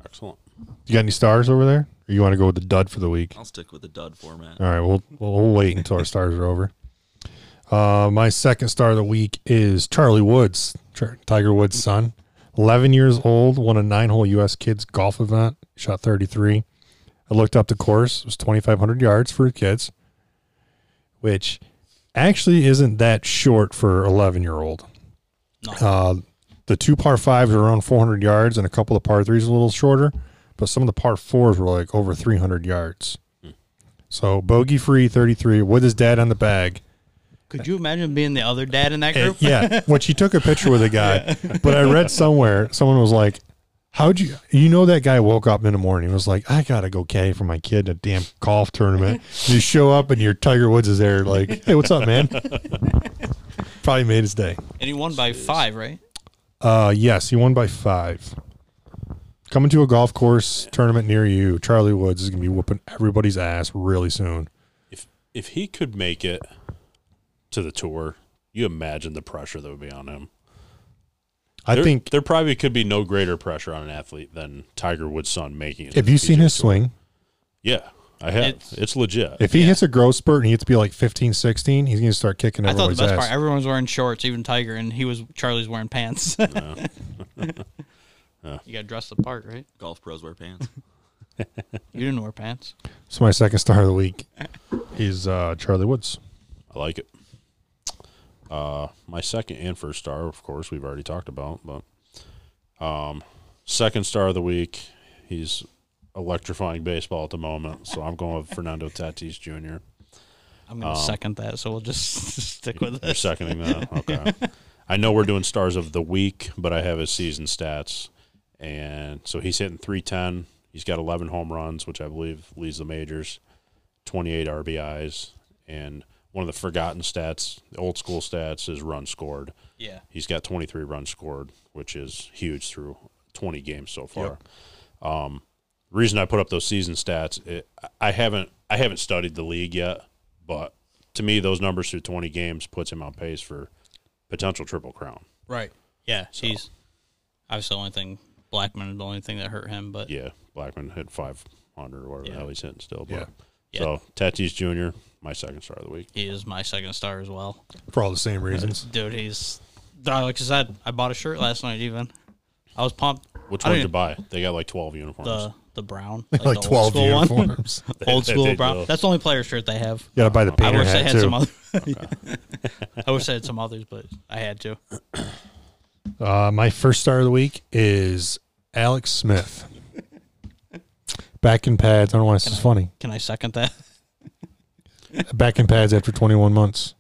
Speaker 4: Excellent.
Speaker 2: You got any stars over there? Or you want to go with the dud for the week?
Speaker 5: I'll stick with the dud format.
Speaker 2: All right, we'll we'll, we'll wait until our stars are over. Uh, my second star of the week is Charlie Woods, Tr- Tiger Woods' son, eleven years old, won a nine-hole U.S. Kids golf event, shot thirty-three. I looked up the course; it was twenty-five hundred yards for kids, which actually isn't that short for eleven-year-old.
Speaker 3: No.
Speaker 2: Uh, the two par fives are around four hundred yards, and a couple of par threes are a little shorter, but some of the par fours were like over three hundred yards. So bogey free 33 with his dad on the bag.
Speaker 3: Could you imagine being the other dad in that
Speaker 2: And,
Speaker 3: group?
Speaker 2: yeah, which he took a picture with a guy. But I read somewhere someone was like, How'd you you know that guy woke up in the morning and was like, I gotta go caddy for my kid at a damn golf tournament. you show up and your Tiger Woods is there, like, hey, what's up, man? Probably made his day.
Speaker 3: And he won by five, right?
Speaker 2: Uh yes, he won by five. Coming to a golf course tournament near you, Charlie Woods is gonna be whooping everybody's ass really soon.
Speaker 4: If if he could make it to the tour, you imagine the pressure that would be on him.
Speaker 2: I
Speaker 4: There-
Speaker 2: think
Speaker 4: there probably could be no greater pressure on an athlete than Tiger Woods' son making it.
Speaker 2: have
Speaker 4: to
Speaker 2: you
Speaker 4: the
Speaker 2: seen
Speaker 4: PGA
Speaker 2: his
Speaker 4: Tour.
Speaker 2: swing?
Speaker 4: Yeah, I have.
Speaker 3: It's-
Speaker 4: It's, legit.
Speaker 2: If he hits a growth spurt and he gets to be like 15, 16, he's gonna start kicking
Speaker 3: I thought the
Speaker 2: everybody's
Speaker 3: best
Speaker 2: ass.
Speaker 3: part, everyone was wearing shorts, even Tiger, and he was Charlie's wearing pants. You got dressed the part, right?
Speaker 5: Golf pros wear pants.
Speaker 3: You didn't wear pants.
Speaker 2: so my second star of the week is uh, Charlie Woods.
Speaker 4: I like it. Uh, my second and first star, of course, we've already talked about, but um, second star of the week, he's electrifying baseball at the moment. So I'm going with Fernando Tatis Jr.
Speaker 3: I'm gonna
Speaker 4: Um,
Speaker 3: second that, so we'll just stick with
Speaker 4: You're
Speaker 3: it.
Speaker 4: seconding that. Okay. I know we're doing stars of the week, but I have his season stats. And so he's hitting 310. He's got 11 home runs, which I believe leads the majors, 28 RBIs. And one of the forgotten stats, the old school stats, is run scored.
Speaker 3: Yeah,
Speaker 4: He's got 23 runs scored, which is huge through 20 games so far. Um, the reason I put up those season stats, it, I haven't I haven't studied the league yet, but to me, those numbers through 20 games puts him on pace for potential triple crown.
Speaker 3: right. Yeah, he's obviously the only thing Blackman is the only thing that hurt him, but
Speaker 4: Yeah, Blackman hit 500 or whatever the
Speaker 3: Yeah.
Speaker 4: hell he's hitting still. But,
Speaker 2: Yeah.
Speaker 4: So Tatis Jr., my second star of the week.
Speaker 3: he is my second star as well.
Speaker 2: for all the same reasons.
Speaker 3: Dude, he's like I said, I bought a shirt last night. Even I was pumped.
Speaker 4: Which
Speaker 3: I don't
Speaker 4: one did you
Speaker 3: even-
Speaker 4: buy? They got like 12 uniforms.
Speaker 3: The the brown,
Speaker 2: Like
Speaker 3: the
Speaker 2: twelve
Speaker 3: school
Speaker 2: uniforms. you
Speaker 3: one, old school
Speaker 4: They
Speaker 3: brown.
Speaker 4: do.
Speaker 3: That's the only player shirt they have.
Speaker 2: gotta buy the
Speaker 3: I
Speaker 2: painter
Speaker 3: wish I
Speaker 2: hat
Speaker 3: had
Speaker 2: too.
Speaker 3: some other. I wish I had some others, but I had to.
Speaker 2: Uh, my first star of the week is Alex Smith. Back in pads. I don't know why this is funny.
Speaker 3: Can I second that?
Speaker 2: Back in pads after 21 months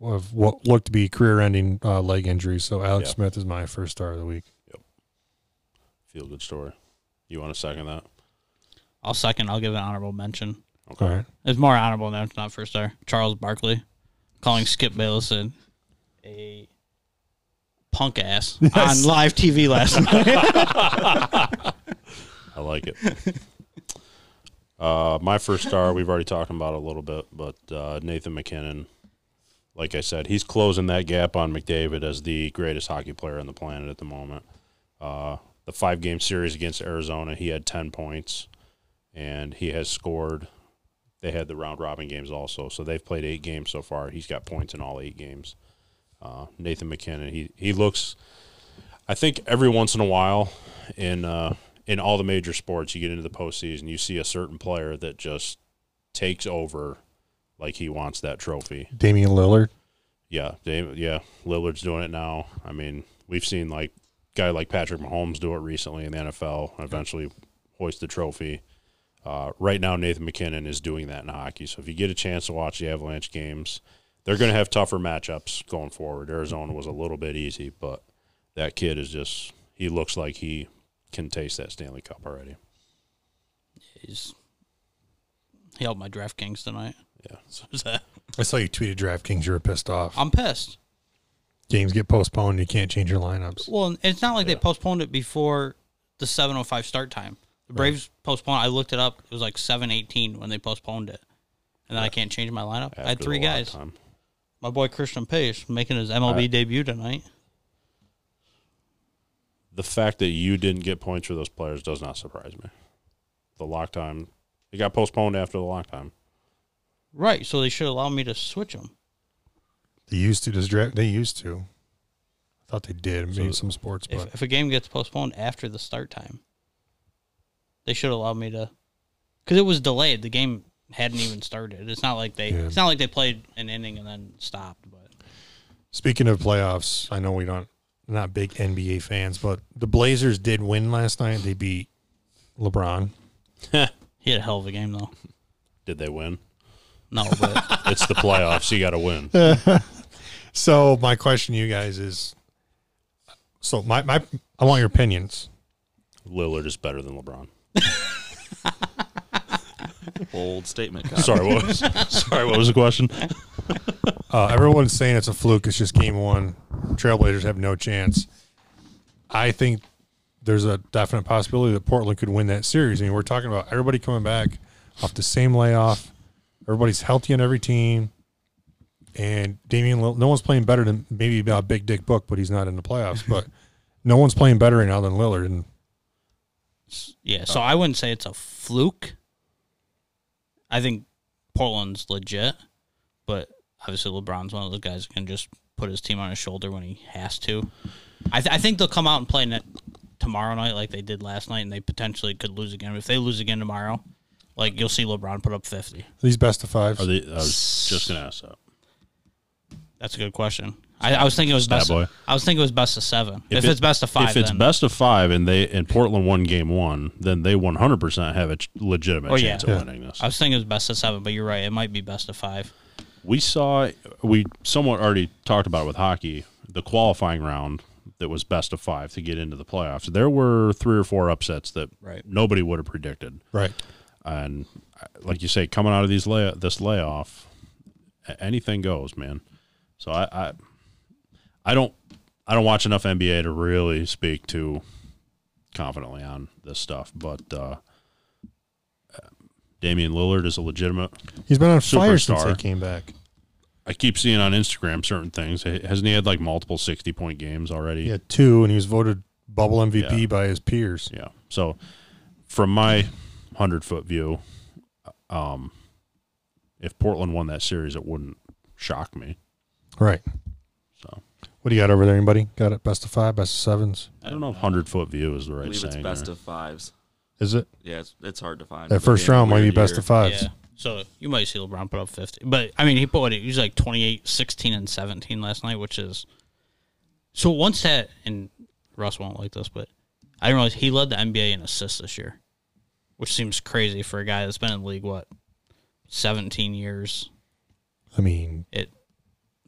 Speaker 2: of what looked to be career-ending uh, leg injury. So Alex
Speaker 4: Yeah.
Speaker 2: Smith is my first star of the week.
Speaker 4: Feel good story. You want to second that?
Speaker 3: I'll second. I'll give an honorable mention.
Speaker 4: Okay.
Speaker 2: All right.
Speaker 3: It's more honorable than it's not first star. Charles Barkley calling Skip Bayless an- a punk ass on live TV last night.
Speaker 4: I like it. uh, my first star, we've already talked about it a little bit, but uh, Nathan McKinnon, like I said, he's closing that gap on McDavid as the greatest hockey player on the planet at the moment. Uh, the five game series against Arizona, he had 10 points, and he has scored. They had the round robin games also, so they've played eight games so far. He's got points in all eight games. Uh, Nathan McKinnon, he, he looks. I think every once in a while, in uh, in all the major sports, you get into the postseason, you see a certain player that just takes over, like he wants that trophy.
Speaker 2: Damian Lillard.
Speaker 4: Yeah, Dame, yeah, Lillard's doing it now. I mean, we've seen like guy like Patrick Mahomes do it recently in the NFL. and Eventually, hoist the trophy. Uh, right now, Nathan McKinnon is doing that in hockey. So if you get a chance to watch the Avalanche games, they're going to have tougher matchups going forward. Arizona was a little bit easy, but that kid is just—he looks like he can taste that Stanley Cup already.
Speaker 3: He's, he helped my DraftKings tonight.
Speaker 4: Yeah.
Speaker 3: So is that-
Speaker 2: I saw you tweeted DraftKings. You were pissed off.
Speaker 3: I'm pissed.
Speaker 2: Games get postponed. You can't change your lineups.
Speaker 3: Well, and it's not like they postponed it before the 7:05 start time. The Braves postponed. I looked it up. It was like 7:18 when they postponed it, and then I can't change my lineup. I had
Speaker 4: after
Speaker 3: three
Speaker 4: the lock
Speaker 3: guys.
Speaker 4: time.
Speaker 3: My boy Christian Pace making his MLB debut tonight.
Speaker 4: the fact that you didn't get points for those players does not surprise me. The lock time, it got postponed after the lock time.
Speaker 3: Right, so they should allow me to switch them.
Speaker 2: They used to. Does draft? They used to. I thought they did. Maybe some sports, but
Speaker 3: If, if a game gets postponed after the start time, they should allow me to, because it was delayed. The game hadn't even started. It's not like they.
Speaker 2: Yeah.
Speaker 3: It's not like they played an inning and then stopped. But
Speaker 2: Speaking of playoffs, I know we don't not big NBA fans, but the Blazers did win last night. They beat LeBron.
Speaker 3: he had a hell of a game though.
Speaker 4: Did they win?
Speaker 3: No, but
Speaker 4: It's the playoffs. You got to win.
Speaker 2: So my question to you guys is so my, my I want your opinions.
Speaker 4: Lillard is better than LeBron.
Speaker 5: Bold statement. Kyle.
Speaker 4: Sorry, what was sorry, what was the question?
Speaker 2: Uh, everyone's saying it's a fluke. It's just game one. Trailblazers have no chance. I think there's a definite possibility that Portland could win that series. I mean, we're talking about everybody coming back off the same layoff. Everybody's healthy on every team. And Damian, Lillard, no one's playing better than maybe about Big Dick Book, but he's not in the playoffs. But no one's playing better right now than Lillard. And
Speaker 3: Yeah, so I wouldn't say it's a fluke. I think Portland's legit, but obviously LeBron's one of those guys that can just put his team on his shoulder when he has to. I, th- I think they'll come out and play net tomorrow night like they did last night, and they potentially could lose again. If they lose again tomorrow, like you'll see LeBron put up fifty.
Speaker 2: these best of fives.
Speaker 4: Are they, I was just gonna ask that.
Speaker 3: That's a good question. I, I was thinking it was best.
Speaker 4: boy.
Speaker 3: I was thinking it was best of seven. If,
Speaker 4: it-
Speaker 3: it's best of five,
Speaker 4: if it's
Speaker 3: then,
Speaker 4: best of five, and they and Portland won game one, then they one hundred percent have a ch- legitimate
Speaker 3: Oh, yeah.
Speaker 4: chance
Speaker 2: Yeah.
Speaker 4: of winning this.
Speaker 3: I was thinking it was best of seven, but you're right. It might be best of five.
Speaker 4: We saw we somewhat already talked about it with hockey the qualifying round that was best of five to get into the playoffs. There were three or four upsets that
Speaker 3: Right.
Speaker 4: nobody would have predicted.
Speaker 2: right.
Speaker 4: and uh, like you say, coming out of these lay- this layoff, a- anything goes, man. So I, I, I don't, I don't watch enough NBA to really speak to confidently on this stuff. But uh, uh, Damian Lillard is a legitimate.
Speaker 2: He's been on fire since
Speaker 4: Superstar.
Speaker 2: they came back.
Speaker 4: I keep seeing on Instagram certain things. H- Hasn't he had like multiple sixty point games already?
Speaker 2: He had two, and he was voted bubble MVP
Speaker 4: Yeah.
Speaker 2: by his peers.
Speaker 4: Yeah. So from my 100 foot view, um, if Portland won that series, it wouldn't shock me.
Speaker 2: Right.
Speaker 4: So
Speaker 2: What do you got over there? Anybody got it? Best of five, best of sevens?
Speaker 4: I don't know if 100 foot view is the
Speaker 5: I
Speaker 4: right
Speaker 5: believe
Speaker 4: saying.
Speaker 5: it's best
Speaker 4: there.
Speaker 5: of fives.
Speaker 2: Is it
Speaker 5: Yeah, it's, it's hard to find.
Speaker 2: that
Speaker 5: It's
Speaker 2: first
Speaker 5: been a
Speaker 2: round might be
Speaker 5: weird
Speaker 2: best
Speaker 5: year.
Speaker 2: of fives?
Speaker 3: Yeah. So you might see LeBron put up 50. But I mean, he put what he was like 28, 16, and 17 last night, which is. So once that, and Russ won't like this, but I didn't realize he led the NBA in assists this year, which seems crazy for a guy that's been in the league, what, 17 years?
Speaker 2: I mean,
Speaker 3: It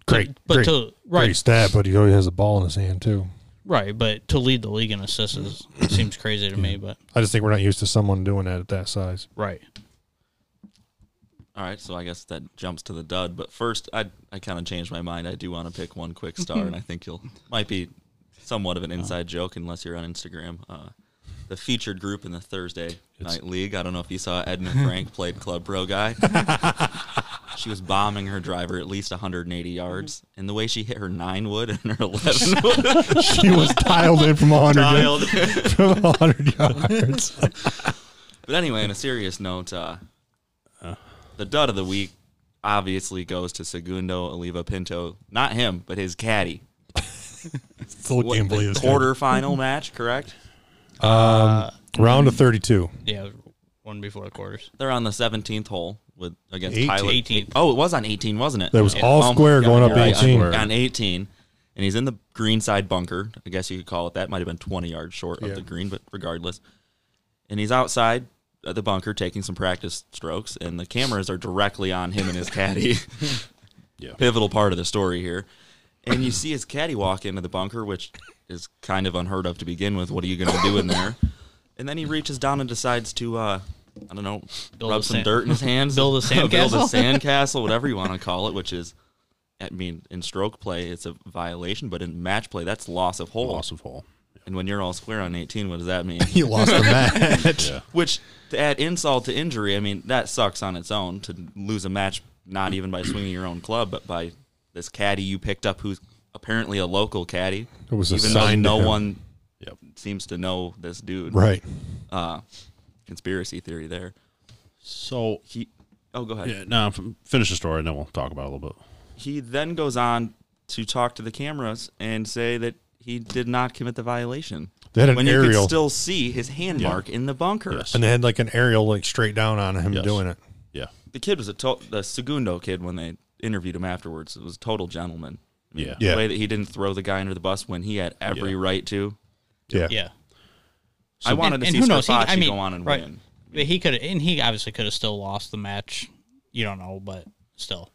Speaker 2: great,
Speaker 3: But
Speaker 2: great,
Speaker 3: to, right,
Speaker 2: great stat, but he always has a ball in his hand too.
Speaker 3: right. But to lead the league in assists is, seems crazy to me, but.
Speaker 2: I just think we're not used to someone doing that at that size.
Speaker 3: Right.
Speaker 5: All right, so I guess that jumps to the dud. But first, I I kind of changed my mind. I do want to pick one quick star, and I think you'll might be somewhat of an inside joke unless you're on Instagram. Uh, the featured group in the Thursday night league. I don't know if you saw Edna Frank played club pro guy. she was bombing her driver at least 180 yards, and the way she hit her nine wood and her 11 wood
Speaker 2: she was dialed in from hundred
Speaker 5: dialed.
Speaker 2: from hundred yards.
Speaker 5: But anyway, on a serious note, uh, the dud of the week obviously goes to Segundo Oliva Pinto. Not him, but his caddy.
Speaker 2: Still
Speaker 5: What,
Speaker 2: can't
Speaker 5: the
Speaker 2: believe this guy.
Speaker 5: quarterfinal match, correct?
Speaker 2: round of thirty-two.
Speaker 3: Yeah. One before the quarters.
Speaker 5: They're on the 17th hole with against
Speaker 2: Eight-
Speaker 5: Tyler.
Speaker 3: 18th.
Speaker 5: Oh, it was on 18, wasn't it?
Speaker 2: That was
Speaker 5: Yeah.
Speaker 2: all
Speaker 5: Oh my
Speaker 2: square
Speaker 5: God,
Speaker 2: going up
Speaker 5: you're right,
Speaker 2: 18.
Speaker 5: On, on 18. And he's in the greenside bunker. I guess you could call it that. Might have been 20 yards short
Speaker 2: Yeah.
Speaker 5: of the green, but regardless. And he's outside of the bunker taking some practice strokes, and the cameras are directly on him and his caddy.
Speaker 4: Yeah.
Speaker 5: Pivotal part of the story here. And you see his caddy walk into the bunker, which is kind of unheard of to begin with. What are you going to do in there? And then he reaches down and decides to, uh, I don't know,
Speaker 3: Build
Speaker 5: rub
Speaker 3: a
Speaker 5: some
Speaker 3: sand-
Speaker 5: dirt in his hands.
Speaker 3: Build a
Speaker 5: Build a
Speaker 3: sandcastle?
Speaker 5: sandcastle, whatever you want to call it, which is, I mean, in stroke play, it's a violation, but in match play, that's loss of hole.
Speaker 4: Loss of hole.
Speaker 5: And when you're all square on 18, what does that mean?
Speaker 2: He lost the match.
Speaker 4: Yeah.
Speaker 5: Which, to add insult to injury, I mean, that sucks on its own to lose a match not even by swinging your own club, but by this caddy you picked up who's apparently a local caddy.
Speaker 2: It was
Speaker 5: even
Speaker 2: assigned to
Speaker 5: though no
Speaker 2: him.
Speaker 5: one
Speaker 4: Yep.
Speaker 5: seems to know this dude.
Speaker 2: Right.
Speaker 5: Uh, conspiracy theory there.
Speaker 4: So
Speaker 5: He. Oh, go ahead.
Speaker 4: yeah, now finish the story, and then we'll talk about it a little bit.
Speaker 5: He then goes on to talk to the cameras and say that he did not commit the violation.
Speaker 2: They had an
Speaker 5: when you
Speaker 2: aerial.
Speaker 5: could still see his hand mark in the bunker.
Speaker 4: Yes.
Speaker 2: And they had like an aerial like straight down on him
Speaker 4: Yes.
Speaker 2: doing it.
Speaker 4: Yeah.
Speaker 5: the kid was a to- the Segundo kid when they interviewed him afterwards. It was a total gentleman. I mean,
Speaker 4: Yeah.
Speaker 2: Yeah.
Speaker 5: The way that he didn't throw the guy under the bus when he had every
Speaker 4: Yeah.
Speaker 5: right to.
Speaker 2: Yeah.
Speaker 3: Yeah.
Speaker 5: I wanted to see Scarpacci go on and
Speaker 3: right.
Speaker 5: win.
Speaker 3: But he could, and he obviously could have still lost the match. You don't know, but still,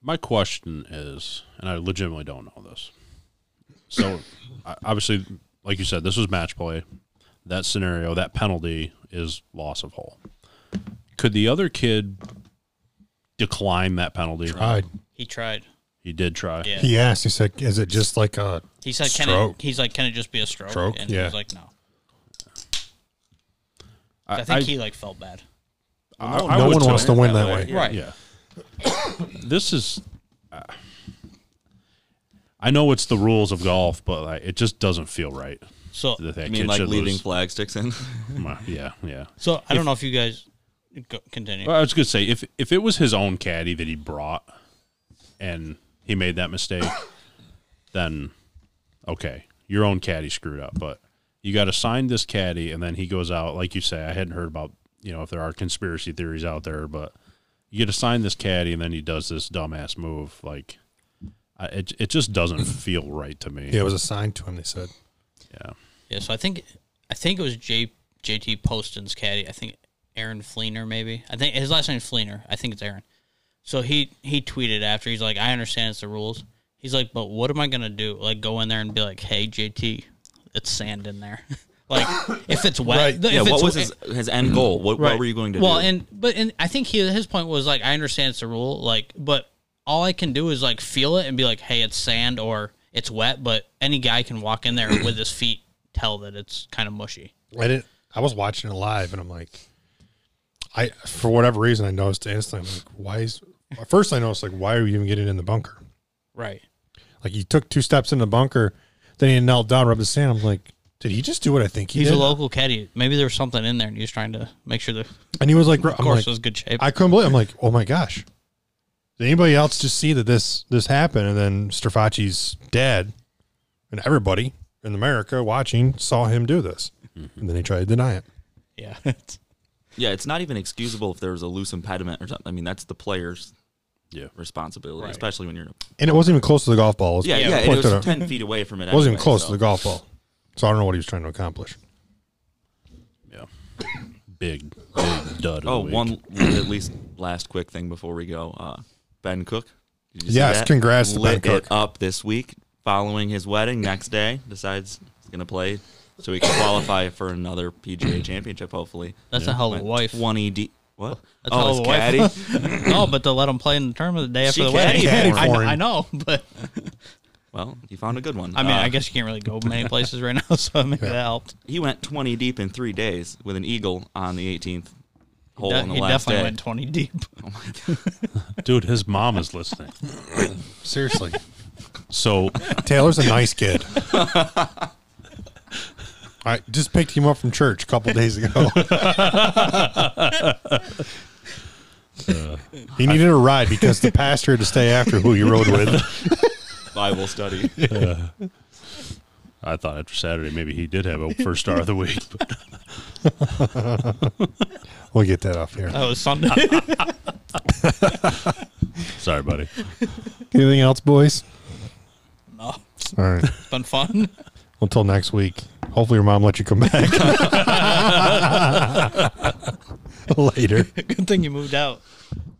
Speaker 4: My question is, and I legitimately don't know this. So, I- obviously, like you said, this was match play. That scenario, that penalty is loss of hole. Could the other kid decline that penalty?
Speaker 2: Tried.
Speaker 3: He tried.
Speaker 4: He did try.
Speaker 3: Yeah.
Speaker 2: He asked. He said, "Is it just like a?"
Speaker 3: He said, "Can
Speaker 2: Stroke.
Speaker 3: it?" He's like, "Can it just be a stroke?"
Speaker 2: Stroke,
Speaker 3: And
Speaker 2: yeah.
Speaker 3: he's like, "No."
Speaker 4: I,
Speaker 3: I think he like felt bad.
Speaker 4: I- I
Speaker 2: no
Speaker 4: would
Speaker 2: one
Speaker 4: too.
Speaker 2: wants to win that way.
Speaker 3: Right.
Speaker 4: Yeah. this is. I know it's the rules of golf, but like, it just doesn't feel right.
Speaker 3: So,
Speaker 4: That that
Speaker 5: I
Speaker 4: kid
Speaker 5: mean, like
Speaker 4: should
Speaker 5: leaving
Speaker 4: lose.
Speaker 5: flag sticks in.
Speaker 4: Yeah, yeah.
Speaker 3: so I don't know if you guys go, continue.
Speaker 4: Well, I was gonna say if if it was his own caddy that he brought, and he made that mistake, then okay, your own caddy screwed up. But you got to sign this caddy, and then he goes out like you say. I hadn't heard about you know if there are conspiracy theories out there, but you get to sign this caddy, and then he does this dumbass move. Like I, it, it just doesn't feel right to me.
Speaker 2: Yeah, it was assigned to him. They said,
Speaker 4: yeah.
Speaker 3: Yeah, so I think I think it was J JT Poston's caddy. I think Aaron Fleener maybe. I think his last name's Fleener. I think it's Aaron. So he he tweeted after he's like, I understand it's the rules. He's like, but what am I gonna do? Like go in there and be like, hey JT, it's sand in there. like if it's wet.
Speaker 2: Right.
Speaker 3: if
Speaker 5: yeah,
Speaker 3: it's
Speaker 5: what was
Speaker 3: wet-
Speaker 5: his, his end goal? What, what were you going to
Speaker 3: well,
Speaker 5: do?
Speaker 3: and but and I think he, his point was like I understand it's a rule, like but all I can do is like feel it and be like, hey, it's sand or it's wet. But any guy can walk in there and with his feet tell that it's kind of mushy.
Speaker 2: "I didn't." I was watching it live, and I'm like, I for whatever reason I noticed instantly. I'm like, why is? First, I noticed like, why are you even getting in the bunker?
Speaker 3: Right.
Speaker 2: Like he took two steps in the bunker, then he knelt down, rubbed his sand. I'm like, did he just do what I think he
Speaker 3: He's
Speaker 2: did?
Speaker 3: a local caddy. Maybe there was something in there, and he was trying to make sure the
Speaker 2: and he was like, I'm
Speaker 3: course
Speaker 2: like,
Speaker 3: was good shape.
Speaker 2: I couldn't believe. I'm like, oh my gosh. Did anybody else just see that this this happened? And then Strafaci's dead, and everybody in America watching saw him do this, and then he tried to deny it.
Speaker 3: yeah.
Speaker 5: yeah, it's not even excusable if there was a loose impediment or something. I mean, that's the player's
Speaker 4: Yeah.
Speaker 5: responsibility,
Speaker 3: Right.
Speaker 5: especially when you're.
Speaker 2: And it wasn't even close to the golf ball. It was-
Speaker 5: Yeah,
Speaker 2: it
Speaker 5: yeah,
Speaker 2: was
Speaker 5: and
Speaker 2: pointed
Speaker 5: it was
Speaker 2: at-
Speaker 5: ten feet away from it.
Speaker 2: it wasn't even
Speaker 5: anyway,
Speaker 2: close
Speaker 5: so.
Speaker 2: to the golf ball, so I don't know what he was trying to accomplish.
Speaker 4: Yeah. Big, big dud. of the
Speaker 5: Oh,
Speaker 4: week.
Speaker 5: one at least last quick thing before we go. Uh, ben Cook. Did you see
Speaker 2: Yes,
Speaker 5: that?
Speaker 2: congrats to Ben
Speaker 5: Lit
Speaker 2: Cook.
Speaker 5: It up this week following his wedding next day. Decides he's gonna play so he can qualify for another PGA Championship. Hopefully,
Speaker 3: That's a hell of a wife.
Speaker 5: twenty D. What? Oh,
Speaker 3: That's all
Speaker 5: his
Speaker 3: the wife.
Speaker 5: caddy.
Speaker 3: no, but to let him play in the tournament the day after
Speaker 5: She
Speaker 3: the wedding.
Speaker 5: caddied
Speaker 3: I,
Speaker 2: for
Speaker 3: kn-
Speaker 2: him.
Speaker 3: I know, but
Speaker 5: well, he found a good one.
Speaker 3: I mean,
Speaker 5: Uh,
Speaker 3: I guess you can't really go many places right now, so maybe that helped.
Speaker 5: he went twenty deep in three days with an eagle on the 18th hole
Speaker 3: De-
Speaker 5: on the
Speaker 3: he
Speaker 5: last
Speaker 3: definitely
Speaker 5: day.
Speaker 3: went twenty deep.
Speaker 4: dude. His mom is listening.
Speaker 2: Seriously,
Speaker 4: So
Speaker 2: Taylor's a nice kid. I just picked him up from church a couple days ago. he needed a ride because the pastor had to stay after who he rode with.
Speaker 5: Bible study.
Speaker 4: I thought after Saturday maybe he did have a first star of the week. But
Speaker 2: We'll get that off here.
Speaker 3: That was Sunday.
Speaker 4: sorry, buddy.
Speaker 2: Anything else, boys?
Speaker 3: no, it's
Speaker 2: All right.
Speaker 3: been fun.
Speaker 2: Until next week. Hopefully, your mom let you come back. Later.
Speaker 3: Good thing you moved out.